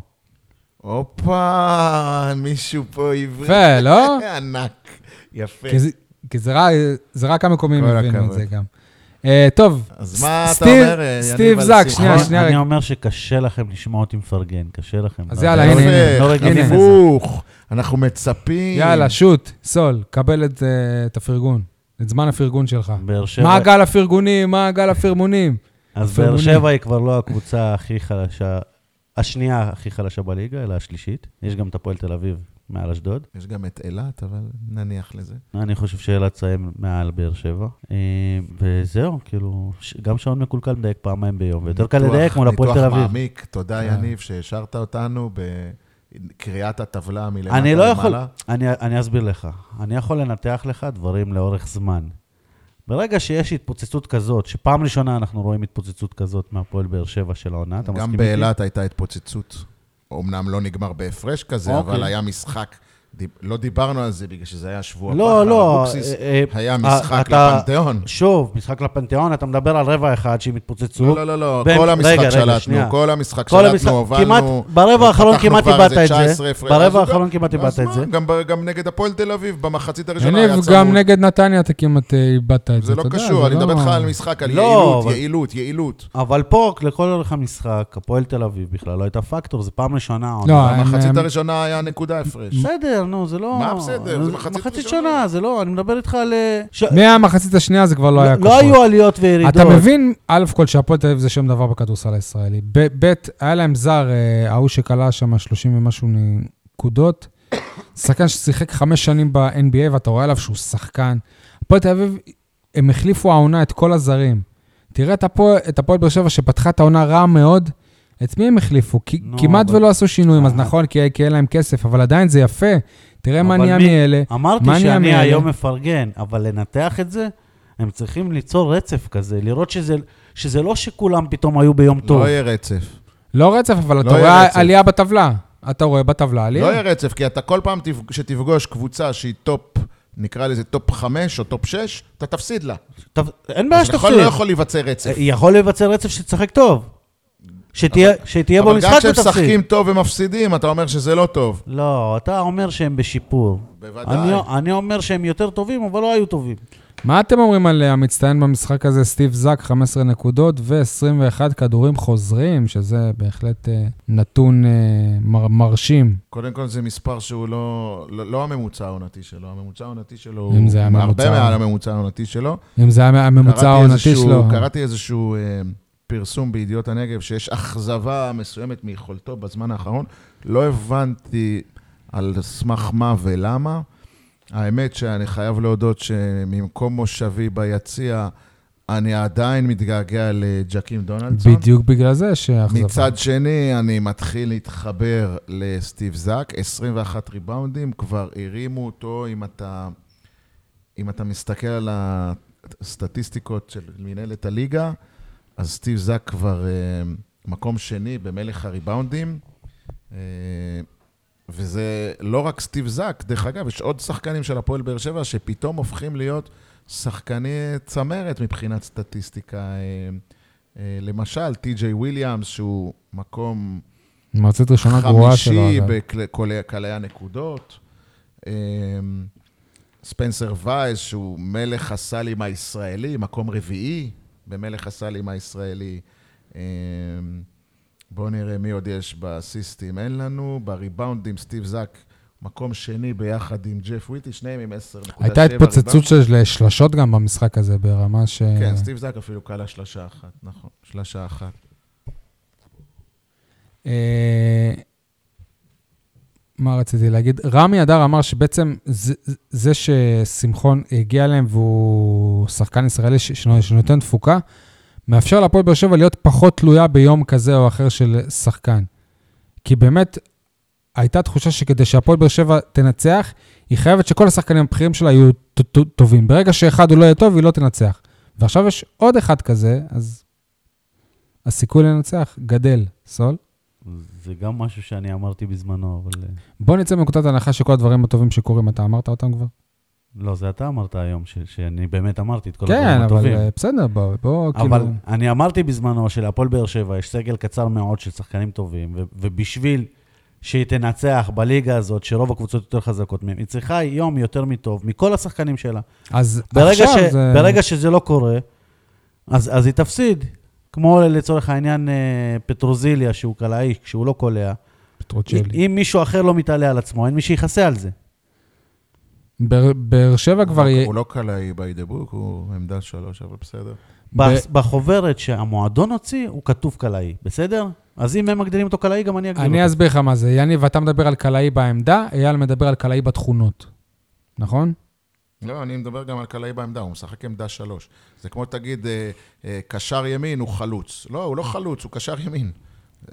Speaker 3: הופה, מישהו פה עברי.
Speaker 1: יפה, לא?
Speaker 3: ענק. יפה.
Speaker 1: כי זה- כי זה רק- זה רק המקומיים
Speaker 3: כל
Speaker 1: הבינו את
Speaker 3: הכבוד.
Speaker 1: זה גם. אה, טוב,
Speaker 3: אז
Speaker 1: ס-
Speaker 3: מה אתה
Speaker 1: סטיב-
Speaker 3: אומר, אה,
Speaker 1: סטיב
Speaker 3: יניב, על
Speaker 1: זק,
Speaker 3: שמחון?
Speaker 1: שנייה, שנייה.
Speaker 2: נכון, אני
Speaker 1: רגע.
Speaker 2: אומר שקשה לכם לשמוע אותי מפרגן, קשה לכם.
Speaker 1: אז
Speaker 2: לא,
Speaker 1: יאללה,
Speaker 2: לא
Speaker 1: הנה,
Speaker 2: רגילים-
Speaker 1: הנה,
Speaker 2: לא
Speaker 3: יפה,
Speaker 2: רגילים לזה.
Speaker 3: הפוך, אנחנו מצפים.
Speaker 1: יאללה, שוט, סול, קבל את אה, את הפרגון, את זמן הפרגון שלך.
Speaker 2: באר שבע-
Speaker 1: מה הגל הפרגונים? מה הגל הפרגונים?
Speaker 2: אז באר
Speaker 1: פרגונים.
Speaker 2: שבע היא כבר לא הקבוצה הכי חלשה, השנייה הכי חלשה בליגה, אלא השלישית. יש גם את הפועל תל אביב מעל אשדוד.
Speaker 3: יש גם את אילת, אבל נניח לזה.
Speaker 2: אני חושב שאילת תסיים מעל באר שבע. אה, וזהו, כאילו, ש- גם שעון מקולקל מדייק פעמיים ביום, ויותר קל
Speaker 3: ניתוח-
Speaker 2: לדייק מול הפועל תל
Speaker 3: ניתוח
Speaker 2: אביב.
Speaker 3: מעמיק, תודה
Speaker 1: כן.
Speaker 3: יניב שהשארת אותנו בקריאת הטבלה מלמטה
Speaker 2: אני לא יכול,
Speaker 3: למעלה.
Speaker 2: אני, אני אסביר לך. אני יכול לנתח לך דברים לאורך זמן. ברגע שיש התפוצצות כזאת, שפעם ראשונה אנחנו רואים התפוצצות כזאת מהפועל באר שבע של העונה, אתה מסכים
Speaker 3: גם
Speaker 2: איתי?
Speaker 3: באילת הייתה התפוצצות. אמנם לא נגמר בהפרש כזה,
Speaker 2: אוקיי.
Speaker 3: אבל היה משחק, דיב- לא דיברנו על זה בגלל שזה היה שבוע
Speaker 2: לא,
Speaker 3: בכר,
Speaker 2: לא,
Speaker 3: אבוקסיס.
Speaker 2: אה, אה,
Speaker 3: היה
Speaker 2: אה,
Speaker 3: משחק
Speaker 2: אתה-
Speaker 3: לפנתיאון.
Speaker 2: שוב, משחק לפנתיאון, אתה מדבר על רבע אחד שהם התפוצצו.
Speaker 3: לא, לא, לא,
Speaker 2: בין-
Speaker 3: כל
Speaker 2: רגע,
Speaker 3: המשחק
Speaker 2: רגע,
Speaker 3: שלטנו,
Speaker 2: שנייה.
Speaker 3: כל המשחק
Speaker 2: כל המשחק-
Speaker 3: שלטנו, הובלנו.
Speaker 2: כמעט- ברבע האחרון
Speaker 3: פתחנו
Speaker 2: כמעט
Speaker 3: כבר
Speaker 2: איבדת
Speaker 3: איזה
Speaker 2: את זה.
Speaker 3: 19 הפרש.
Speaker 2: ברבע
Speaker 3: אז
Speaker 2: האחרון
Speaker 3: גם-
Speaker 2: כמעט
Speaker 3: אז
Speaker 2: איבדת את
Speaker 3: מה,
Speaker 2: זה.
Speaker 3: גם ב- גם נגד הפועל תל אביב, במחצית הראשונה היה
Speaker 1: יניב,
Speaker 3: צמוד.
Speaker 1: גם נגד נתניה אתה כמעט אה, איבדת את זה,
Speaker 3: זה
Speaker 1: אתה
Speaker 3: לא
Speaker 1: יודע.
Speaker 3: קשור,
Speaker 1: זה
Speaker 3: אני
Speaker 1: לא-
Speaker 3: מדבר איתך על משחק, על
Speaker 2: לא,
Speaker 3: יעילות,
Speaker 2: אבל-
Speaker 3: יעילות, יעילות.
Speaker 2: אבל פה, לכל אורך המשחק, הפועל תל אביב בכלל לא הייתה פקטור, זו פעם ראשונה. העונה.
Speaker 1: לא, הם-
Speaker 3: במחצית
Speaker 1: הם-
Speaker 3: הראשונה היה נקודה הפרש.
Speaker 2: בסדר, נו, זה לא...
Speaker 3: מה בסדר? זה מחצית ראשונה.
Speaker 2: שונה, זה לא, אני מדבר איתך על... אה, ש-
Speaker 1: מהמחצית השנייה זה כבר לא היה
Speaker 2: לא- לא היו עליות וירידות.
Speaker 1: אתה מבין, א' כל שהפועל תל אביב זה שם דבר בכדורסל הישראלי. ב- ב', היה להם זר, אה, ההוא שכלה שם 30 ומשהו נקודות. שחקן ששיחק חמש שנים ב-NBA, ואתה רואה עליו שהוא שחקן. הפועל תל אביב, הם החליפו העונה את כל הזרים. תראה את הפועל, את הפועל באר שבע שפתחה את העונה רע מאוד, את מי הם החליפו? כי,
Speaker 2: נו,
Speaker 1: כמעט
Speaker 2: אבל-
Speaker 1: ולא עשו שינויים, אז
Speaker 2: אה.
Speaker 1: נכון, כי, כי אין להם כסף, אבל עדיין זה יפה. תראה מה
Speaker 2: אבל
Speaker 1: נהיה
Speaker 2: מי-
Speaker 1: מאלה.
Speaker 2: אמרתי
Speaker 1: מה נהיה
Speaker 2: שאני
Speaker 1: מאלה?
Speaker 2: היום מפרגן, אבל לנתח את זה, הם צריכים ליצור רצף כזה, לראות שזה- שזה לא שכולם פתאום היו ביום טוב.
Speaker 3: לא יהיה רצף.
Speaker 1: לא רצף, אבל אתה
Speaker 3: לא יהיה
Speaker 1: רואה
Speaker 3: רצף.
Speaker 1: עלייה בטבלה. אתה רואה בטבלה
Speaker 3: לא
Speaker 1: עלייה.
Speaker 3: יהיה רצף, כי אתה כל פעם תפג- שתפגוש קבוצה שהיא טופ, נקרא לזה טופ 5 או טופ 6, אתה תפסיד לה.
Speaker 2: טוב, אין בעיה
Speaker 3: אז נכון,
Speaker 2: שתפסיד.
Speaker 3: לא יכול להיווצר רצף.
Speaker 2: יכול להיבצר רצף שתשחק טוב. שתהיה שתהיה בו
Speaker 3: אבל גם
Speaker 2: משחק ותפסיד.
Speaker 3: כשמשחקים טוב ומפסידים, אתה אומר שזה לא טוב.
Speaker 2: לא, אתה אומר שהם בשיפור.
Speaker 3: בוודאי.
Speaker 2: אני, אני אומר שהם יותר טובים, אבל לא היו טובים.
Speaker 1: מה אתם אומרים על אה, המצטיין במשחק הזה, סטיב זק, 15 נקודות ו-21 כדורים חוזרים, שזה בהחלט אה, נתון אה, מר- מרשים.
Speaker 3: קודם כל זה מספר שהוא לא, לא, לא הממוצע העונתי שלו, הממוצע העונתי שלו
Speaker 1: אם
Speaker 3: הוא
Speaker 1: זה היה
Speaker 3: הרבה
Speaker 1: ממוצע.
Speaker 3: מעל הממוצע העונתי שלו.
Speaker 1: אם זה היה הממוצע
Speaker 3: קראתי
Speaker 1: העונתי
Speaker 3: איזשהו-
Speaker 1: שלו.
Speaker 3: קראתי איזשהו אה, פרסום בידיעות הנגב שיש אכזבה מסוימת מיכולתו בזמן האחרון. לא הבנתי על סמך מה ולמה. האמת שאני חייב להודות שממקום מושבי ביציע, אני עדיין מתגעגע לג'קים דונלדסון.
Speaker 1: בדיוק בגלל זה שאכזבה.
Speaker 3: מצד שני, אני מתחיל להתחבר לסטיב זאק, 21 ריבאונדים, כבר הרימו אותו, אם אתה, אם אתה מסתכל על הסטטיסטיקות של מנהלת הליגה, אז סטיב זאק כבר אה, מקום שני במלך הריבאונדים, אה, וזה לא רק סטיב זאק, דרך אגב, יש עוד שחקנים של הפועל באר שבע שפתאום הופכים להיות שחקני צמרת מבחינת סטטיסטיקה. אה, אה, למשל, טי.ג'יי וויליאמס, שהוא מקום
Speaker 1: מרצית ראשונה גרועה שלו,
Speaker 3: חמישי
Speaker 1: אגב.
Speaker 3: בקלי הנקודות. אה, ספנסר וייס, שהוא מלך הסלים הישראלי, מקום רביעי במלך הסלים הישראלי. אה, בואו נראה מי עוד יש באסיסטים, אין לנו. בריבאונדים, סטיב זאק, מקום שני ביחד עם ג'ף וויטי, שניהם עם 10.7
Speaker 1: הייתה
Speaker 3: ריבאונד.
Speaker 1: התפוצצות של שלשות גם במשחק הזה, ברמה ש...
Speaker 3: כן, סטיב זאק אפילו קלה שלשה אחת, נכון, שלשה אחת.
Speaker 1: אה, מה רציתי להגיד? רמי אדר אמר שבעצם זה, זה ששמחון הגיע אליהם והוא שחקן ישראלי ש- שנ- שנותן תפוקה, מאפשר להפועל באר שבע להיות פחות תלויה ביום כזה או אחר של שחקן. כי באמת, הייתה תחושה שכדי שהפועל באר שבע תנצח, היא חייבת שכל השחקנים הבכירים שלה יהיו ט- ט- טובים. ברגע שאחד הוא לא יהיה טוב, היא לא תנצח. ועכשיו יש עוד אחד כזה, אז הסיכוי לנצח גדל. סול?
Speaker 2: זה גם משהו שאני אמרתי בזמנו, אבל... אה,
Speaker 1: בוא נצא מנקודת הנחה שכל הדברים הטובים שקורים, אתה אמרת אותם כבר?
Speaker 2: לא, זה אתה אמרת היום, ש- שאני באמת אמרתי את כל
Speaker 1: כן,
Speaker 2: הדברים
Speaker 1: אבל
Speaker 2: הטובים.
Speaker 1: אה, בסדר, בוא, בוא,
Speaker 2: אבל
Speaker 1: כאילו...
Speaker 2: אני אמרתי בזמנו שלהפועל באר שבע יש סגל קצר מאוד של שחקנים טובים, ו- ובשביל שהיא תנצח בליגה הזאת, שרוב הקבוצות יותר חזקות מהם, היא צריכה יום יותר מטוב מכל השחקנים שלה.
Speaker 1: אז
Speaker 2: ברגע,
Speaker 1: עכשיו
Speaker 2: ש...
Speaker 1: זה...
Speaker 2: זה... ברגע שזה לא קורה, אז, אז היא תפסיד. כמו לצורך העניין אה, פטרוזיליה, שהוא קלעי, כשהוא לא קולע.
Speaker 1: פטרוצ'לי.
Speaker 2: אם מישהו אחר לא מתעלה על עצמו, אין מי שיכסה על זה.
Speaker 1: באר- באר שבע כבר... יהיה-
Speaker 3: הוא לא קלעי by the book, הוא עמדה שלוש, אבל בסדר.
Speaker 1: ב-
Speaker 2: בח- בחוברת שהמועדון הוציא, הוא כתוב קלעי, בסדר? אז אם הם מגדירים אותו קלעי, גם אני אגדיר
Speaker 1: אני
Speaker 2: אותו.
Speaker 1: אסביר לך מה זה. יניב, אתה מדבר על קלעי בעמדה, אייל מדבר על קלעי בתכונות. נכון?
Speaker 3: לא, אני מדבר גם על קלעי בעמדה, הוא משחק עמדה שלוש. זה כמו תגיד, אה, אה, קשר ימין הוא חלוץ. לא, הוא לא חלוץ, הוא קשר ימין.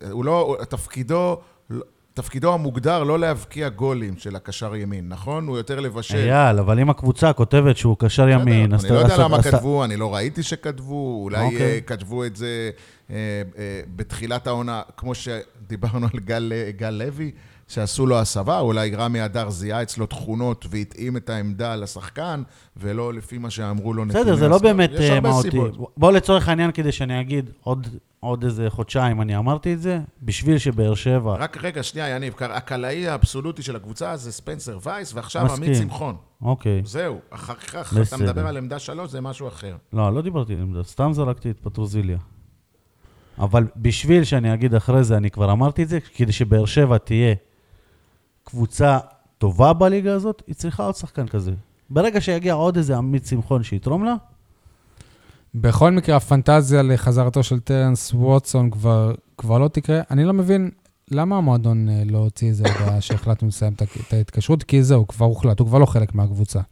Speaker 3: אה, הוא לא, הוא- תפקידו, לא- תפקידו המוגדר לא להבקיע גולים של הקשר ימין, נכון? הוא יותר לבשל.
Speaker 2: אייל, אבל אם הקבוצה כותבת שהוא קשר
Speaker 3: בסדר,
Speaker 2: ימין, אז
Speaker 3: אני לא יודע
Speaker 2: אז-
Speaker 3: למה
Speaker 2: אז-
Speaker 3: כתבו, אני לא ראיתי שכתבו, אולי
Speaker 2: אוקיי.
Speaker 3: אה, כתבו את זה אה, אה, בתחילת העונה, כמו שדיברנו על גל אה, גל לוי, שעשו לו הסבה, אולי רמי אדר זיהה אצלו תכונות והתאים את העמדה לשחקן, ולא לפי מה שאמרו לו נתוני
Speaker 2: בסדר, זה לא
Speaker 3: הסבה.
Speaker 2: באמת
Speaker 3: יש
Speaker 2: אה,
Speaker 3: הרבה
Speaker 2: מהותי.
Speaker 3: סיבות.
Speaker 2: בואו לצורך העניין, כדי שאני אגיד עוד- עוד איזה חודשיים אני אמרתי את זה, בשביל שבאר שבע...
Speaker 3: רק רגע, שנייה, יניב, הקלעי האבסולוטי של הקבוצה זה ספנסר וייס, ועכשיו
Speaker 2: מסכים.
Speaker 3: עמית שמחון.
Speaker 2: אוקיי.
Speaker 3: זהו, אחר כך אתה
Speaker 2: בסדר.
Speaker 3: מדבר על עמדה שלוש, זה משהו אחר.
Speaker 2: לא, לא דיברתי עם זה, סתם זרקתי את פטרוזיליה. אבל בשביל שאני אגיד אחרי זה, אני כבר אמרתי את זה, כדי שבאר שבע תהיה קבוצה טובה בליגה הזאת, היא צריכה עוד שחקן כזה. ברגע שיגיע עוד איזה עמית שמחון שיתרום לה,
Speaker 1: בכל מקרה, הפנטזיה לחזרתו של טרנס ווטסון כבר, כבר לא תקרה. אני לא מבין למה המועדון אה, לא הוציא איזה הודעה שהחלטנו לסיים את ה- את ההתקשרות, כי זהו, כבר הוחלט, הוא כבר לא חלק מהקבוצה.
Speaker 2: אז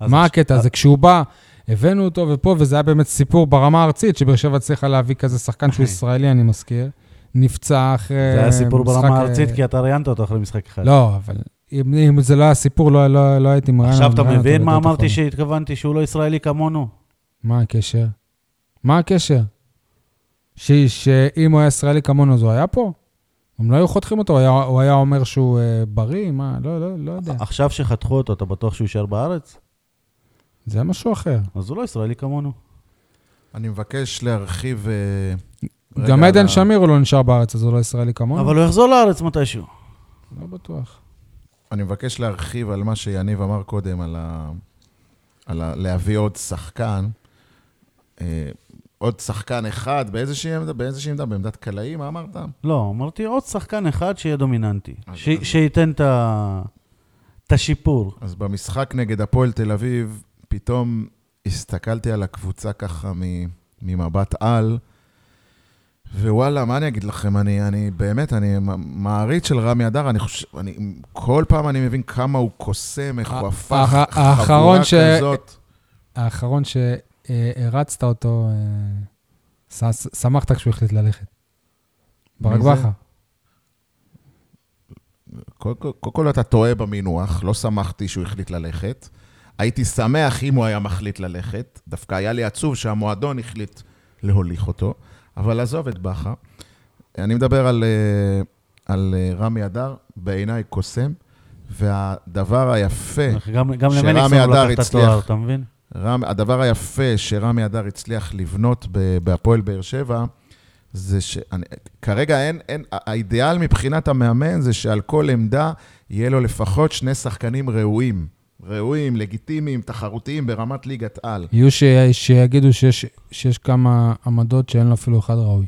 Speaker 1: מה
Speaker 2: עכשיו- אה,
Speaker 1: הקטע הזה? כשהוא בא, הבאנו אותו ופה, וזה היה באמת סיפור ברמה הארצית, שבאר שבע הצליחה להביא כזה שחקן שהוא ישראלי, אני מזכיר. נפצע אחרי משחק...
Speaker 2: זה היה סיפור ברמה הארצית, כן.
Speaker 1: אה,
Speaker 2: כי אתה ראיינת אותו אחרי משחק אחד.
Speaker 1: לא, אבל אם, אם זה לא היה סיפור, לא, לא, לא הייתי מראיין.
Speaker 2: עכשיו אתה
Speaker 1: מראיין אותו
Speaker 2: מבין מה
Speaker 1: בדעות
Speaker 2: אמרתי
Speaker 1: אחרות.
Speaker 2: שהתכוונתי שהוא לא ישראלי כמונו?
Speaker 1: מה הקשר? מה הקשר? ש, שאם הוא היה ישראלי כמונו, אז הוא היה פה? הם לא היו חותכים אותו, הוא היה, הוא היה אומר שהוא אה, בריא, מה? לא, לא, לא יודע.
Speaker 2: עכשיו שחתכו אותו, אתה בטוח שהוא יישאר בארץ?
Speaker 1: זה משהו אחר.
Speaker 2: אז הוא לא ישראלי כמונו.
Speaker 3: אני מבקש להרחיב... אה, רגע
Speaker 1: גם
Speaker 3: על
Speaker 1: עדן
Speaker 3: ה-
Speaker 1: שמיר הוא לא נשאר בארץ, אז הוא לא ישראלי כמונו?
Speaker 2: אבל הוא יחזור לארץ מתישהו.
Speaker 1: לא בטוח.
Speaker 3: אני מבקש להרחיב על מה שיניב אמר קודם, על, ה... על ה... להביא עוד שחקן, אה, עוד שחקן אחד, באיזושהי עמדה, באיזושהי עמדה, בעמדת קלעי, מה אמרת?
Speaker 2: לא, אמרתי עוד שחקן אחד שיהיה דומיננטי.
Speaker 3: אז-
Speaker 2: ש- שייתן את ה- את השיפור.
Speaker 3: אז במשחק נגד הפועל תל אביב, פתאום הסתכלתי על הקבוצה ככה מ... ממבט על, ווואלה, מה אני אגיד לכם? אני, אני באמת, אני מ- מעריץ של רמי אדר, אני חושב, אני, כל פעם אני מבין כמה הוא קוסם, איך הוא
Speaker 1: הא-
Speaker 3: הפך
Speaker 1: הא-
Speaker 3: חבורה
Speaker 1: אה, האחרון ש-
Speaker 3: כזאת.
Speaker 1: האחרון שהרצת אותו, אה, ס- ס- שמחת כשהוא החליט ללכת.
Speaker 3: מי
Speaker 1: ברק
Speaker 3: זה?
Speaker 1: בכר.
Speaker 3: קודם כל, כל, כל אתה טועה במינוח, לא שמחתי שהוא החליט ללכת. הייתי שמח אם הוא היה מחליט ללכת, דווקא היה לי עצוב שהמועדון החליט להוליך אותו, אבל עזוב את בכר. אני מדבר על, אה, על אה, רמי אדר, בעיניי קוסם, והדבר היפה...
Speaker 2: גם גם
Speaker 3: שרמי
Speaker 2: למליקסון הוא
Speaker 3: אדר
Speaker 2: לקח את
Speaker 3: הצליח.
Speaker 2: התואר, אתה מבין?
Speaker 3: רם, הדבר היפה שרמי אדר הצליח לבנות ב- בהפועל באר שבע, זה שכרגע אין, אין, ה- האידיאל מבחינת המאמן זה שעל כל עמדה יהיה לו לפחות שני שחקנים ראויים. ראויים, לגיטימיים, תחרותיים ברמת ליגת על.
Speaker 1: יהיו ש- שיגידו שיש- שיש כמה עמדות שאין לו אפילו אחד ראוי.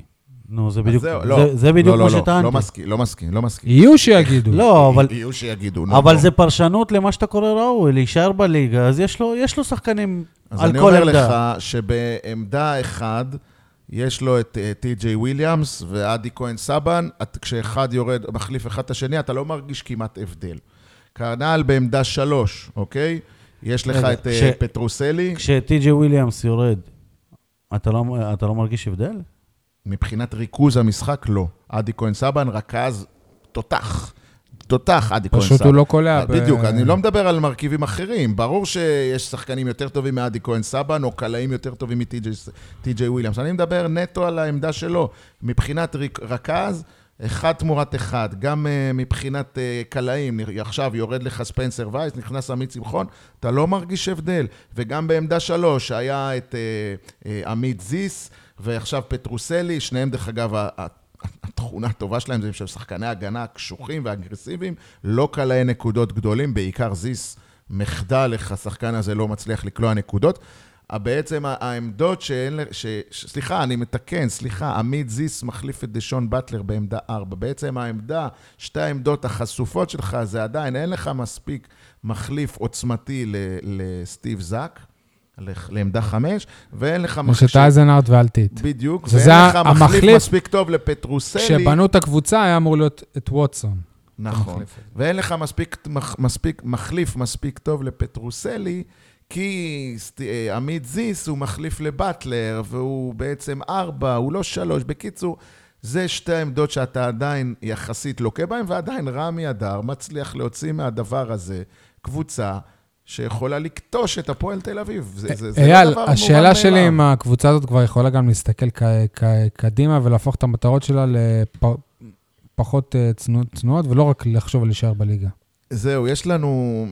Speaker 2: נו, זה
Speaker 3: אז
Speaker 2: בדיוק
Speaker 3: זהו,
Speaker 2: זה-
Speaker 3: לא,
Speaker 2: זה בדיוק
Speaker 3: לא, לא,
Speaker 2: מה
Speaker 3: לא,
Speaker 2: שטענתי.
Speaker 3: לא מסכים, אה, לא מסכים, לא מסכים.
Speaker 1: יהיו שיגידו.
Speaker 2: לא, אבל-
Speaker 3: יהיו שיגידו. לא, נו,
Speaker 2: אבל
Speaker 3: בוא.
Speaker 2: זה פרשנות למה שאתה קורא ראוי, להישאר בליגה, אז יש לו- יש לו שחקנים
Speaker 3: אז
Speaker 2: על
Speaker 3: אני
Speaker 2: כל
Speaker 3: אומר
Speaker 2: עמדה.
Speaker 3: לך שבעמדה אחד יש לו את אה, טי.ג'יי וויליאמס ועדי כהן סבן, את- כשאחד יורד, מחליף אחד את השני, אתה לא מרגיש כמעט הבדל. כנ"ל בעמדה שלוש, אוקיי? יש לך
Speaker 2: רגע,
Speaker 3: את אה,
Speaker 2: ש-
Speaker 3: פטרוסלי,
Speaker 2: כשטי.ג'י וויליאמס יורד, אתה לא, אתה לא מרגיש הבדל?
Speaker 3: מבחינת ריכוז המשחק, לא. עדי כהן סבן רכז תותח. תותח עדי כהן סבן.
Speaker 1: פשוט הוא לא קולע. ב-
Speaker 3: בדיוק, אני לא מדבר על מרכיבים אחרים. ברור שיש שחקנים יותר טובים מעדי כהן סבן, או קלעים יותר טובים מטי.ג'יי וויליאמס. אני מדבר נטו על העמדה שלו. מבחינת ריק- רכז, אחד תמורת אחד. גם אה, מבחינת אה, קלעים, נר- עכשיו יורד לך ספנסר וייס, נכנס עמית שמחון, אתה לא מרגיש הבדל. וגם בעמדה שלוש, היה את אה, אה, עמית זיס, ועכשיו פטרוסלי, שניהם, דרך אגב, ה- ה- התכונה הטובה שלהם זה שהם שחקני הגנה קשוחים ואגרסיביים, לא קלעי נקודות גדולים, בעיקר זיס, מחדל איך השחקן הזה לא מצליח לקלוע נקודות. ה- בעצם ה- העמדות שאין, ל- ש, ש, סליחה, אני מתקן, סליחה, עמית זיס מחליף את דשון באטלר בעמדה 4. בעצם העמדה, שתי העמדות החשופות שלך, זה עדיין, אין לך מספיק מחליף עוצמתי ל- לסטיב זאק, לח- לעמדה 5, ואין לך
Speaker 1: יש את אייזנארט ואלטיט.
Speaker 3: בדיוק,
Speaker 1: שזה
Speaker 3: ואין לך
Speaker 1: המחליף-
Speaker 3: מחליף מספיק טוב לפטרוסלי.
Speaker 1: כשבנו את הקבוצה היה אמור להיות את ווטסון.
Speaker 3: נכון. ואין לך מספיק, מח- מספיק, מחליף מספיק טוב לפטרוסלי, כי סט- אה, עמית זיס הוא מחליף לבטלר, והוא בעצם ארבע, הוא לא שלוש. בקיצור, זה שתי העמדות שאתה עדיין יחסית לוקה בהן, ועדיין רמי אדר מצליח להוציא מהדבר הזה קבוצה שיכולה לכתוש את הפועל תל אביב. זה, זה, זה לא
Speaker 1: אייל,
Speaker 3: דבר מובן
Speaker 1: השאלה שלי
Speaker 3: מאליו.
Speaker 1: אם הקבוצה הזאת כבר יכולה גם להסתכל ק- ק- קדימה ולהפוך את המטרות שלה לפחות צנועות, ולא רק לחשוב על להישאר בליגה.
Speaker 3: זהו, יש לנו,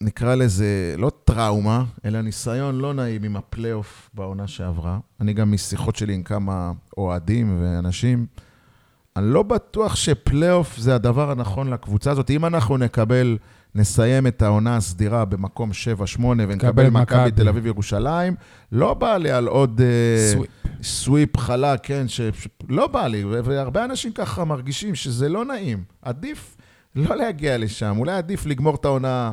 Speaker 3: נקרא לזה, לא טראומה, אלא ניסיון לא נעים עם הפלייאוף בעונה שעברה. אני גם משיחות שלי עם כמה אוהדים ואנשים, אני לא בטוח שפלייאוף זה הדבר הנכון לקבוצה הזאת. אם אנחנו נקבל, נסיים את העונה הסדירה במקום 7-8 ונקבל מכבי
Speaker 1: מכבי.
Speaker 3: תל אביב ירושלים, לא בא לי על עוד... אה, סוויפ חלק, כן, שלא בא לי, ו- והרבה אנשים ככה מרגישים שזה לא נעים. עדיף לא להגיע לשם, אולי עדיף לגמור את העונה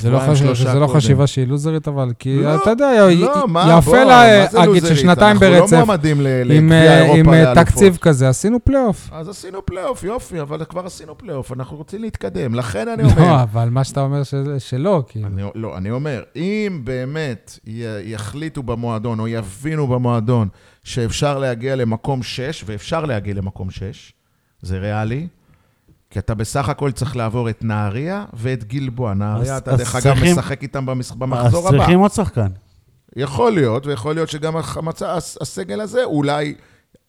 Speaker 1: זה לא
Speaker 3: שבועיים,
Speaker 1: חש-
Speaker 3: שלושה
Speaker 1: זה לא
Speaker 3: קודם.
Speaker 1: חשיבה שהיא לוזרית, אבל כי
Speaker 3: לא,
Speaker 1: אתה יודע,
Speaker 3: לא, מה, בוא,
Speaker 1: יפה
Speaker 3: מה זה
Speaker 1: להגיד
Speaker 3: לוזרית?
Speaker 1: ששנתיים
Speaker 3: אנחנו לא
Speaker 1: ברצף
Speaker 3: מועמדים ל-
Speaker 1: עם,
Speaker 3: לגביע
Speaker 1: אה,
Speaker 3: אירופה
Speaker 1: עם אה,
Speaker 3: לאלופות.
Speaker 1: תקציב כזה, עשינו פלייאוף.
Speaker 3: אז עשינו פלייאוף, יופי, אבל כבר עשינו פלייאוף, אנחנו רוצים להתקדם. לכן אני אומר,
Speaker 1: לא, אבל מה שאתה אומר שזה- שלא, כאילו.
Speaker 3: אני, לא, אני אומר, אם באמת י, יחליטו במועדון, או יבינו במועדון, שאפשר להגיע למקום 6, ואפשר להגיע למקום 6, זה ריאלי, כי אתה בסך הכל צריך לעבור את נהריה ואת גלבוע. נהריה,
Speaker 2: אז-
Speaker 3: אתה
Speaker 2: אז
Speaker 3: דרך אגב
Speaker 2: צריכים-
Speaker 3: משחק איתם במש-
Speaker 2: אז
Speaker 3: במחזור הבא.
Speaker 2: צריכים עוד שחקן.
Speaker 3: יכול להיות, ויכול להיות שגם המצע, הס- הסגל הזה אולי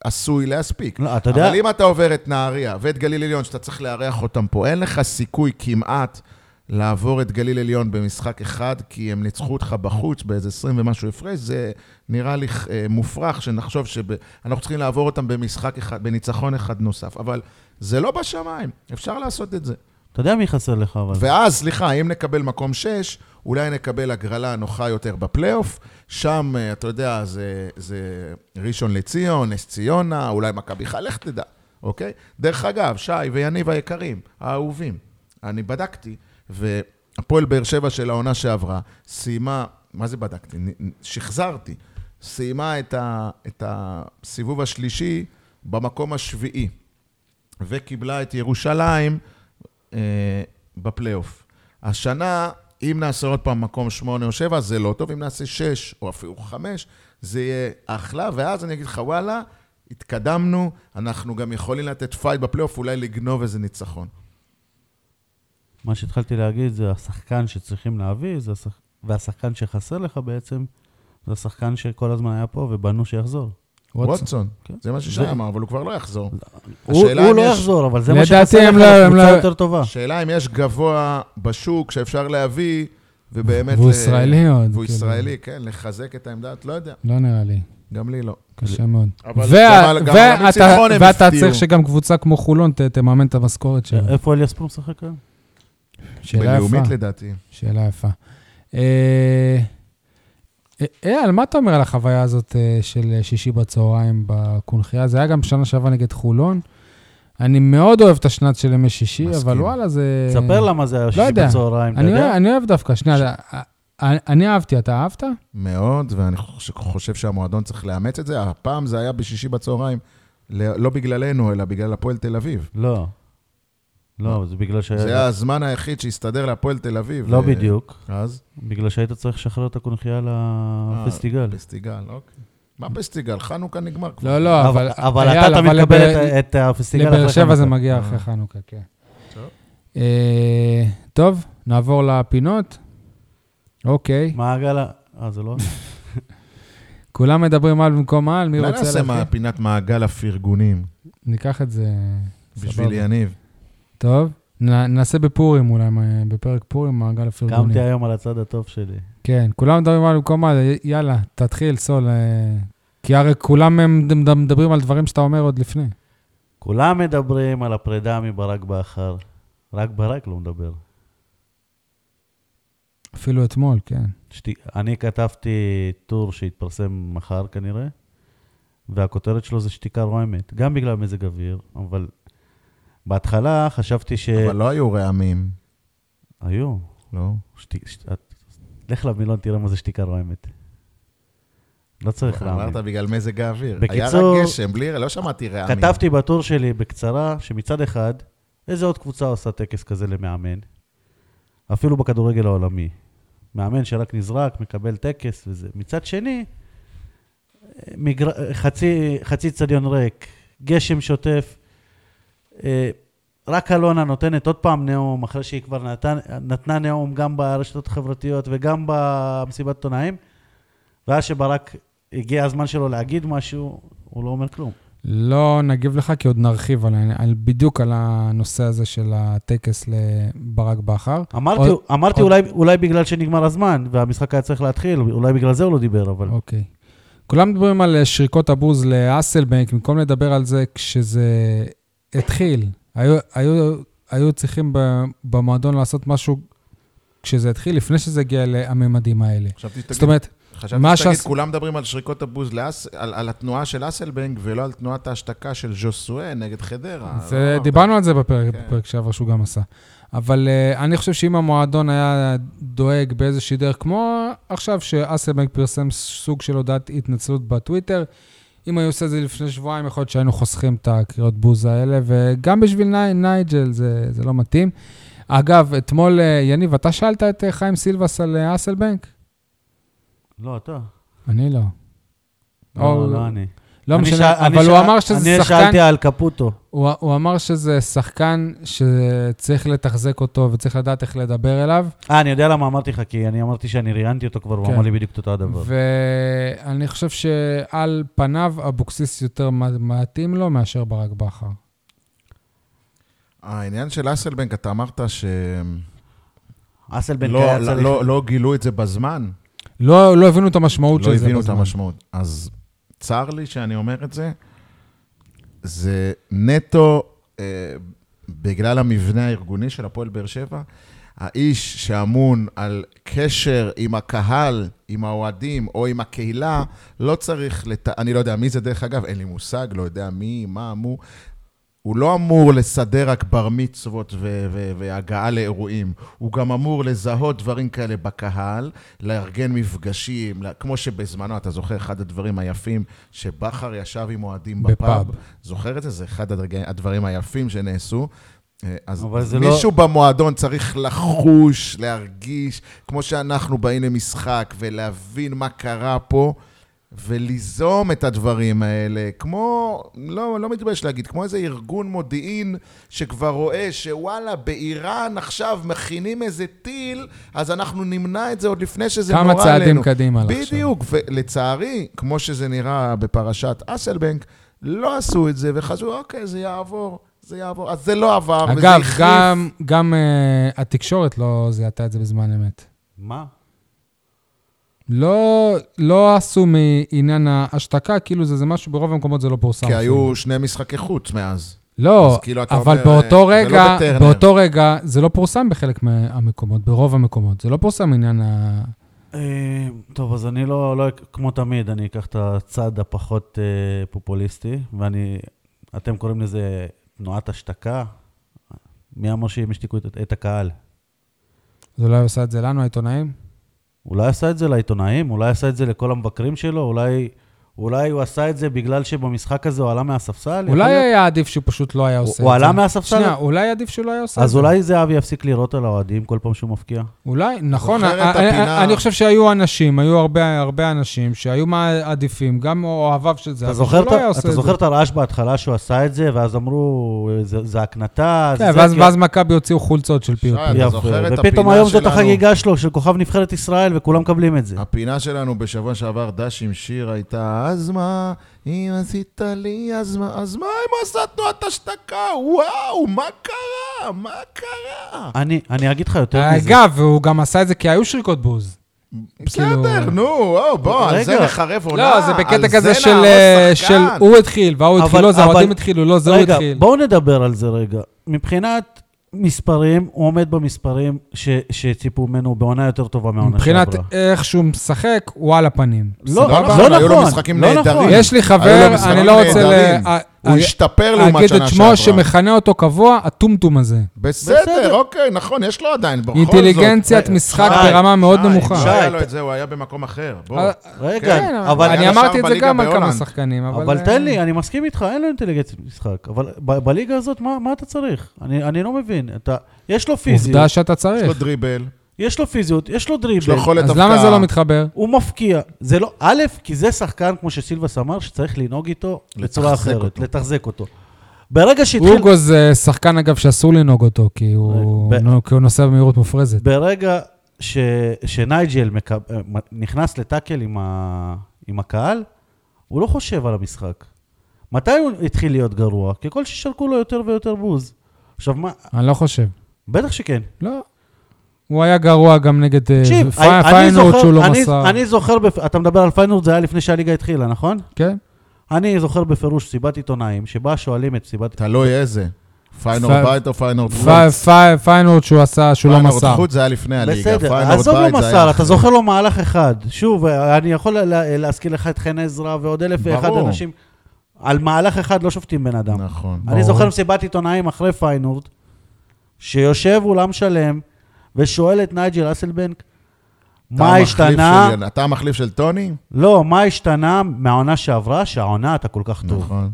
Speaker 3: עשוי להספיק.
Speaker 2: לא, אתה יודע-
Speaker 3: אבל אם אתה עובר את נהריה ואת גליל עליון, שאתה צריך לארח אותם פה, אין לך סיכוי כמעט לעבור את גליל עליון במשחק אחד, כי הם ניצחו אותך בחוץ באיזה 20 ומשהו הפרש, זה נראה לי אה, מופרך שנחשוב שאנחנו צריכים לעבור אותם במשחק אחד, בניצחון אחד נוסף. אבל זה לא בשמיים, אפשר לעשות את זה.
Speaker 2: אתה יודע מי חסר לך, אבל...
Speaker 3: ואז, סליחה, אם נקבל מקום 6, אולי נקבל הגרלה נוחה יותר בפלייאוף. שם, אה, אתה יודע, זה, זה ראשון לציון, נס ציונה, אולי מכבי חיפה, לך תדע, אוקיי? דרך אגב, שי ויניב היקרים, האהובים, אני בדקתי, והפועל באר שבע של העונה שעברה סיימה, מה זה בדקתי? נ- נ- שחזרתי. סיימה את, ה, את הסיבוב השלישי במקום השביעי. וקיבלה את ירושלים אה, בפלייאוף. השנה, אם נעשה עוד פעם מקום שמונה או שבע, זה לא טוב, אם נעשה שש או אפילו חמש, זה יהיה אחלה, ואז אני אגיד לך, וואלה, התקדמנו, אנחנו גם יכולים לתת פייט בפלייאוף, אולי לגנוב איזה ניצחון.
Speaker 2: מה שהתחלתי להגיד זה השחקן שצריכים להביא, זה השח... והשחקן שחסר לך בעצם, זה השחקן שכל הזמן היה פה ובנו שיחזור.
Speaker 1: ווטסון.
Speaker 3: ווטסון,
Speaker 2: כן.
Speaker 3: זה מה
Speaker 2: זה-
Speaker 3: ששי אמר, אבל הוא כבר לא יחזור.
Speaker 2: הוא,
Speaker 3: השאלה
Speaker 2: הוא
Speaker 3: אם
Speaker 2: לא
Speaker 3: יש-
Speaker 2: יחזור, אבל זה מה
Speaker 1: לדעתי
Speaker 2: שחסר
Speaker 1: הם
Speaker 2: לך,
Speaker 1: לא- הם
Speaker 2: קבוצה
Speaker 1: לא-
Speaker 2: יותר טובה.
Speaker 3: השאלה אם יש גבוה בשוק שאפשר להביא, ובאמת...
Speaker 1: והוא
Speaker 3: ל-
Speaker 1: ישראלי עוד,
Speaker 3: אה, והוא
Speaker 1: כאילו.
Speaker 3: ישראלי, כן, לחזק את העמדה, לא יודע,
Speaker 1: לא נראה לי,
Speaker 3: גם לי לא.
Speaker 1: קשה מאוד.
Speaker 3: אבל
Speaker 1: וה-
Speaker 3: גם- גם
Speaker 1: ואתה-
Speaker 3: עמית שמחון הם
Speaker 1: ואתה
Speaker 3: הפתיעו. אה,
Speaker 1: צריך שגם קבוצה כמו חולון ת- תממן את המשכורת שלה.
Speaker 2: אה, איפה אליאספור משחק היום?
Speaker 1: שאלה
Speaker 3: בינלאומית
Speaker 1: יפה.
Speaker 3: לדעתי.
Speaker 1: שאלה יפה. אה, אה, אייל, מה אתה אומר על החוויה הזאת אה, של שישי בצהריים בקונחייה? זה היה גם שנה שעברה נגד חולון. אני מאוד אוהב את השנת של ימי שישי,
Speaker 3: מסכים.
Speaker 1: אבל וואלה, זה...
Speaker 2: ספר למה זה היה שישי
Speaker 1: אה, לא יודע.
Speaker 2: בצהריים, אתה
Speaker 1: אני
Speaker 2: יודע?
Speaker 1: אוהב- אני אוהב דווקא, שנייה, ה- אני אהבתי, אתה אהבת?
Speaker 3: מאוד, ואני חוש- חושב שהמועדון צריך לאמץ את זה. הפעם זה היה בשישי בצהריים, ל- לא בגללנו, אלא בגלל הפועל תל אביב.
Speaker 2: לא. לא, זה בגלל
Speaker 1: כן.
Speaker 3: זה היה
Speaker 2: שהיה... הזמן
Speaker 3: הזמן היחיד שהסתדר להפועל תל אביב.
Speaker 2: לא
Speaker 3: אה,
Speaker 2: בדיוק.
Speaker 3: אז?
Speaker 2: בגלל שהיית צריך לשחרר את הקונכייה
Speaker 3: אה,
Speaker 2: לפסטיגל.
Speaker 3: פסטיגל, אוקיי. מה פסטיגל? חנוכה נגמר כבר.
Speaker 1: לא, לא, אבל...
Speaker 2: אבל
Speaker 1: אייל,
Speaker 2: אתה תמיד
Speaker 1: אבל
Speaker 2: מקבל
Speaker 1: לב-
Speaker 2: את- את הפסטיגל
Speaker 1: לבאר
Speaker 2: אחרי
Speaker 1: שבע זה
Speaker 2: חנוכה. אה.
Speaker 1: מגיע אחרי חנוכה, כן.
Speaker 3: טוב.
Speaker 1: אה, טוב, נעבור לפינות. אוקיי.
Speaker 2: מעגל ה... אה, זה לא?
Speaker 1: כולם מדברים על במקום על, מי
Speaker 3: אולי
Speaker 1: רוצה
Speaker 3: נעשה מה-
Speaker 1: להתחיל?
Speaker 3: פינת מעגל הפרגונים,
Speaker 1: ניקח את זה...
Speaker 3: בשביל
Speaker 1: סבבה.
Speaker 3: יניב.
Speaker 1: טוב. נ- נעשה בפורים אולי, מה- בפרק פורים, מעגל הפרגונים.
Speaker 2: קמתי היום על הצד הטוב שלי.
Speaker 1: כן, כולם מדברים על במקום על, יאללה, תתחיל, סול. אה, כי הרי כולם הם ד- ד- מדברים על דברים שאתה אומר עוד לפני.
Speaker 2: כולם מדברים על הפרידה מברק בכר. רק ברק לא מדבר.
Speaker 1: אפילו אתמול, כן.
Speaker 2: שתי, אני כתבתי טור שיתפרסם מחר כנראה, והכותרת שלו זה שתיקה רועמת, גם בגלל מזג אוויר, אבל בהתחלה חשבתי ש...
Speaker 1: אה.
Speaker 3: אבל לא היו רעמים,
Speaker 2: היו.
Speaker 3: לא?
Speaker 2: שתי... ש... את... לך למילון, תראה מה זה שתיקה רועמת. לא צריך להאמין.
Speaker 3: אמרת בגלל מזג האוויר.
Speaker 2: בקיצור-
Speaker 3: היה רק גשם, בלי... לא שמעתי רעמים.
Speaker 2: כתבתי בטור שלי בקצרה, שמצד אחד, איזה עוד קבוצה עושה טקס כזה למאמן? אפילו בכדורגל העולמי. מאמן שרק נזרק, מקבל טקס וזה. מצד שני, מגר... חצי, חצי צדיון ריק, גשם שוטף. אה, רק אלונה נותנת עוד פעם נאום, אחרי שהיא כבר נתן, נתנה נאום גם ברשתות החברתיות וגם במסיבת עיתונאים, ואז שברק, הגיע הזמן שלו להגיד משהו, הוא לא אומר כלום.
Speaker 1: לא נגיב לך, כי עוד נרחיב על, העניין- על, בדיוק על הנושא הזה של הטקס לברק בכר.
Speaker 2: אמרתי,
Speaker 1: עוד-
Speaker 2: אמרתי
Speaker 1: עוד-
Speaker 2: אולי, אולי בגלל שנגמר הזמן, והמשחק היה צריך להתחיל, אולי בגלל זה הוא לא דיבר, אבל...
Speaker 1: אוקיי. כולם מדברים על אה, שריקות הבוז לאסלבנק, במקום לדבר על זה כשזה התחיל. היו, היו, היו צריכים ב, במועדון לעשות משהו כשזה התחיל, לפני שזה הגיע לממדים האלה.
Speaker 3: חשבתי שתגיד-
Speaker 1: זאת אומרת,
Speaker 3: חשבתי
Speaker 1: מה
Speaker 3: שתגיד,
Speaker 1: שעש-
Speaker 3: כולם מדברים על שריקות הבוז, לאס- על על התנועה של אסלבנג ולא על תנועת ההשתקה של ז'וסואה נגד חדרה.
Speaker 1: זה,
Speaker 3: לא,
Speaker 1: דיברנו על זה בפרק,
Speaker 3: כן.
Speaker 1: בפרק שעבר שהוא גם עשה. אבל uh, אני חושב שאם המועדון היה דואג באיזושהי דרך, כמו עכשיו שאסלבנק פרסם סוג של הודעת התנצלות בטוויטר, אם היו עושה את זה לפני שבועיים, יכול להיות שהיינו חוסכים את הקריאות בוז האלה, וגם בשביל ני, נייג'ל זה, זה לא מתאים. אגב, אתמול, אה, יניב, אתה שאלת את אה, חיים סילבס על אה, אסלבנק?
Speaker 2: לא, אתה.
Speaker 1: אני לא.
Speaker 2: לא, לא אני.
Speaker 1: לא
Speaker 2: אני
Speaker 1: משנה,
Speaker 2: שאל- אני
Speaker 1: אבל הוא
Speaker 2: שאל-
Speaker 1: אמר שזה
Speaker 2: אני
Speaker 1: שחקן...
Speaker 2: שאלתי על קפוטו.
Speaker 1: הוא, הוא אמר שזה שחקן שצריך לתחזק אותו וצריך לדעת איך לדבר אליו,
Speaker 2: אה, אני יודע למה אמרתי לך, כי אני אמרתי שאני ראיינתי אותו כבר,
Speaker 1: כן.
Speaker 2: והוא אמר לי בדיוק את אותו הדבר.
Speaker 1: ואני חושב שעל פניו אבוקסיס יותר מ- מתאים לו מאשר ברק בכר.
Speaker 3: העניין של אסלבנג, אתה אמרת שהם
Speaker 2: אסלבנק
Speaker 3: לא-
Speaker 2: היה
Speaker 3: לא-
Speaker 2: צריך...
Speaker 3: לא- לא גילו את זה בזמן,
Speaker 1: לא, לא הבינו את המשמעות של
Speaker 3: לא
Speaker 1: זה
Speaker 3: הבינו את
Speaker 1: בזמן.
Speaker 3: המשמעות. אז צר לי שאני אומר את זה, זה נטו אה, בגלל המבנה הארגוני של הפועל באר שבע. האיש שאמון על קשר עם הקהל, עם האוהדים או עם הקהילה, לא צריך לת... אני לא יודע מי זה, דרך אגב, אין לי מושג, לא יודע מי, מה, מו. הוא לא אמור לסדר רק בר מצוות ו- ו- והגעה לאירועים, הוא גם אמור לזהות דברים כאלה בקהל, לארגן מפגשים, לה- כמו שבזמנו, אתה זוכר, אחד הדברים היפים, שבכר ישב עם אוהדים בפאב.
Speaker 1: בפאב.
Speaker 3: זוכר את זה? זה אחד הדרג- הדברים היפים שנעשו. אה, אז
Speaker 2: אבל זה לא-
Speaker 3: מישהו במועדון צריך לחוש, להרגיש, כמו שאנחנו באים למשחק, ולהבין מה קרה פה. וליזום את הדברים האלה, כמו, לא, לא מתבייש להגיד, כמו איזה ארגון מודיעין שכבר רואה שוואלה, באיראן עכשיו מכינים איזה טיל, אז אנחנו נמנע את זה עוד לפני שזה נורא
Speaker 1: כמה
Speaker 3: עלינו.
Speaker 1: צעדים קדימה על עכשיו.
Speaker 3: בדיוק, ולצערי, כמו שזה נראה בפרשת אסלבנק, לא עשו את זה, וחשבו, אוקיי, זה יעבור, זה יעבור. אז זה לא עבר, וזה
Speaker 1: אגב,
Speaker 3: החריף.
Speaker 1: גם, גם uh, התקשורת לא זיהתה את זה בזמן אמת.
Speaker 2: מה?
Speaker 1: לא, לא עשו מעניין ההשתקה, כאילו זה, זה משהו, ברוב המקומות זה לא פורסם.
Speaker 3: כי
Speaker 1: אפילו.
Speaker 3: היו שני משחקי חוץ מאז.
Speaker 1: לא,
Speaker 3: אז כאילו אתה
Speaker 1: אבל
Speaker 3: אומר,
Speaker 1: באותו
Speaker 3: זה לא
Speaker 1: רגע,
Speaker 3: בטרנר.
Speaker 1: באותו רגע, זה לא פורסם בחלק מהמקומות, ברוב המקומות. זה לא פורסם עניין ה...
Speaker 2: אה, טוב, אז אני לא, לא, כמו תמיד, אני אקח את הצד הפחות אה, פופוליסטי, ואני, אתם קוראים לזה תנועת השתקה? מי אמר שהם השתיקו את, את הקהל?
Speaker 1: לא זה אולי עושה את זה לנו, העיתונאים?
Speaker 2: אולי עשה את זה לעיתונאים, אולי עשה את זה לכל המבקרים שלו, אולי, אולי הוא עשה את זה בגלל שבמשחק הזה הוא עלה מהספסל. יכול
Speaker 1: אולי
Speaker 2: להיות.
Speaker 1: היה עדיף שהוא פשוט לא היה
Speaker 2: הוא-
Speaker 1: עושה את זה.
Speaker 2: הוא עלה מהספסל?
Speaker 1: שנייה, אולי עדיף שהוא לא היה עושה את
Speaker 2: אז
Speaker 1: זה.
Speaker 2: אולי זהבי יפסיק לירות על האוהדים כל פעם שהוא מבקיע.
Speaker 1: אולי, נכון.
Speaker 3: זוכר
Speaker 1: אני-
Speaker 3: את
Speaker 1: אני-
Speaker 3: הפינה-
Speaker 1: אני חושב שהיו אנשים, היו הרבה הרבה אנשים שהיו מה- עדיפים, גם אוהביו של זה,
Speaker 2: אתה
Speaker 1: אבל
Speaker 2: זוכר,
Speaker 1: שהוא
Speaker 2: את,
Speaker 1: לא היה
Speaker 2: ה-
Speaker 1: עושה את
Speaker 2: אתה
Speaker 1: זה.
Speaker 2: זוכר את הרעש בהתחלה שהוא עשה את זה, ואז אמרו, זה, זה הקנטה,
Speaker 1: כן,
Speaker 2: זה... כאילו-
Speaker 1: ואז-
Speaker 2: זה,
Speaker 1: ואז מכבי הוציאו חולצות של פיוטי.
Speaker 3: אתה זוכר את
Speaker 2: יפה. ופתאום
Speaker 3: הפינה
Speaker 2: היום זאת
Speaker 3: שלנו?
Speaker 2: החגיגה שלו, של כוכב נבחרת ישראל, וכולם מקבלים את זה.
Speaker 3: הפינה שלנו בשבוע שעבר, דש עם שיר, הייתה, אז מה, אם עשית לי, אז מה, אז מה אם עשה תנועת השתקה? וואו, מה קרה? מה קרה?
Speaker 2: אני, אני אגיד לך יותר מזה.
Speaker 1: אה, אגב, הוא גם עשה את זה כי היו שריקות בוז.
Speaker 3: בסדר,
Speaker 1: כאילו-
Speaker 3: נו, או, בוא, על
Speaker 2: רגע.
Speaker 3: זה נחרב עונה,
Speaker 1: לא, זה
Speaker 3: על
Speaker 1: בקטע כזה
Speaker 3: זה
Speaker 1: של אה,
Speaker 3: נהרוס
Speaker 1: של אוקיי,
Speaker 3: שחקן.
Speaker 1: הוא התחיל, וההוא התחיל,
Speaker 2: אבל-
Speaker 1: לא, זה
Speaker 2: אבל-
Speaker 1: האוהדים התחילו, לא, זה הוא
Speaker 2: רגע,
Speaker 1: התחיל.
Speaker 2: בואו נדבר על זה רגע. מבחינת מספרים, הוא עומד במספרים ש, שציפו ממנו בעונה יותר טובה מהעונה שעברה.
Speaker 1: מבחינת איך שהוא משחק, הוא על הפנים.
Speaker 2: לא,
Speaker 3: סבבה,
Speaker 2: לא
Speaker 3: אבל היו לו
Speaker 2: נכון,
Speaker 3: משחקים
Speaker 2: לא
Speaker 3: נהדרים.
Speaker 2: נכון.
Speaker 1: יש לי
Speaker 3: היו
Speaker 1: חבר,
Speaker 3: לו משחקים
Speaker 1: אני לא רוצה
Speaker 3: נהדרים.
Speaker 1: ל- א-
Speaker 3: הוא
Speaker 1: א-
Speaker 3: השתפר לעומת
Speaker 1: להגיד
Speaker 3: שנה
Speaker 1: את שמו
Speaker 3: שעברה.
Speaker 1: שמכנה אותו קבוע, הטומטום הזה.
Speaker 3: בסדר,
Speaker 2: בסדר.
Speaker 3: אוקיי, נכון, יש לו עדיין, בכל זאת.
Speaker 1: אינטליגנציית
Speaker 2: רגע,
Speaker 1: משחק
Speaker 2: שי,
Speaker 1: ברמה מאוד
Speaker 3: שי,
Speaker 1: נמוכה.
Speaker 3: לא היה
Speaker 2: שי,
Speaker 3: לו
Speaker 2: ת-
Speaker 3: את זה, הוא היה במקום אחר. בוא.
Speaker 1: אה,
Speaker 2: רגע,
Speaker 1: כן,
Speaker 2: אבל...
Speaker 1: אני
Speaker 3: היה
Speaker 1: אמרתי
Speaker 3: שם
Speaker 1: את זה
Speaker 3: בליגה
Speaker 1: גם על כמה
Speaker 3: בהולנד.
Speaker 1: שחקנים, אבל...
Speaker 2: אבל
Speaker 1: אה,
Speaker 2: תן לי, אני מסכים איתך, אין לו אינטליגנציה במשחק. אבל ב- בליגה הזאת, מה מה אתה צריך? אני אני לא מבין. אתה- יש לו
Speaker 1: עובדה
Speaker 2: פיזיות,
Speaker 1: שאתה
Speaker 3: יש לו
Speaker 1: צריך.
Speaker 3: דריבל,
Speaker 2: יש לו פיזיות, יש לו
Speaker 3: יש לו
Speaker 2: דריבל,
Speaker 3: יכולת
Speaker 1: אז
Speaker 3: הבקעה.
Speaker 1: למה זה לא מתחבר?
Speaker 2: הוא מפקיע. זה לא, א', כי זה שחקן, כמו שסילבס אמר, שצריך לנהוג איתו בצורה
Speaker 3: לתחזק
Speaker 2: אחרת,
Speaker 3: אותו.
Speaker 2: לתחזק אותו. ברגע שהתחיל...
Speaker 1: אוגו זה אה, שחקן, אגב, שאסור לנהוג אותו, כי הוא
Speaker 2: ב-
Speaker 1: נו, כי הוא נוסע במהירות מופרזת.
Speaker 2: ברגע ש, שנייג'ל מקב, נכנס לטאקל עם, ה, עם הקהל, הוא לא חושב על המשחק. מתי הוא התחיל להיות גרוע? ככל ששרקו לו יותר ויותר בוז. עכשיו, מה...
Speaker 1: אני לא חושב.
Speaker 2: בטח שכן.
Speaker 1: לא. הוא היה גרוע גם נגד אה,
Speaker 2: תקשיב,
Speaker 1: פי-
Speaker 2: אני- אני
Speaker 1: פיינורד
Speaker 2: זוכר-
Speaker 1: שהוא לא
Speaker 2: אני-
Speaker 1: מסר.
Speaker 2: אני זוכר, בפ- אתה מדבר על פיינורד, זה היה לפני שהליגה התחילה, נכון?
Speaker 1: כן.
Speaker 2: אני זוכר בפירוש מסיבת עיתונאים, שבה שואלים את מסיבת...
Speaker 3: תלוי איזה. פיינור
Speaker 1: פי-
Speaker 3: בית או פיינור חוץ?
Speaker 1: פי- פי- פיינורד שהוא עשה, שהוא לא
Speaker 3: פיינור
Speaker 1: מסר.
Speaker 3: חוץ זה היה לפני הליגה,
Speaker 2: בסדר,
Speaker 3: פיינור בית זה
Speaker 2: עזוב
Speaker 3: היה...
Speaker 2: לו מסר, אתה
Speaker 3: אחרי.
Speaker 2: זוכר לו מהלך אחד. שוב, אני יכול לה- להזכיר לך את חן עזרא ועוד אלף ואחד
Speaker 3: ברור.
Speaker 2: אנשים. על מהלך אחד לא שופטים בן אדם.
Speaker 3: נכון.
Speaker 2: אני
Speaker 1: ברור.
Speaker 2: זוכר מסיבת עיתונאים אחרי פיינורד, שיושב אולם שלם ושואל את נייג'ל אסלבנק,
Speaker 3: אתה
Speaker 2: מה
Speaker 3: המחליף
Speaker 2: השתנה,
Speaker 3: של- אתה המחליף של טוני?
Speaker 2: לא, מה השתנה מהעונה שעברה, שהעונה אתה כל כך טוב.
Speaker 3: נכון.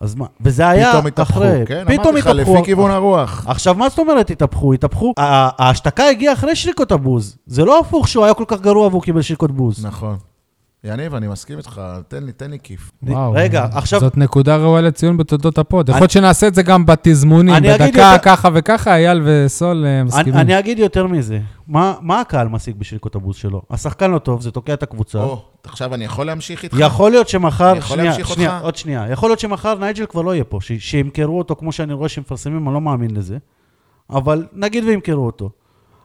Speaker 2: אז מה, וזה היה
Speaker 3: פתאום התהפכו,
Speaker 2: אחרי,
Speaker 3: כן? אמרתי לך, לפי כיוון הרוח.
Speaker 2: עכשיו, מה זאת אומרת התהפכו? התהפכו, ה- ההשתקה הגיעה אחרי שריקות הבוז. זה לא הפוך שהוא היה כל כך גרוע והוא קיבל שריקות בוז.
Speaker 3: נכון. יניב, אני מסכים איתך, תן לי, תן לי כיף.
Speaker 1: וואו,
Speaker 2: רגע, עכשיו-
Speaker 1: זאת נקודה ראויה לציון בתולדות הפוד. יכול
Speaker 2: אני-
Speaker 1: להיות שנעשה את זה גם בתזמונים,
Speaker 2: אני אגיד
Speaker 1: בדקה
Speaker 2: יותר-
Speaker 1: ככה וככה, אייל וסול אה,
Speaker 2: אני,
Speaker 1: מסכימים.
Speaker 2: אני אגיד יותר מזה, מה, מה הקהל משיג בשריקות הבוז שלו? השחקן לא טוב, זה תוקע את הקבוצה.
Speaker 3: או, עכשיו אני יכול להמשיך איתך?
Speaker 2: יכול להיות שמחר,
Speaker 3: יכול
Speaker 2: שנייה,
Speaker 3: להמשיך
Speaker 2: שנייה,
Speaker 3: אותך?
Speaker 2: עוד שנייה, יכול להיות שמחר נייג'ל כבר לא יהיה פה, ש- שימכרו אותו כמו שאני רואה שמפרסמים, אני לא מאמין לזה, אבל נגיד וימכרו אותו.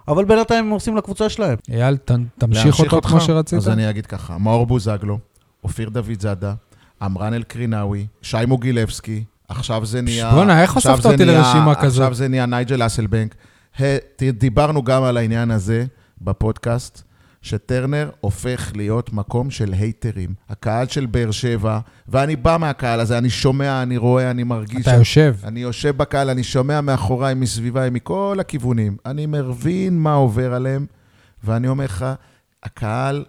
Speaker 2: אבל בינתיים הם הורסים לקבוצה שלהם.
Speaker 1: אייל, ת- תמשיך
Speaker 3: להמשיך
Speaker 1: אותו
Speaker 3: אותך?
Speaker 1: כמו שרצית.
Speaker 3: אז אני אגיד ככה, מאור בוזגלו, אופיר דוד זאדה, עמרן אלקרינאווי, שי מוגילבסקי, עכשיו זה נהיה...
Speaker 1: בואנה, איך
Speaker 3: עכשיו
Speaker 1: הוספת
Speaker 3: זה
Speaker 1: אותי
Speaker 3: נהיה-
Speaker 1: לרשימה
Speaker 3: עכשיו
Speaker 1: כזאת?
Speaker 3: זה נהיה נייג'ל אסלבנק. ה- ת- דיברנו גם על העניין הזה בפודקאסט, שטרנר הופך להיות מקום של הייטרים. הקהל של באר שבע, ואני בא מהקהל הזה, אני שומע, אני רואה, אני מרגיש...
Speaker 1: אתה
Speaker 3: אני-
Speaker 1: יושב.
Speaker 3: אני יושב בקהל, אני שומע מאחוריי, מסביביי, מכל הכיוונים. אני מבין מה עובר עליהם, ואני אומר לך, הקהל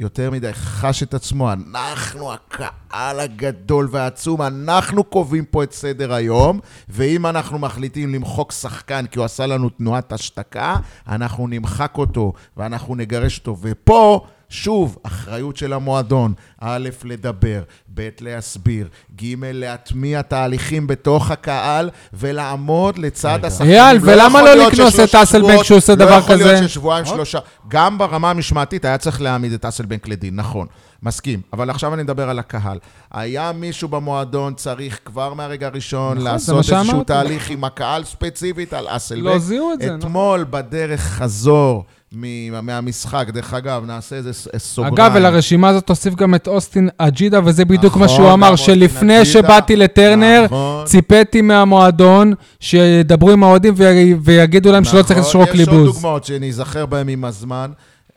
Speaker 3: יותר מדי חש את עצמו. אנחנו הקהל הגדול והעצום, אנחנו קובעים פה את סדר היום, ואם אנחנו מחליטים למחוק שחקן כי הוא עשה לנו תנועת השתקה, אנחנו נמחק אותו ואנחנו נגרש אותו. ופה... שוב, אחריות של המועדון, א', לדבר, ב', להסביר, ג', להטמיע תהליכים בתוך הקהל ולעמוד לצד השחקנים.
Speaker 1: אייל,
Speaker 3: לא
Speaker 1: ולמה
Speaker 3: יכול
Speaker 1: לא
Speaker 3: להיות
Speaker 1: לקנוס
Speaker 3: ששלושה
Speaker 1: את אסלבנק
Speaker 3: שבועות-
Speaker 1: שהוא עושה
Speaker 3: לא
Speaker 1: דבר
Speaker 3: יכול להיות
Speaker 1: כזה?
Speaker 3: שבועיים, שלושה. גם ברמה המשמעתית היה צריך להעמיד את אסלבנק לדין, נכון, מסכים. אבל עכשיו אני מדבר על הקהל. היה מישהו במועדון צריך כבר מהרגע הראשון
Speaker 1: נכון, זה
Speaker 3: לעשות
Speaker 1: מה
Speaker 3: איזשהו
Speaker 1: שאמרתי.
Speaker 3: תהליך עם הקהל ספציפית על אסלבנק.
Speaker 1: לא זיהו את זה, נכון.
Speaker 3: אתמול בדרך חזור מ- מהמשחק, דרך אגב, נעשה איזה ס- אה, סוגריים.
Speaker 1: אגב, ולרשימה הזאת תוסיף גם את אוסטין אג'ידה, וזה בדיוק מה
Speaker 3: נכון,
Speaker 1: שהוא אמר,
Speaker 3: גם אוסטין
Speaker 1: שלפני
Speaker 3: אג'ידה.
Speaker 1: שבאתי לטרנר,
Speaker 3: נכון.
Speaker 1: ציפיתי מהמועדון שידברו עם האוהדים וי- ויגידו להם שלא צריך לשרוק לי
Speaker 3: נכון, יש עוד
Speaker 1: בוז.
Speaker 3: דוגמאות שניזכר בהן עם הזמן.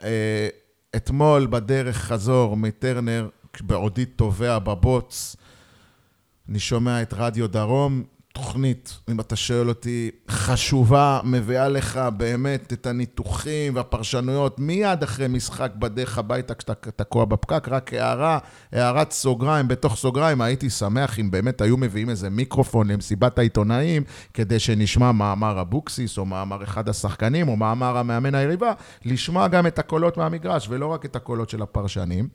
Speaker 3: אה, אתמול בדרך חזור מטרנר, בעודי טובע בבוץ, אני שומע את רדיו דרום, תוכנית, אם אתה שואל אותי, חשובה, מביאה לך באמת את הניתוחים והפרשנויות מיד אחרי משחק בדרך הביתה כשאתה תקוע בפקק, רק הערה, הערת סוגריים, בתוך סוגריים, הייתי שמח אם באמת היו מביאים איזה מיקרופון למסיבת העיתונאים, כדי שנשמע מה אמר אבוקסיס, או מה אמר אחד השחקנים, או מה אמר המאמן היריבה, לשמוע גם את הקולות מהמגרש, ולא רק את הקולות של הפרשנים.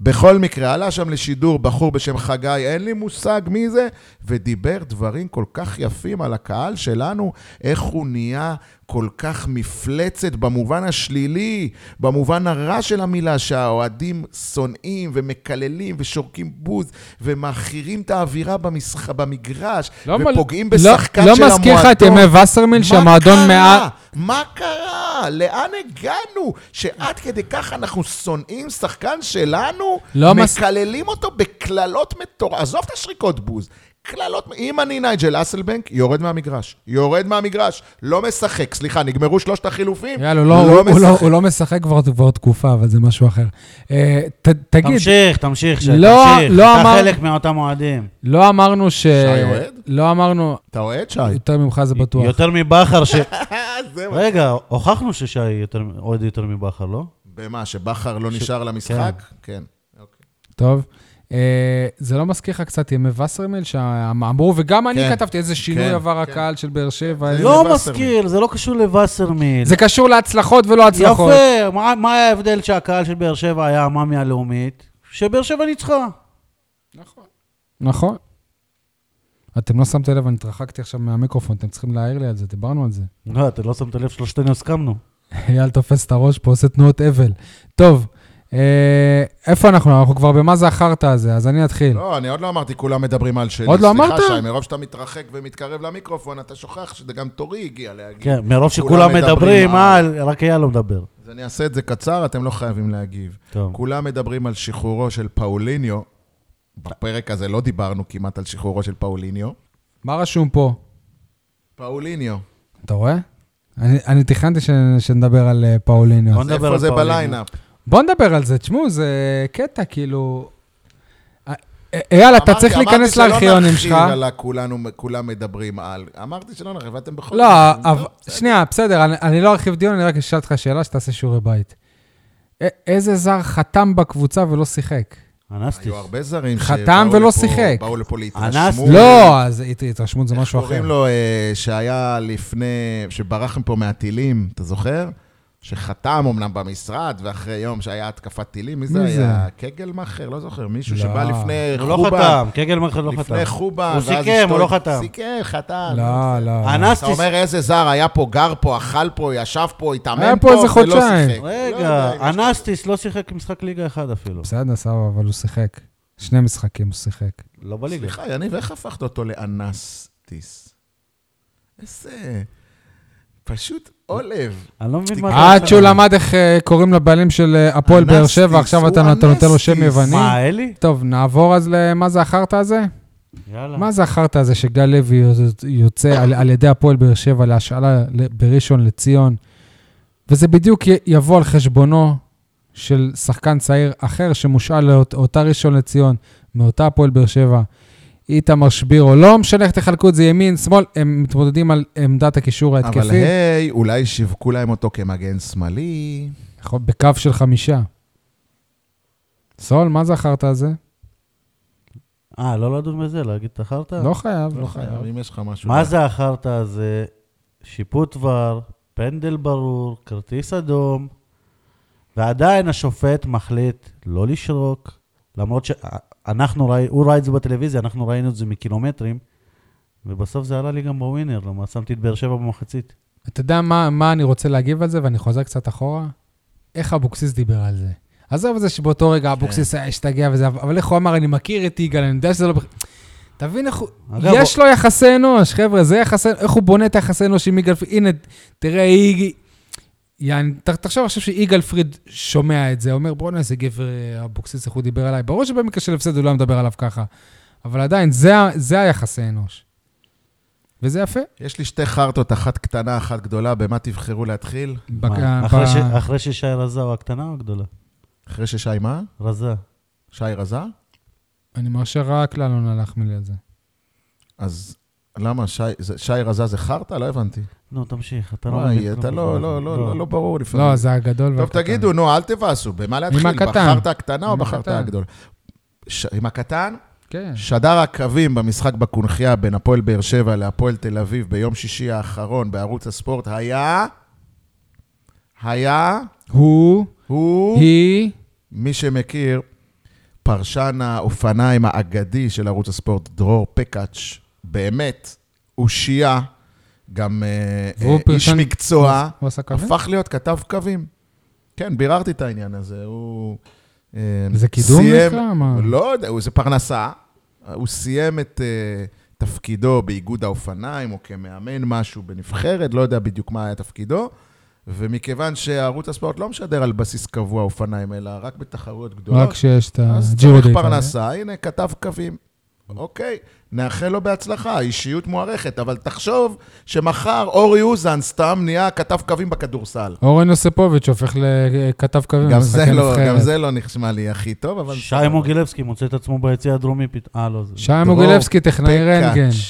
Speaker 3: בכל מקרה, עלה שם לשידור בחור בשם חגי, אין לי מושג מי זה, ודיבר דברים כל כך יפים על הקהל שלנו, איך הוא נהיה כל כך מפלצת במובן השלילי, במובן הרע של המילה, שהאוהדים שונאים ומקללים ושורקים בוז ומעכירים את האווירה במשח... במגרש,
Speaker 1: לא מל-
Speaker 3: ופוגעים
Speaker 1: לא-
Speaker 3: בשחקן של המועדון.
Speaker 1: לא מזכיר לך את ימי וסרמיל, שהמועדון
Speaker 3: מה
Speaker 1: מעט...
Speaker 3: קרה? מה קרה? לאן הגענו? שעד כדי כך אנחנו שונאים שחקן שלנו?
Speaker 1: לא מס-
Speaker 3: מקללים אותו בקללות מטורף. עזוב את השריקות בוז. קללות, אם אני נייג'ל אסלבנק, יורד מהמגרש. יורד מהמגרש, לא משחק. סליחה, נגמרו שלושת החילופים?
Speaker 1: יאללה, הוא לא- הוא לא- הוא לא משחק כבר- כבר תקופה, אבל זה משהו אחר. אה, ת- תגיד,
Speaker 2: תמשיך, תמשיך, שי,
Speaker 1: לא-
Speaker 2: תמשיך.
Speaker 1: לא
Speaker 2: אתה
Speaker 1: אמר-
Speaker 2: חלק מאותם אוהדים.
Speaker 1: לא אמרנו ש...
Speaker 3: שי אוהד?
Speaker 1: לא אמרנו...
Speaker 3: אתה אוהד, שי? אה,
Speaker 1: יותר ממך זה בטוח.
Speaker 2: יותר מבכר ש...
Speaker 3: זה מה.
Speaker 2: רגע, הוכחנו ששי יותר- אוהד יותר מבכר, לא?
Speaker 3: במה, שבכר לא נשאר למשחק? כן. אוקיי.
Speaker 1: טוב. אה, זה לא מזכיר לך קצת ימי וסרמיל, שאמרו, וגם אני
Speaker 3: כן.
Speaker 1: כתבתי איזה שינוי
Speaker 3: כן,
Speaker 1: עבר
Speaker 3: כן.
Speaker 1: הקהל של באר שבע.
Speaker 3: זה-
Speaker 2: לא
Speaker 3: לווסרמיל.
Speaker 2: מזכיר, זה לא קשור לווסרמיל.
Speaker 1: זה קשור להצלחות ולא הצלחות.
Speaker 2: יפה, מה- מה ההבדל שהקהל של באר שבע היה המאמי הלאומית? שבאר שבע ניצחה.
Speaker 1: נכון. אתם לא שמתם לב, אני התרחקתי עכשיו מהמיקרופון, אתם צריכים להעיר לי על זה, דיברנו על זה.
Speaker 2: לא, אתה לא שמת לב שלושתנו הסכמנו.
Speaker 1: אייל תופס את הראש פה, עושה תנועות אבל. טוב, אה, איפה אנחנו? אנחנו כבר במה זה החרטא הזה, אז אני אתחיל.
Speaker 3: לא, אני עוד לא אמרתי, כולם מדברים על שלי.
Speaker 1: עוד לא אמרת?
Speaker 3: סליחה, שי, מרוב שאתה מתרחק ומתקרב למיקרופון, אתה שוכח שזה גם תורי הגיע להגיד.
Speaker 2: כן, מרוב
Speaker 3: כולם
Speaker 2: שכולם
Speaker 3: מדברים
Speaker 2: מדברים,
Speaker 3: על-
Speaker 2: אה, רק אייל לא מדבר.
Speaker 3: אז אני אעשה את זה קצר, אתם לא חייבים להגיב.
Speaker 2: טוב.
Speaker 3: כולם מדברים על שחרורו של פאוליניו. בפרק הזה לא דיברנו כמעט על שחרורו של פאוליניו.
Speaker 1: מה רשום פה?
Speaker 3: פאוליניו.
Speaker 1: אתה רואה? אני, אני תכננתי ש, שנדבר על אה, פאוליניו.
Speaker 2: בוא נ- נדבר
Speaker 3: איפה
Speaker 2: על
Speaker 3: זה
Speaker 2: פאוליניו.
Speaker 3: בליינאפ?
Speaker 1: בוא נדבר על זה, תשמעו, זה קטע, כאילו... אה, אה, אייל, אתה
Speaker 3: אמרתי-
Speaker 1: צריך להיכנס לארכיונים שלך.
Speaker 3: אמרתי שלא נרחיב על הכולנו, כולם מדברים על... אמרתי שלא נרחיב, ואתם בכל
Speaker 1: לא,
Speaker 3: זאת-
Speaker 1: אבל-
Speaker 3: טוב,
Speaker 1: שנייה, בסדר, אני- אני לא ארחיב דיון, אני רק אשאל אותך שאלה שתעשה שיעורי בית. א- איזה זר חתם בקבוצה ולא שיחק?
Speaker 2: אנסטיס.
Speaker 3: היו הרבה זרים
Speaker 1: חתם
Speaker 3: שבאו
Speaker 1: ולא
Speaker 3: לפה-
Speaker 1: שיחק.
Speaker 3: באו לפה
Speaker 2: אנס-
Speaker 3: להתרשמו.
Speaker 1: לא, אז הת- התרשמות זה משהו
Speaker 3: איך קוראים
Speaker 1: אחר.
Speaker 3: לו, אה, שהיה לפני, שברח מפה מהטילים, אתה זוכר? שחתם אמנם במשרד, ואחרי יום שהיה התקפת טילים, מי זה
Speaker 1: מי זה?
Speaker 3: היה? קגלמאכר? לא זוכר, מישהו
Speaker 1: לא.
Speaker 3: שבא לפני
Speaker 2: הוא לא
Speaker 3: חובה.
Speaker 2: חתם, קגל מרחב לא חתם.
Speaker 3: לפני חובה,
Speaker 2: הוא
Speaker 3: ואז
Speaker 2: סיכם, הוא
Speaker 3: אשתו-
Speaker 2: לא חתם.
Speaker 3: סיכם, חתם.
Speaker 1: לא, לא.
Speaker 3: אתה
Speaker 2: אנסטיס,
Speaker 3: אומר איזה זר, היה פה, גר פה, אכל פה, ישב פה, התאמן פה,
Speaker 1: היה פה איזה
Speaker 3: ולא
Speaker 1: חודשיים.
Speaker 3: שיחק. לא
Speaker 2: רגע,
Speaker 3: יודע אם יש-
Speaker 2: אנסטיס לא שיחק משחק ליגה אחד אפילו.
Speaker 1: בסדר, סבבה, אבל הוא שיחק. שני משחקים הוא שיחק.
Speaker 2: לא בליגה.
Speaker 3: סליחה, יניב, איך הפכת אותו לאנסטיס? איזה... פשוט עולב.
Speaker 2: אני לא מבין מה אתה...
Speaker 1: עד שהוא למד איך אה, קוראים לבעלים של אה, הפועל באר
Speaker 3: אנסטיס,
Speaker 1: שבע, עכשיו אתה
Speaker 3: הוא
Speaker 1: נותן- נותן לו שם
Speaker 3: אנסטיס.
Speaker 1: יווני.
Speaker 2: מה, אלי?
Speaker 1: טוב, נעבור אז למה זה החרטא הזה?
Speaker 2: יאללה.
Speaker 1: מה זה החרטא הזה שגל לוי יוצא על, על ידי הפועל באר שבע להשאלה ל- בראשון לציון, וזה בדיוק י- יבוא על חשבונו של שחקן צעיר אחר שמושאל לאותה ראשון לציון, מאותה הפועל באר שבע, איתמר שבירו. לא משנה איך תחלקו את זה ימין, שמאל, הם מתמודדים על עמדת הקישור
Speaker 3: אבל
Speaker 1: ההתקפי,
Speaker 3: היי, אולי שיווקו להם אותו כמגן שמאלי.
Speaker 1: יכול- בקו של חמישה. סול, מה זה החרטא הזה?
Speaker 2: אה, לא לדון בזה, להגיד את החרטא?
Speaker 1: לא חייב.
Speaker 3: לא חייב, אם יש לך משהו...
Speaker 2: מה זה החרטא הזה? שיפוט ור, פנדל ברור, כרטיס אדום, ועדיין השופט מחליט לא לשרוק, למרות שאנחנו, ראי, הוא ראה את זה בטלוויזיה, אנחנו ראינו את זה מקילומטרים, ובסוף זה עלה לי גם בווינר, למה שמתי את באר שבע במחצית.
Speaker 1: אתה יודע מה, מה אני רוצה להגיב על זה, ואני חוזר קצת אחורה? איך אבוקסיס דיבר על זה. עזוב את זה שבאותו
Speaker 2: כן.
Speaker 1: רגע אבוקסיס היה השתגע וזה, אבל איך הוא אמר, אני מכיר את יגאל, אני יודע שזה לא... בכ-" תבין איך הוא...
Speaker 2: אגב,
Speaker 1: יש לו יחסי אנוש, חבר'ה, זה יחסי... איך הוא בונה את היחסי אנוש עם יגאל פריד? הנה, תראה, איגי... יעני, ת- תחשוב עכשיו שיגאל פריד שומע את זה, אומר, בואנה, איזה גבר אה, אבוקסיס, איך הוא דיבר עליי. ברור שבמקרה של הפסד הוא לא היה מדבר עליו ככה, אבל עדיין, זה, ה- זה היחסי אנוש. וזה יפה.
Speaker 3: יש לי שתי חרטות, אחת קטנה, אחת גדולה, במה תבחרו להתחיל?
Speaker 1: בק- אה,
Speaker 2: מה,
Speaker 1: ב-
Speaker 2: אחרי ש- אחרי ששי רזה הוא הקטנה או הגדולה?
Speaker 3: אחרי ששי מה?
Speaker 2: רזה.
Speaker 3: שי רזה?
Speaker 1: אני מאשר רק לאלון הלחמי על זה.
Speaker 3: אז למה, שי, זה- שי רזה זה חרטא? לא הבנתי.
Speaker 2: נו, תמשיך, אתה לא...
Speaker 3: וואי,
Speaker 2: מבין
Speaker 3: אתה
Speaker 2: כלום.
Speaker 3: לא, לא, לא, לא, לא ברור לפעמים.
Speaker 1: לא, זה הגדול
Speaker 3: טוב,
Speaker 1: והקטן.
Speaker 3: תגידו, נו, אל תבאסו, במה להתחיל?
Speaker 1: הקטן.
Speaker 3: בחרת הקטנה או
Speaker 1: עם
Speaker 3: בחרת
Speaker 1: הקטן.
Speaker 3: הגדול? ש- עם הקטן?
Speaker 1: כן.
Speaker 3: שדר הקווים במשחק בקונכייה בין הפועל באר שבע להפועל תל אביב ביום שישי האחרון בערוץ הספורט היה... היה...
Speaker 1: הוא,
Speaker 3: הוא...
Speaker 1: היא,
Speaker 3: מי שמכיר, פרשן האופניים האגדי של ערוץ הספורט, דרור פקאץ', באמת, אושייה, גם אה,
Speaker 1: והוא
Speaker 3: אה, איש
Speaker 1: פרשן-
Speaker 3: מקצוע,
Speaker 1: הוא עשה קווים?
Speaker 3: הפך להיות כתב קווים. כן, ביררתי את העניין הזה, הוא... אה,
Speaker 1: זה קידום
Speaker 3: סיים-
Speaker 1: נקרא? מה?
Speaker 3: לא יודע, הוא- זה פרנסה. הוא סיים את אה, תפקידו באיגוד האופניים, או כמאמן משהו בנבחרת, לא יודע בדיוק מה היה תפקידו. ומכיוון שערוץ הספורט לא משדר על בסיס קבוע אופניים, אלא רק בתחרויות גדולות,
Speaker 1: לא, רק שיש את
Speaker 3: אז
Speaker 1: הג'ירו
Speaker 3: צריך
Speaker 1: די.
Speaker 3: פרנסה, הנה, כתב קווים. אוקיי, נאחל לו בהצלחה, אישיות מוערכת, אבל תחשוב שמחר אורי אוזן סתם נהיה כתב קווים בכדורסל.
Speaker 1: אורן יוסיפוביץ' הופך לכתב קווים.
Speaker 3: גם
Speaker 1: במשחקי
Speaker 3: זה, לא,
Speaker 1: אה, נבחרת.
Speaker 3: גם זה לא נשמע לי הכי טוב, אבל...
Speaker 2: שי מוגילבסקי מוצא את עצמו ביציע הדרומי פתאום. אה, לא, זה...
Speaker 1: שי
Speaker 3: דרור
Speaker 1: מוגילבסקי, טכנאי רנטגן.
Speaker 3: פקאץ'.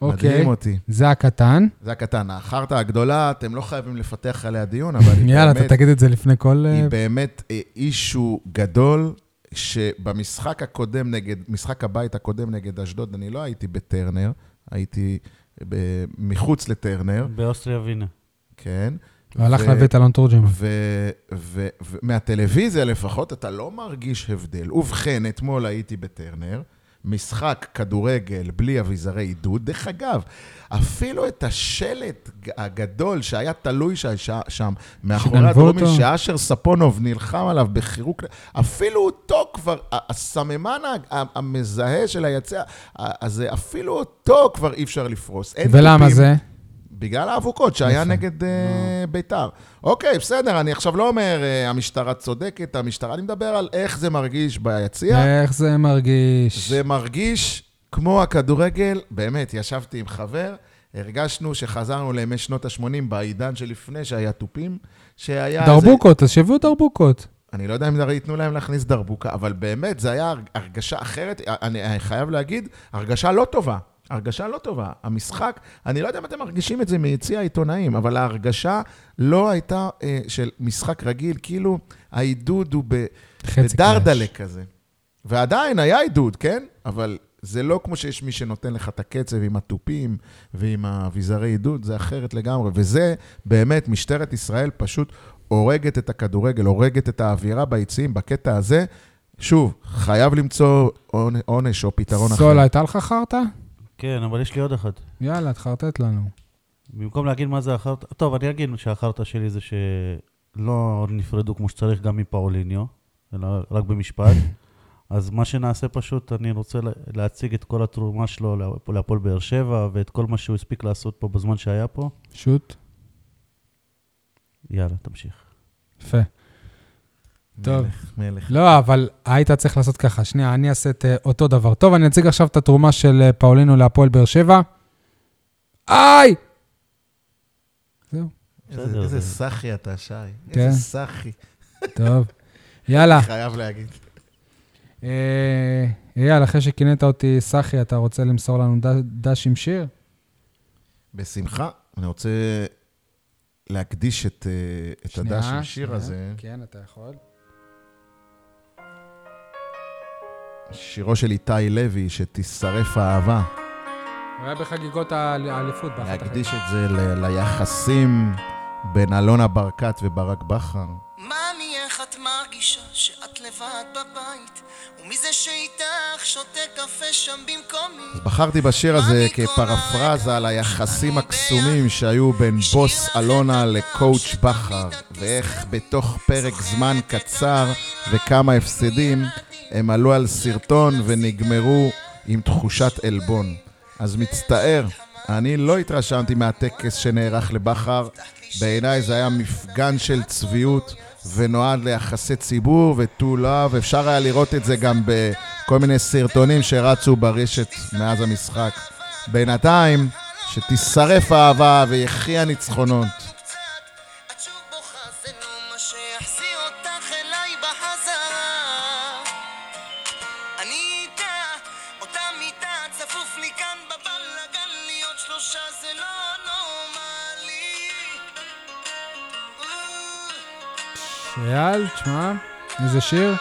Speaker 1: אוקיי.
Speaker 3: מדהים אותי.
Speaker 1: זה הקטן.
Speaker 3: זה הקטן. החרטא הגדולה, אתם לא חייבים לפתח עליה דיון, אבל היא
Speaker 1: יאללה, אתה
Speaker 3: באמת...
Speaker 1: תגיד את זה לפני כל... אה,
Speaker 3: היא באמת אה, אישו גדול, שבמשחק הקודם נגד, משחק הבית הקודם נגד אשדוד, אני לא הייתי בטרנר, הייתי ב- מחוץ לטרנר,
Speaker 2: באוסטריה ווינה.
Speaker 3: כן.
Speaker 1: והלך
Speaker 3: ו-
Speaker 1: להביא את אלון תורג'מן.
Speaker 3: ו- ו- ו- מהטלוויזיה לפחות אתה לא מרגיש הבדל. ובכן, אתמול הייתי בטרנר, משחק כדורגל בלי אביזרי עידוד. דרך אגב, אפילו את השלט ג- הגדול שהיה תלוי ש- ש- שם, מאחורי
Speaker 1: שגנבו
Speaker 3: הדרומי,
Speaker 1: אותו?
Speaker 3: שאשר ספונוב נלחם עליו בחירוק, אפילו אותו כבר, ה- הסממן ה- ה- המזהה של היצע ה- הזה, אפילו אותו כבר אי אפשר לפרוס. אין
Speaker 1: ולמה
Speaker 3: טיפים.
Speaker 1: זה?
Speaker 3: בגלל האבוקות שהיה
Speaker 1: יפה.
Speaker 3: נגד אה, ביתר. אוקיי, בסדר, אני עכשיו לא אומר אה, המשטרה צודקת, המשטרה, אני מדבר על איך זה מרגיש ביציע.
Speaker 1: איך זה מרגיש?
Speaker 3: זה מרגיש כמו הכדורגל, באמת, ישבתי עם חבר, הרגשנו שחזרנו לימי שנות ה-80, בעידן שלפני שהיה תופים, שהיה... איזה-
Speaker 1: דרבוקות, אז שיביאו דרבוקות.
Speaker 3: אני לא יודע אם ייתנו להם להכניס דרבוקה, אבל באמת, זה היה הר- הרגשה אחרת, אני אני חייב להגיד, הרגשה לא טובה. הרגשה לא טובה. המשחק, אני לא יודע אם אתם מרגישים את זה מיציע העיתונאים, אבל ההרגשה לא הייתה אה, של משחק רגיל, כאילו העידוד הוא ב-
Speaker 1: חצי
Speaker 3: בדרדלה כזה. ועדיין היה עידוד, כן? אבל זה לא כמו שיש מי שנותן לך את הקצב עם התופים ועם האביזרי עידוד, זה אחרת לגמרי. וזה באמת, משטרת ישראל פשוט הורגת את הכדורגל, הורגת את האווירה ביציעים בקטע הזה. שוב, חייב למצוא עונ- עונש או פתרון אחר.
Speaker 1: סולה, הייתה לך חרטא?
Speaker 2: כן, אבל יש לי עוד אחת.
Speaker 1: יאללה, תחרטט לנו.
Speaker 2: במקום להגיד מה זה החרטא, טוב, אני אגיד שהחרטא שלי זה שלא נפרדו כמו שצריך גם מפאוליניו, אלא רק במשפט. אז מה שנעשה פשוט, אני רוצה לה- להציג את כל התרומה שלו לה- להפועל באר שבע, ואת כל מה שהוא הספיק לעשות פה בזמן שהיה פה.
Speaker 1: שוט.
Speaker 2: יאללה, תמשיך.
Speaker 1: יפה. טוב.
Speaker 3: מלך, מלך.
Speaker 1: לא, אבל היית צריך לעשות ככה. שנייה, אני אעשה את אה, אותו דבר. טוב, אני אציג עכשיו את התרומה של אה, פאולינו להפועל באר שבע. איי! זהו,
Speaker 3: איזה
Speaker 2: בסדר,
Speaker 3: איזה
Speaker 2: זה-
Speaker 3: סאחי אתה, שי.
Speaker 1: כן.
Speaker 3: איזה סאחי.
Speaker 1: טוב. יאללה.
Speaker 3: חייב להגיד.
Speaker 1: אה, אייל, אחרי שכינית אותי סחי, אתה רוצה למסור לנו ד- דש עם שיר?
Speaker 3: בשמחה. אני רוצה להקדיש את אה, את
Speaker 1: שנייה,
Speaker 3: הדש עם שיר
Speaker 1: שנייה.
Speaker 3: הזה.
Speaker 1: כן, אתה יכול.
Speaker 3: שירו של איתי לוי, שתישרף האהבה.
Speaker 1: הוא היה בחגיגות האל- האליפות. באחת
Speaker 3: להקדיש את זה ל- ליחסים בין אלונה ברקת וברק בכר.
Speaker 4: מאמי, איך את מרגישה שאת לבד בבית? ומי זה שאיתך שותה קפה שם במקומי?
Speaker 3: אז בחרתי בשיר הזה כפרפרזה על היחסים הקסומים שהיו בין בוס אלונה לקואוץ' בכר, ואיך בתוך פרק זמן קצר וכמה הפסדים, הם עלו על סרטון ונגמרו עם תחושת עלבון. אז מצטער, אני לא התרשמתי מהטקס שנערך לבכר. בעיניי זה היה מפגן של צביעות ונועד ליחסי ציבור ותו לאו. אפשר היה לראות את זה גם בכל מיני סרטונים שרצו ברשת מאז המשחק. בינתיים, שתישרף האהבה ויחי הניצחונות.
Speaker 4: את שוב בוכה, זה לא מה שיחזיר אותך אליי בחזרה. אני איתה, אותה מיטה, צפוף לי כאן בבלקון. לא
Speaker 1: אייל, תשמע, איזה שיר.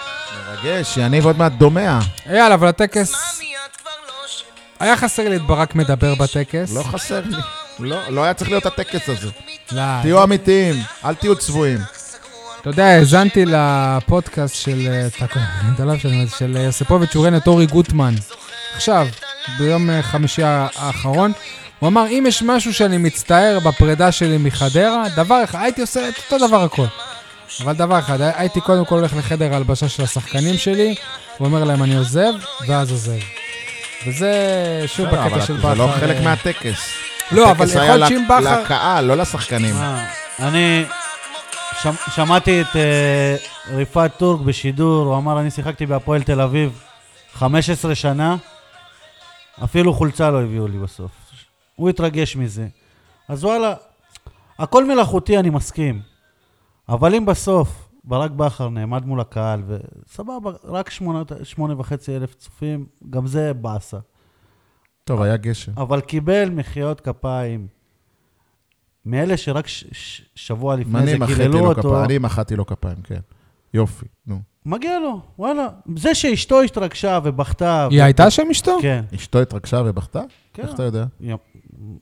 Speaker 3: מרגש, יניב עוד מעט דומע.
Speaker 1: אייל, אבל הטקס,
Speaker 4: מאמי את כבר לא שלי
Speaker 1: היה חסר לי את ברק מדבר בטקס.
Speaker 3: לא חסר לי. לא, לא היה צריך להיות הטקס הזה.
Speaker 1: לא.
Speaker 3: תהיו אמיתיים, אל תהיו צבועים.
Speaker 4: סגרו על
Speaker 1: אתה יודע, האזנתי לפודקאסט של, אה, תקו, אתה לא אוהב שאני- של אה, יוסיפוביץ', הוא ראיין את אורי גוטמן. עכשיו, ביום אה, חמישי ה- האחרון. הוא אמר, אם יש משהו שאני מצטער בפרידה שלי מחדרה, דבר אחד, הייתי עושה את אותו דבר הכל. אבל דבר אחד, הי- הייתי קודם כל הולך לחדר ההלבשה של השחקנים שלי, ואומר להם, אני עוזב, ואז עוזב. וזה שוב
Speaker 3: בסדר, אבל
Speaker 1: בקטע של בכר.
Speaker 3: זה לא חלק
Speaker 1: אה,
Speaker 3: מהטקס.
Speaker 1: לא, אבל
Speaker 3: הטקס
Speaker 1: יכול
Speaker 3: היה
Speaker 1: להיות
Speaker 3: לק-
Speaker 1: שאם בכר...
Speaker 3: לקהל, לא לשחקנים.
Speaker 2: אה, אני שמ- שמעתי את אה, ריפעת טורק בשידור, הוא אמר, אני שיחקתי בהפועל תל אביב 15 שנה, אפילו חולצה לא הביאו לי בסוף. הוא התרגש מזה. אז וואלה, הכל מלאכותי, אני מסכים. אבל אם בסוף ברק בכר נעמד מול הקהל, וסבבה, רק שמונה, שמונה וחצי אלף צופים, גם זה באסה.
Speaker 3: טוב, היה גשם.
Speaker 2: אבל קיבל מחיאות כפיים. מאלה שרק ש- ש- שבוע לפני
Speaker 3: אני
Speaker 2: זה
Speaker 3: מחאתי
Speaker 2: קיללו
Speaker 3: לו
Speaker 2: אותו,
Speaker 3: כפיים, אני מחאתי לו כפיים, כן. יופי, נו.
Speaker 2: מגיע לו, וואלה. זה שאשתו השתרגשה ובכתה...
Speaker 1: היא הייתה שם אשתו?
Speaker 2: כן,
Speaker 3: אשתו התרגשה ובכתה?
Speaker 2: כן.
Speaker 3: איך אתה יודע?
Speaker 2: יא-
Speaker 3: היא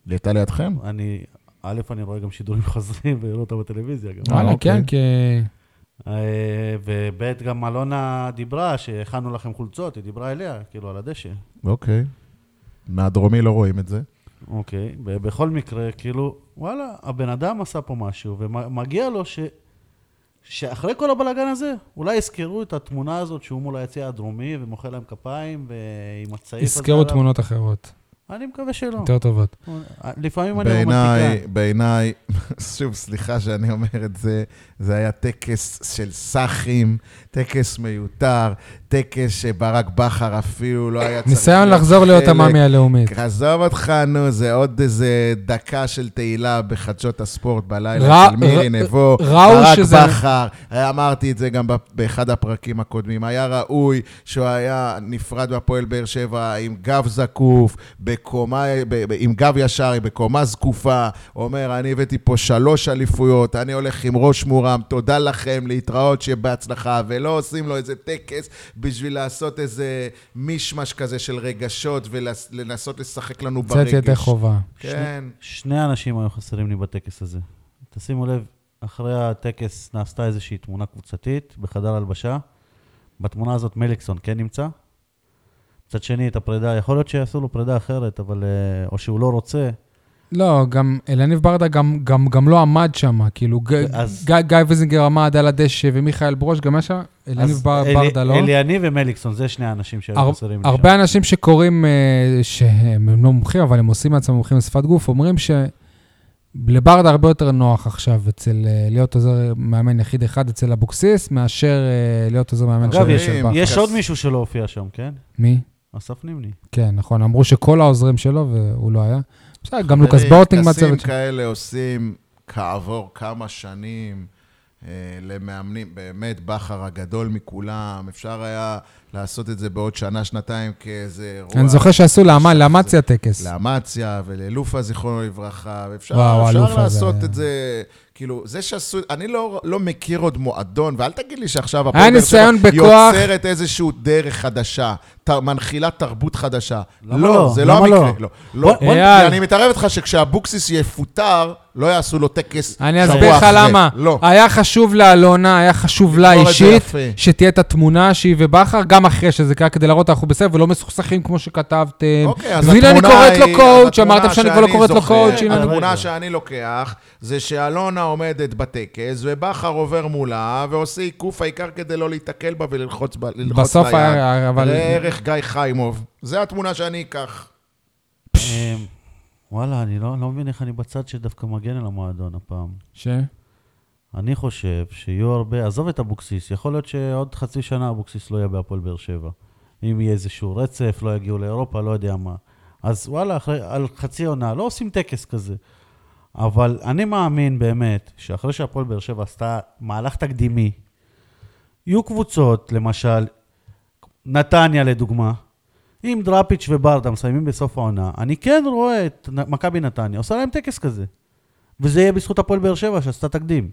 Speaker 3: הייתה לידכם?
Speaker 2: אני, א', אני רואה גם שידורים חוזרים ויראו אותה בטלוויזיה גם.
Speaker 1: וואלה,
Speaker 3: אה,
Speaker 1: כן,
Speaker 3: אוקיי.
Speaker 1: כי...
Speaker 2: אה, וב', גם אלונה דיברה שהכנו לכם חולצות, היא דיברה אליה, כאילו, על הדשא.
Speaker 3: אוקיי. מהדרומי לא רואים את זה.
Speaker 2: אוקיי, ובכל מקרה, כאילו, וואלה, הבן אדם עשה פה משהו, ומגיע לו ש... שאחרי כל הבלאגן הזה, אולי יזכרו את התמונה הזאת שהוא מול היציע הדרומי ומוחא להם כפיים ועם הצעיף הזה.
Speaker 1: יזכרו
Speaker 2: עליו. לא.
Speaker 1: תמונות אחרות,
Speaker 2: אני מקווה שלא.
Speaker 1: יותר טובות.
Speaker 2: לפעמים אני לא רומנטיקן.
Speaker 3: בעיניי, בעיניי, שוב, סליחה שאני אומר את זה, זה היה טקס של סאחים, טקס מיותר, טקס שברק בכר אפילו לא היה צריך...
Speaker 1: ניסיון
Speaker 3: להיות
Speaker 1: לחזור להיות
Speaker 2: אה,
Speaker 3: חלק.
Speaker 1: המאמי הלאומית.
Speaker 3: עזוב אותך, נו, זה עוד איזה דקה של תהילה בחדשות הספורט בלילה
Speaker 1: רא-
Speaker 3: של מירי
Speaker 1: ר-
Speaker 3: נבו,
Speaker 1: ראו
Speaker 3: ברק
Speaker 1: שזה-
Speaker 3: בכר, היה- אה, אמרתי את זה גם ב- באחד הפרקים הקודמים, היה ראוי שהוא היה נפרד מהפועל באר שבע עם גב זקוף, בקומה, ב- ב- עם גב ישר, בקומה זקופה, אומר, אני הבאתי פה שלוש אליפויות, אני הולך עם ראש מורם, תודה לכם, להתראות, שיהיה בהצלחה, ולא עושים לו איזה טקס בשביל לעשות איזה מישמש כזה של רגשות ולנסות לשחק לנו ברגש.
Speaker 1: צאת ידי חובה.
Speaker 3: כן.
Speaker 2: שני אנשים היו חסרים לי בטקס הזה. תשימו לב, אחרי הטקס נעשתה איזושהי תמונה קבוצתית בחדר הלבשה. בתמונה הזאת מליקסון כן נמצא. מצד שני, את הפרידה, יכול להיות שיעשו לו פרידה אחרת, אבל... אה, או שהוא לא רוצה.
Speaker 1: לא, גם אלניב ברדה גם, גם, גם לא עמד שם, כאילו ג,
Speaker 2: אז-
Speaker 1: גיא, גיא ויזינגר עמד על הדשא ומיכאל ברוש גם היה שם, אלניב
Speaker 2: אז
Speaker 1: בר,
Speaker 2: אלי-
Speaker 1: ברדה לא.
Speaker 2: אליאני ומליקסון, זה שני האנשים שהיו
Speaker 1: הר,
Speaker 2: חסרים לי
Speaker 1: הרבה אנשים שקוראים, אה, שהם הם לא מומחים, אבל הם עושים מעצמם מומחים לשפת גוף, אומרים שלברדה הרבה יותר נוח עכשיו אצל אה, להיות עוזר מאמן יחיד אחד אצל אבוקסיס, מאשר אה, להיות עוזר מאמן
Speaker 2: אגב,
Speaker 1: של-
Speaker 2: יש-
Speaker 1: של
Speaker 3: יש-
Speaker 1: בכר.
Speaker 2: שם. יש
Speaker 3: אחרי
Speaker 2: עוד
Speaker 3: הס-
Speaker 2: מישהו שלא הופיע שם, כן?
Speaker 1: מי?
Speaker 2: אסף נימני.
Speaker 1: כן, נכון, אמרו שכל העוזרים שלו, והוא לא היה. בסדר, גם לוקס
Speaker 3: תראי,
Speaker 1: בורטינג מהצוות
Speaker 3: טקסים
Speaker 1: שלו.
Speaker 3: כאלה עושים כעבור כמה שנים אה, למאמנים, באמת בכר הגדול מכולם, אפשר היה לעשות את זה בעוד שנה, שנתיים כאיזה אירוע.
Speaker 1: אני זוכר שעשו לאמה-
Speaker 3: זה-
Speaker 1: לאמציה טקס.
Speaker 3: לאמציה וללופה, זיכרונו לברכה, ואפשר
Speaker 1: וואו,
Speaker 3: אפשר
Speaker 1: אלופה זה
Speaker 3: לעשות
Speaker 1: היה.
Speaker 3: את זה, כאילו, זה שעשו, אני לא, לא מכיר עוד מועדון, ואל תגיד לי שעכשיו
Speaker 1: היה
Speaker 3: הפועל באר שבע
Speaker 1: ניסיון בכוח.
Speaker 3: יוצרת איזשהו דרך חדשה, ת, מנחילה תרבות חדשה.
Speaker 2: למה
Speaker 3: לא,
Speaker 2: לא?
Speaker 3: זה לא
Speaker 2: למה
Speaker 3: המקרה.
Speaker 2: לא?
Speaker 3: לא. לא.
Speaker 2: בוא-
Speaker 1: אייל.
Speaker 3: אני מתערב איתך שכשאבוקסיס יפוטר, לא יעשו לו טקס שבוע אחרי.
Speaker 1: אני אסביר לך למה.
Speaker 3: לא.
Speaker 1: היה חשוב לאלונה, היה חשוב לה
Speaker 3: לזכור את זה
Speaker 1: אישית,
Speaker 3: יפה.
Speaker 1: שתהיה את התמונה שהיא ובכר, גם אחרי שזה קרה, כדי להראות אנחנו בסדר, ולא מסוכסכים כמו שכתבתם.
Speaker 3: אוקיי, אז
Speaker 1: והנה
Speaker 3: התמונה
Speaker 1: כן. אני קוראת לו
Speaker 3: היא-
Speaker 1: קואוצ',
Speaker 3: התמונה
Speaker 1: אמרתם שאני כבר לא קוראת לו
Speaker 3: זוכר,
Speaker 1: קואוצ', הנה אני...
Speaker 3: התמונה שאני לוקח זה שאלונה עומדת בטקס, ובכר עבר מולה, ועושה עיקוף העיקר כדי לא להיתקל בה וללחוץ ב- ללחוץ ליד.
Speaker 1: בסוף היה- אבל-
Speaker 3: לערך גיא חיימוב. זו התמונה שאני אקח.
Speaker 2: אה, וואלה, אני לא לא מבין איך אני בצד שדווקא מגן על המועדון הפעם.
Speaker 1: ש?
Speaker 2: אני חושב שיהיו הרבה, עזוב את אבוקסיס, יכול להיות שעוד חצי שנה אבוקסיס לא יהיה בהפועל באר שבע. אם יהיה איזשהו רצף, לא יגיעו לאירופה, לא יודע מה. אז וואלה, אחרי, על חצי עונה, לא עושים טקס כזה. אבל אני מאמין באמת, שאחרי שהפועל באר שבע עשתה מהלך תקדימי, יהיו קבוצות, למשל, נתניה לדוגמה, אם דראפיץ' וברדה מסיימים בסוף העונה, אני כן רואה את נ- מכבי נתניה, עושה להם טקס כזה. וזה יהיה בזכות הפועל באר שבע שעשתה תקדים.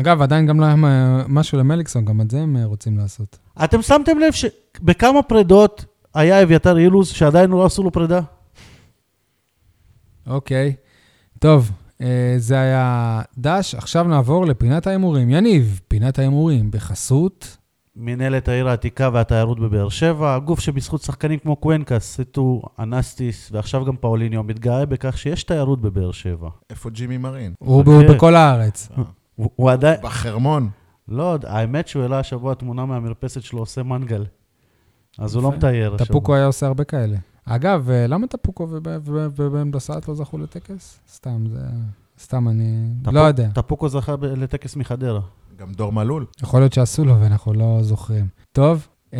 Speaker 1: אגב, עדיין גם לא היה מה- משהו למליקסון, גם את זה הם אה, רוצים לעשות.
Speaker 2: אתם שמתם לב שבכמה פרדות היה אביתר אילוז שעדיין לא עשו לו פרידה?
Speaker 1: אוקיי. טוב, אה, זה היה דש. עכשיו נעבור לפינת ההימורים. יניב, פינת ההימורים בחסות.
Speaker 2: מנהלת העיר העתיקה והתיירות בבאר שבע, הגוף שבזכות שחקנים כמו קוונקה, סטו, אנסטיס ועכשיו גם פאוליניו מתגאה בכך שיש תיירות בבאר שבע.
Speaker 3: איפה ג'ימי מרין?
Speaker 1: הוא הוא
Speaker 2: אוקיי.
Speaker 1: בכל הארץ.
Speaker 2: הוא, הוא עדיין...
Speaker 3: בחרמון.
Speaker 2: לא, האמת שהוא העלה השבוע תמונה מהמרפסת שלו עושה מנגל. אז הוא לא מתייר השבוע.
Speaker 1: טפוקו היה עושה הרבה כאלה. אגב, אה, למה טפוקו ובן בסט לא זכו לטקס? סתם, זה... סתם, אני
Speaker 2: טפו-
Speaker 1: לא יודע.
Speaker 2: טפוקו זכה ב- לטקס מחדרה.
Speaker 3: גם דור מלול.
Speaker 1: יכול להיות שעשו לו ואנחנו לא זוכרים. טוב, אה,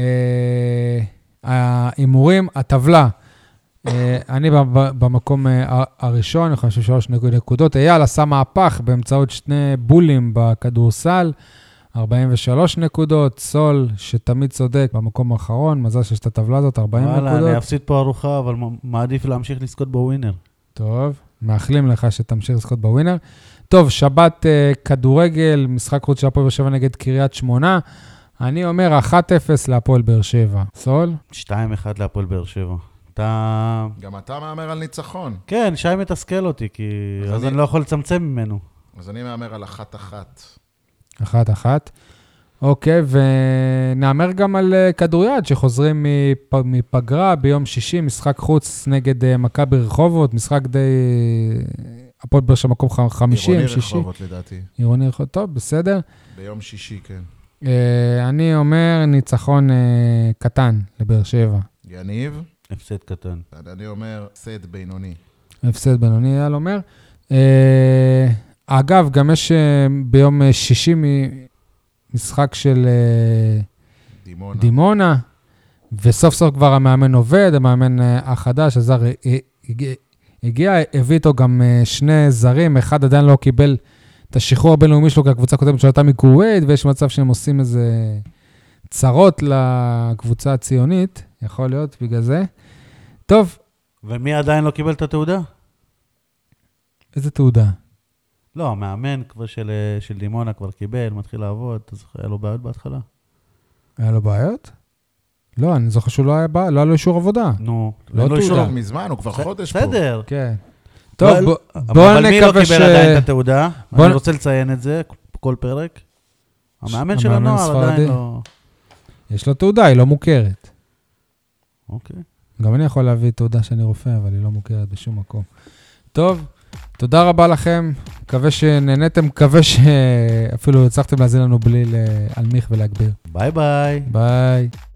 Speaker 1: ההימורים, הטבלה. אה, אני ב- ב- במקום אה, הראשון, 53 נקוד- נקודות. אייל עשה מהפך באמצעות שני בולים בכדורסל, 43 נקודות. סול, שתמיד צודק, במקום האחרון, מזל שיש את הטבלה הזאת, 40
Speaker 2: וואלה, אני
Speaker 1: נקודות.
Speaker 2: אפסיד פה ארוחה, אבל מ- מעדיף להמשיך לזכות בווינר.
Speaker 1: טוב, מאחלים לך שתמשיך לזכות בווינר. טוב, שבת אה, כדורגל, משחק חוץ של הפועל באר שבע נגד קריית שמונה. אני אומר 1-0 להפועל באר שבע. סול?
Speaker 2: 2-1 להפועל באר שבע. אתה...
Speaker 3: גם אתה מהמר על ניצחון.
Speaker 2: כן, שי מתסכל אותי, כי
Speaker 3: אז
Speaker 2: אז
Speaker 3: אני-
Speaker 2: אני לא יכול לצמצם ממנו.
Speaker 3: אז אני מהמר על אחת-אחת.
Speaker 1: 1-1. אוקיי, ונאמר גם על אה, כדוריד שחוזרים מפ... מפגרה ביום שישי, משחק חוץ נגד אה, מכבי רחובות, משחק די... אה, הפועל באר שבע מקום ח- 50, 60.
Speaker 3: עירוני רחובות לדעתי.
Speaker 1: עירוני רחובות. טוב, בסדר.
Speaker 3: ביום שישי, כן.
Speaker 1: אה, אני אומר ניצחון אה, קטן לבאר שבע.
Speaker 3: יניב,
Speaker 2: הפסד קטן.
Speaker 3: אני אומר, סד בינוני.
Speaker 1: הפסד בינוני, אייל אומר. אה, אגב, גם יש אה, ביום אה, שישי מ- משחק של אה,
Speaker 3: דימונה.
Speaker 1: דימונה, וסוף סוף כבר המאמן עובד, המאמן אה, החדש, הזר, אה, אה, הגיע- הגיע, הביא איתו גם אה, שני זרים, אחד עדיין לא קיבל את השחרור הבינלאומי שלו, כי הקבוצה הקודמת שלו הייתה מכווית, ויש מצב שהם עושים איזה צרות לקבוצה הציונית, יכול להיות, בגלל זה. טוב,
Speaker 2: ומי עדיין לא קיבל את התעודה?
Speaker 1: איזה תעודה.
Speaker 2: לא, המאמן כבר של, אה, של דימונה כבר קיבל, מתחיל לעבוד, אתה זוכר, היה לו בעיות בהתחלה?
Speaker 1: היה לו בעיות? לא, אני זוכר שהוא לא היה בא, לא היה לו אישור עבודה.
Speaker 2: נו,
Speaker 1: לא
Speaker 2: אין לו
Speaker 1: תעודה.
Speaker 2: אישור.
Speaker 3: לא מזמן, הוא כבר חודש פה.
Speaker 2: בסדר.
Speaker 1: כן. טוב,
Speaker 2: אבל-
Speaker 1: בוא-
Speaker 2: אבל
Speaker 1: בואו
Speaker 2: מי לא
Speaker 1: נקווה ש...
Speaker 2: קיבל עדיין את התעודה?
Speaker 1: בוא
Speaker 2: אני
Speaker 1: נ-
Speaker 2: רוצה לציין את זה כל פרק. המאמן
Speaker 1: ש-
Speaker 2: של
Speaker 1: המאמן
Speaker 2: הנוער
Speaker 1: הספרדי.
Speaker 2: עדיין לא...
Speaker 1: יש לו תעודה, היא לא מוכרת.
Speaker 2: אוקיי.
Speaker 1: גם אני יכול להביא תעודה שאני רופא, אבל היא לא מוכרת בשום מקום. טוב, תודה רבה לכם. מקווה שנהניתם, מקווה שאפילו הצלחתם להזין לנו בלי להנמיך ולהגביר.
Speaker 2: ביי ביי.
Speaker 1: ביי.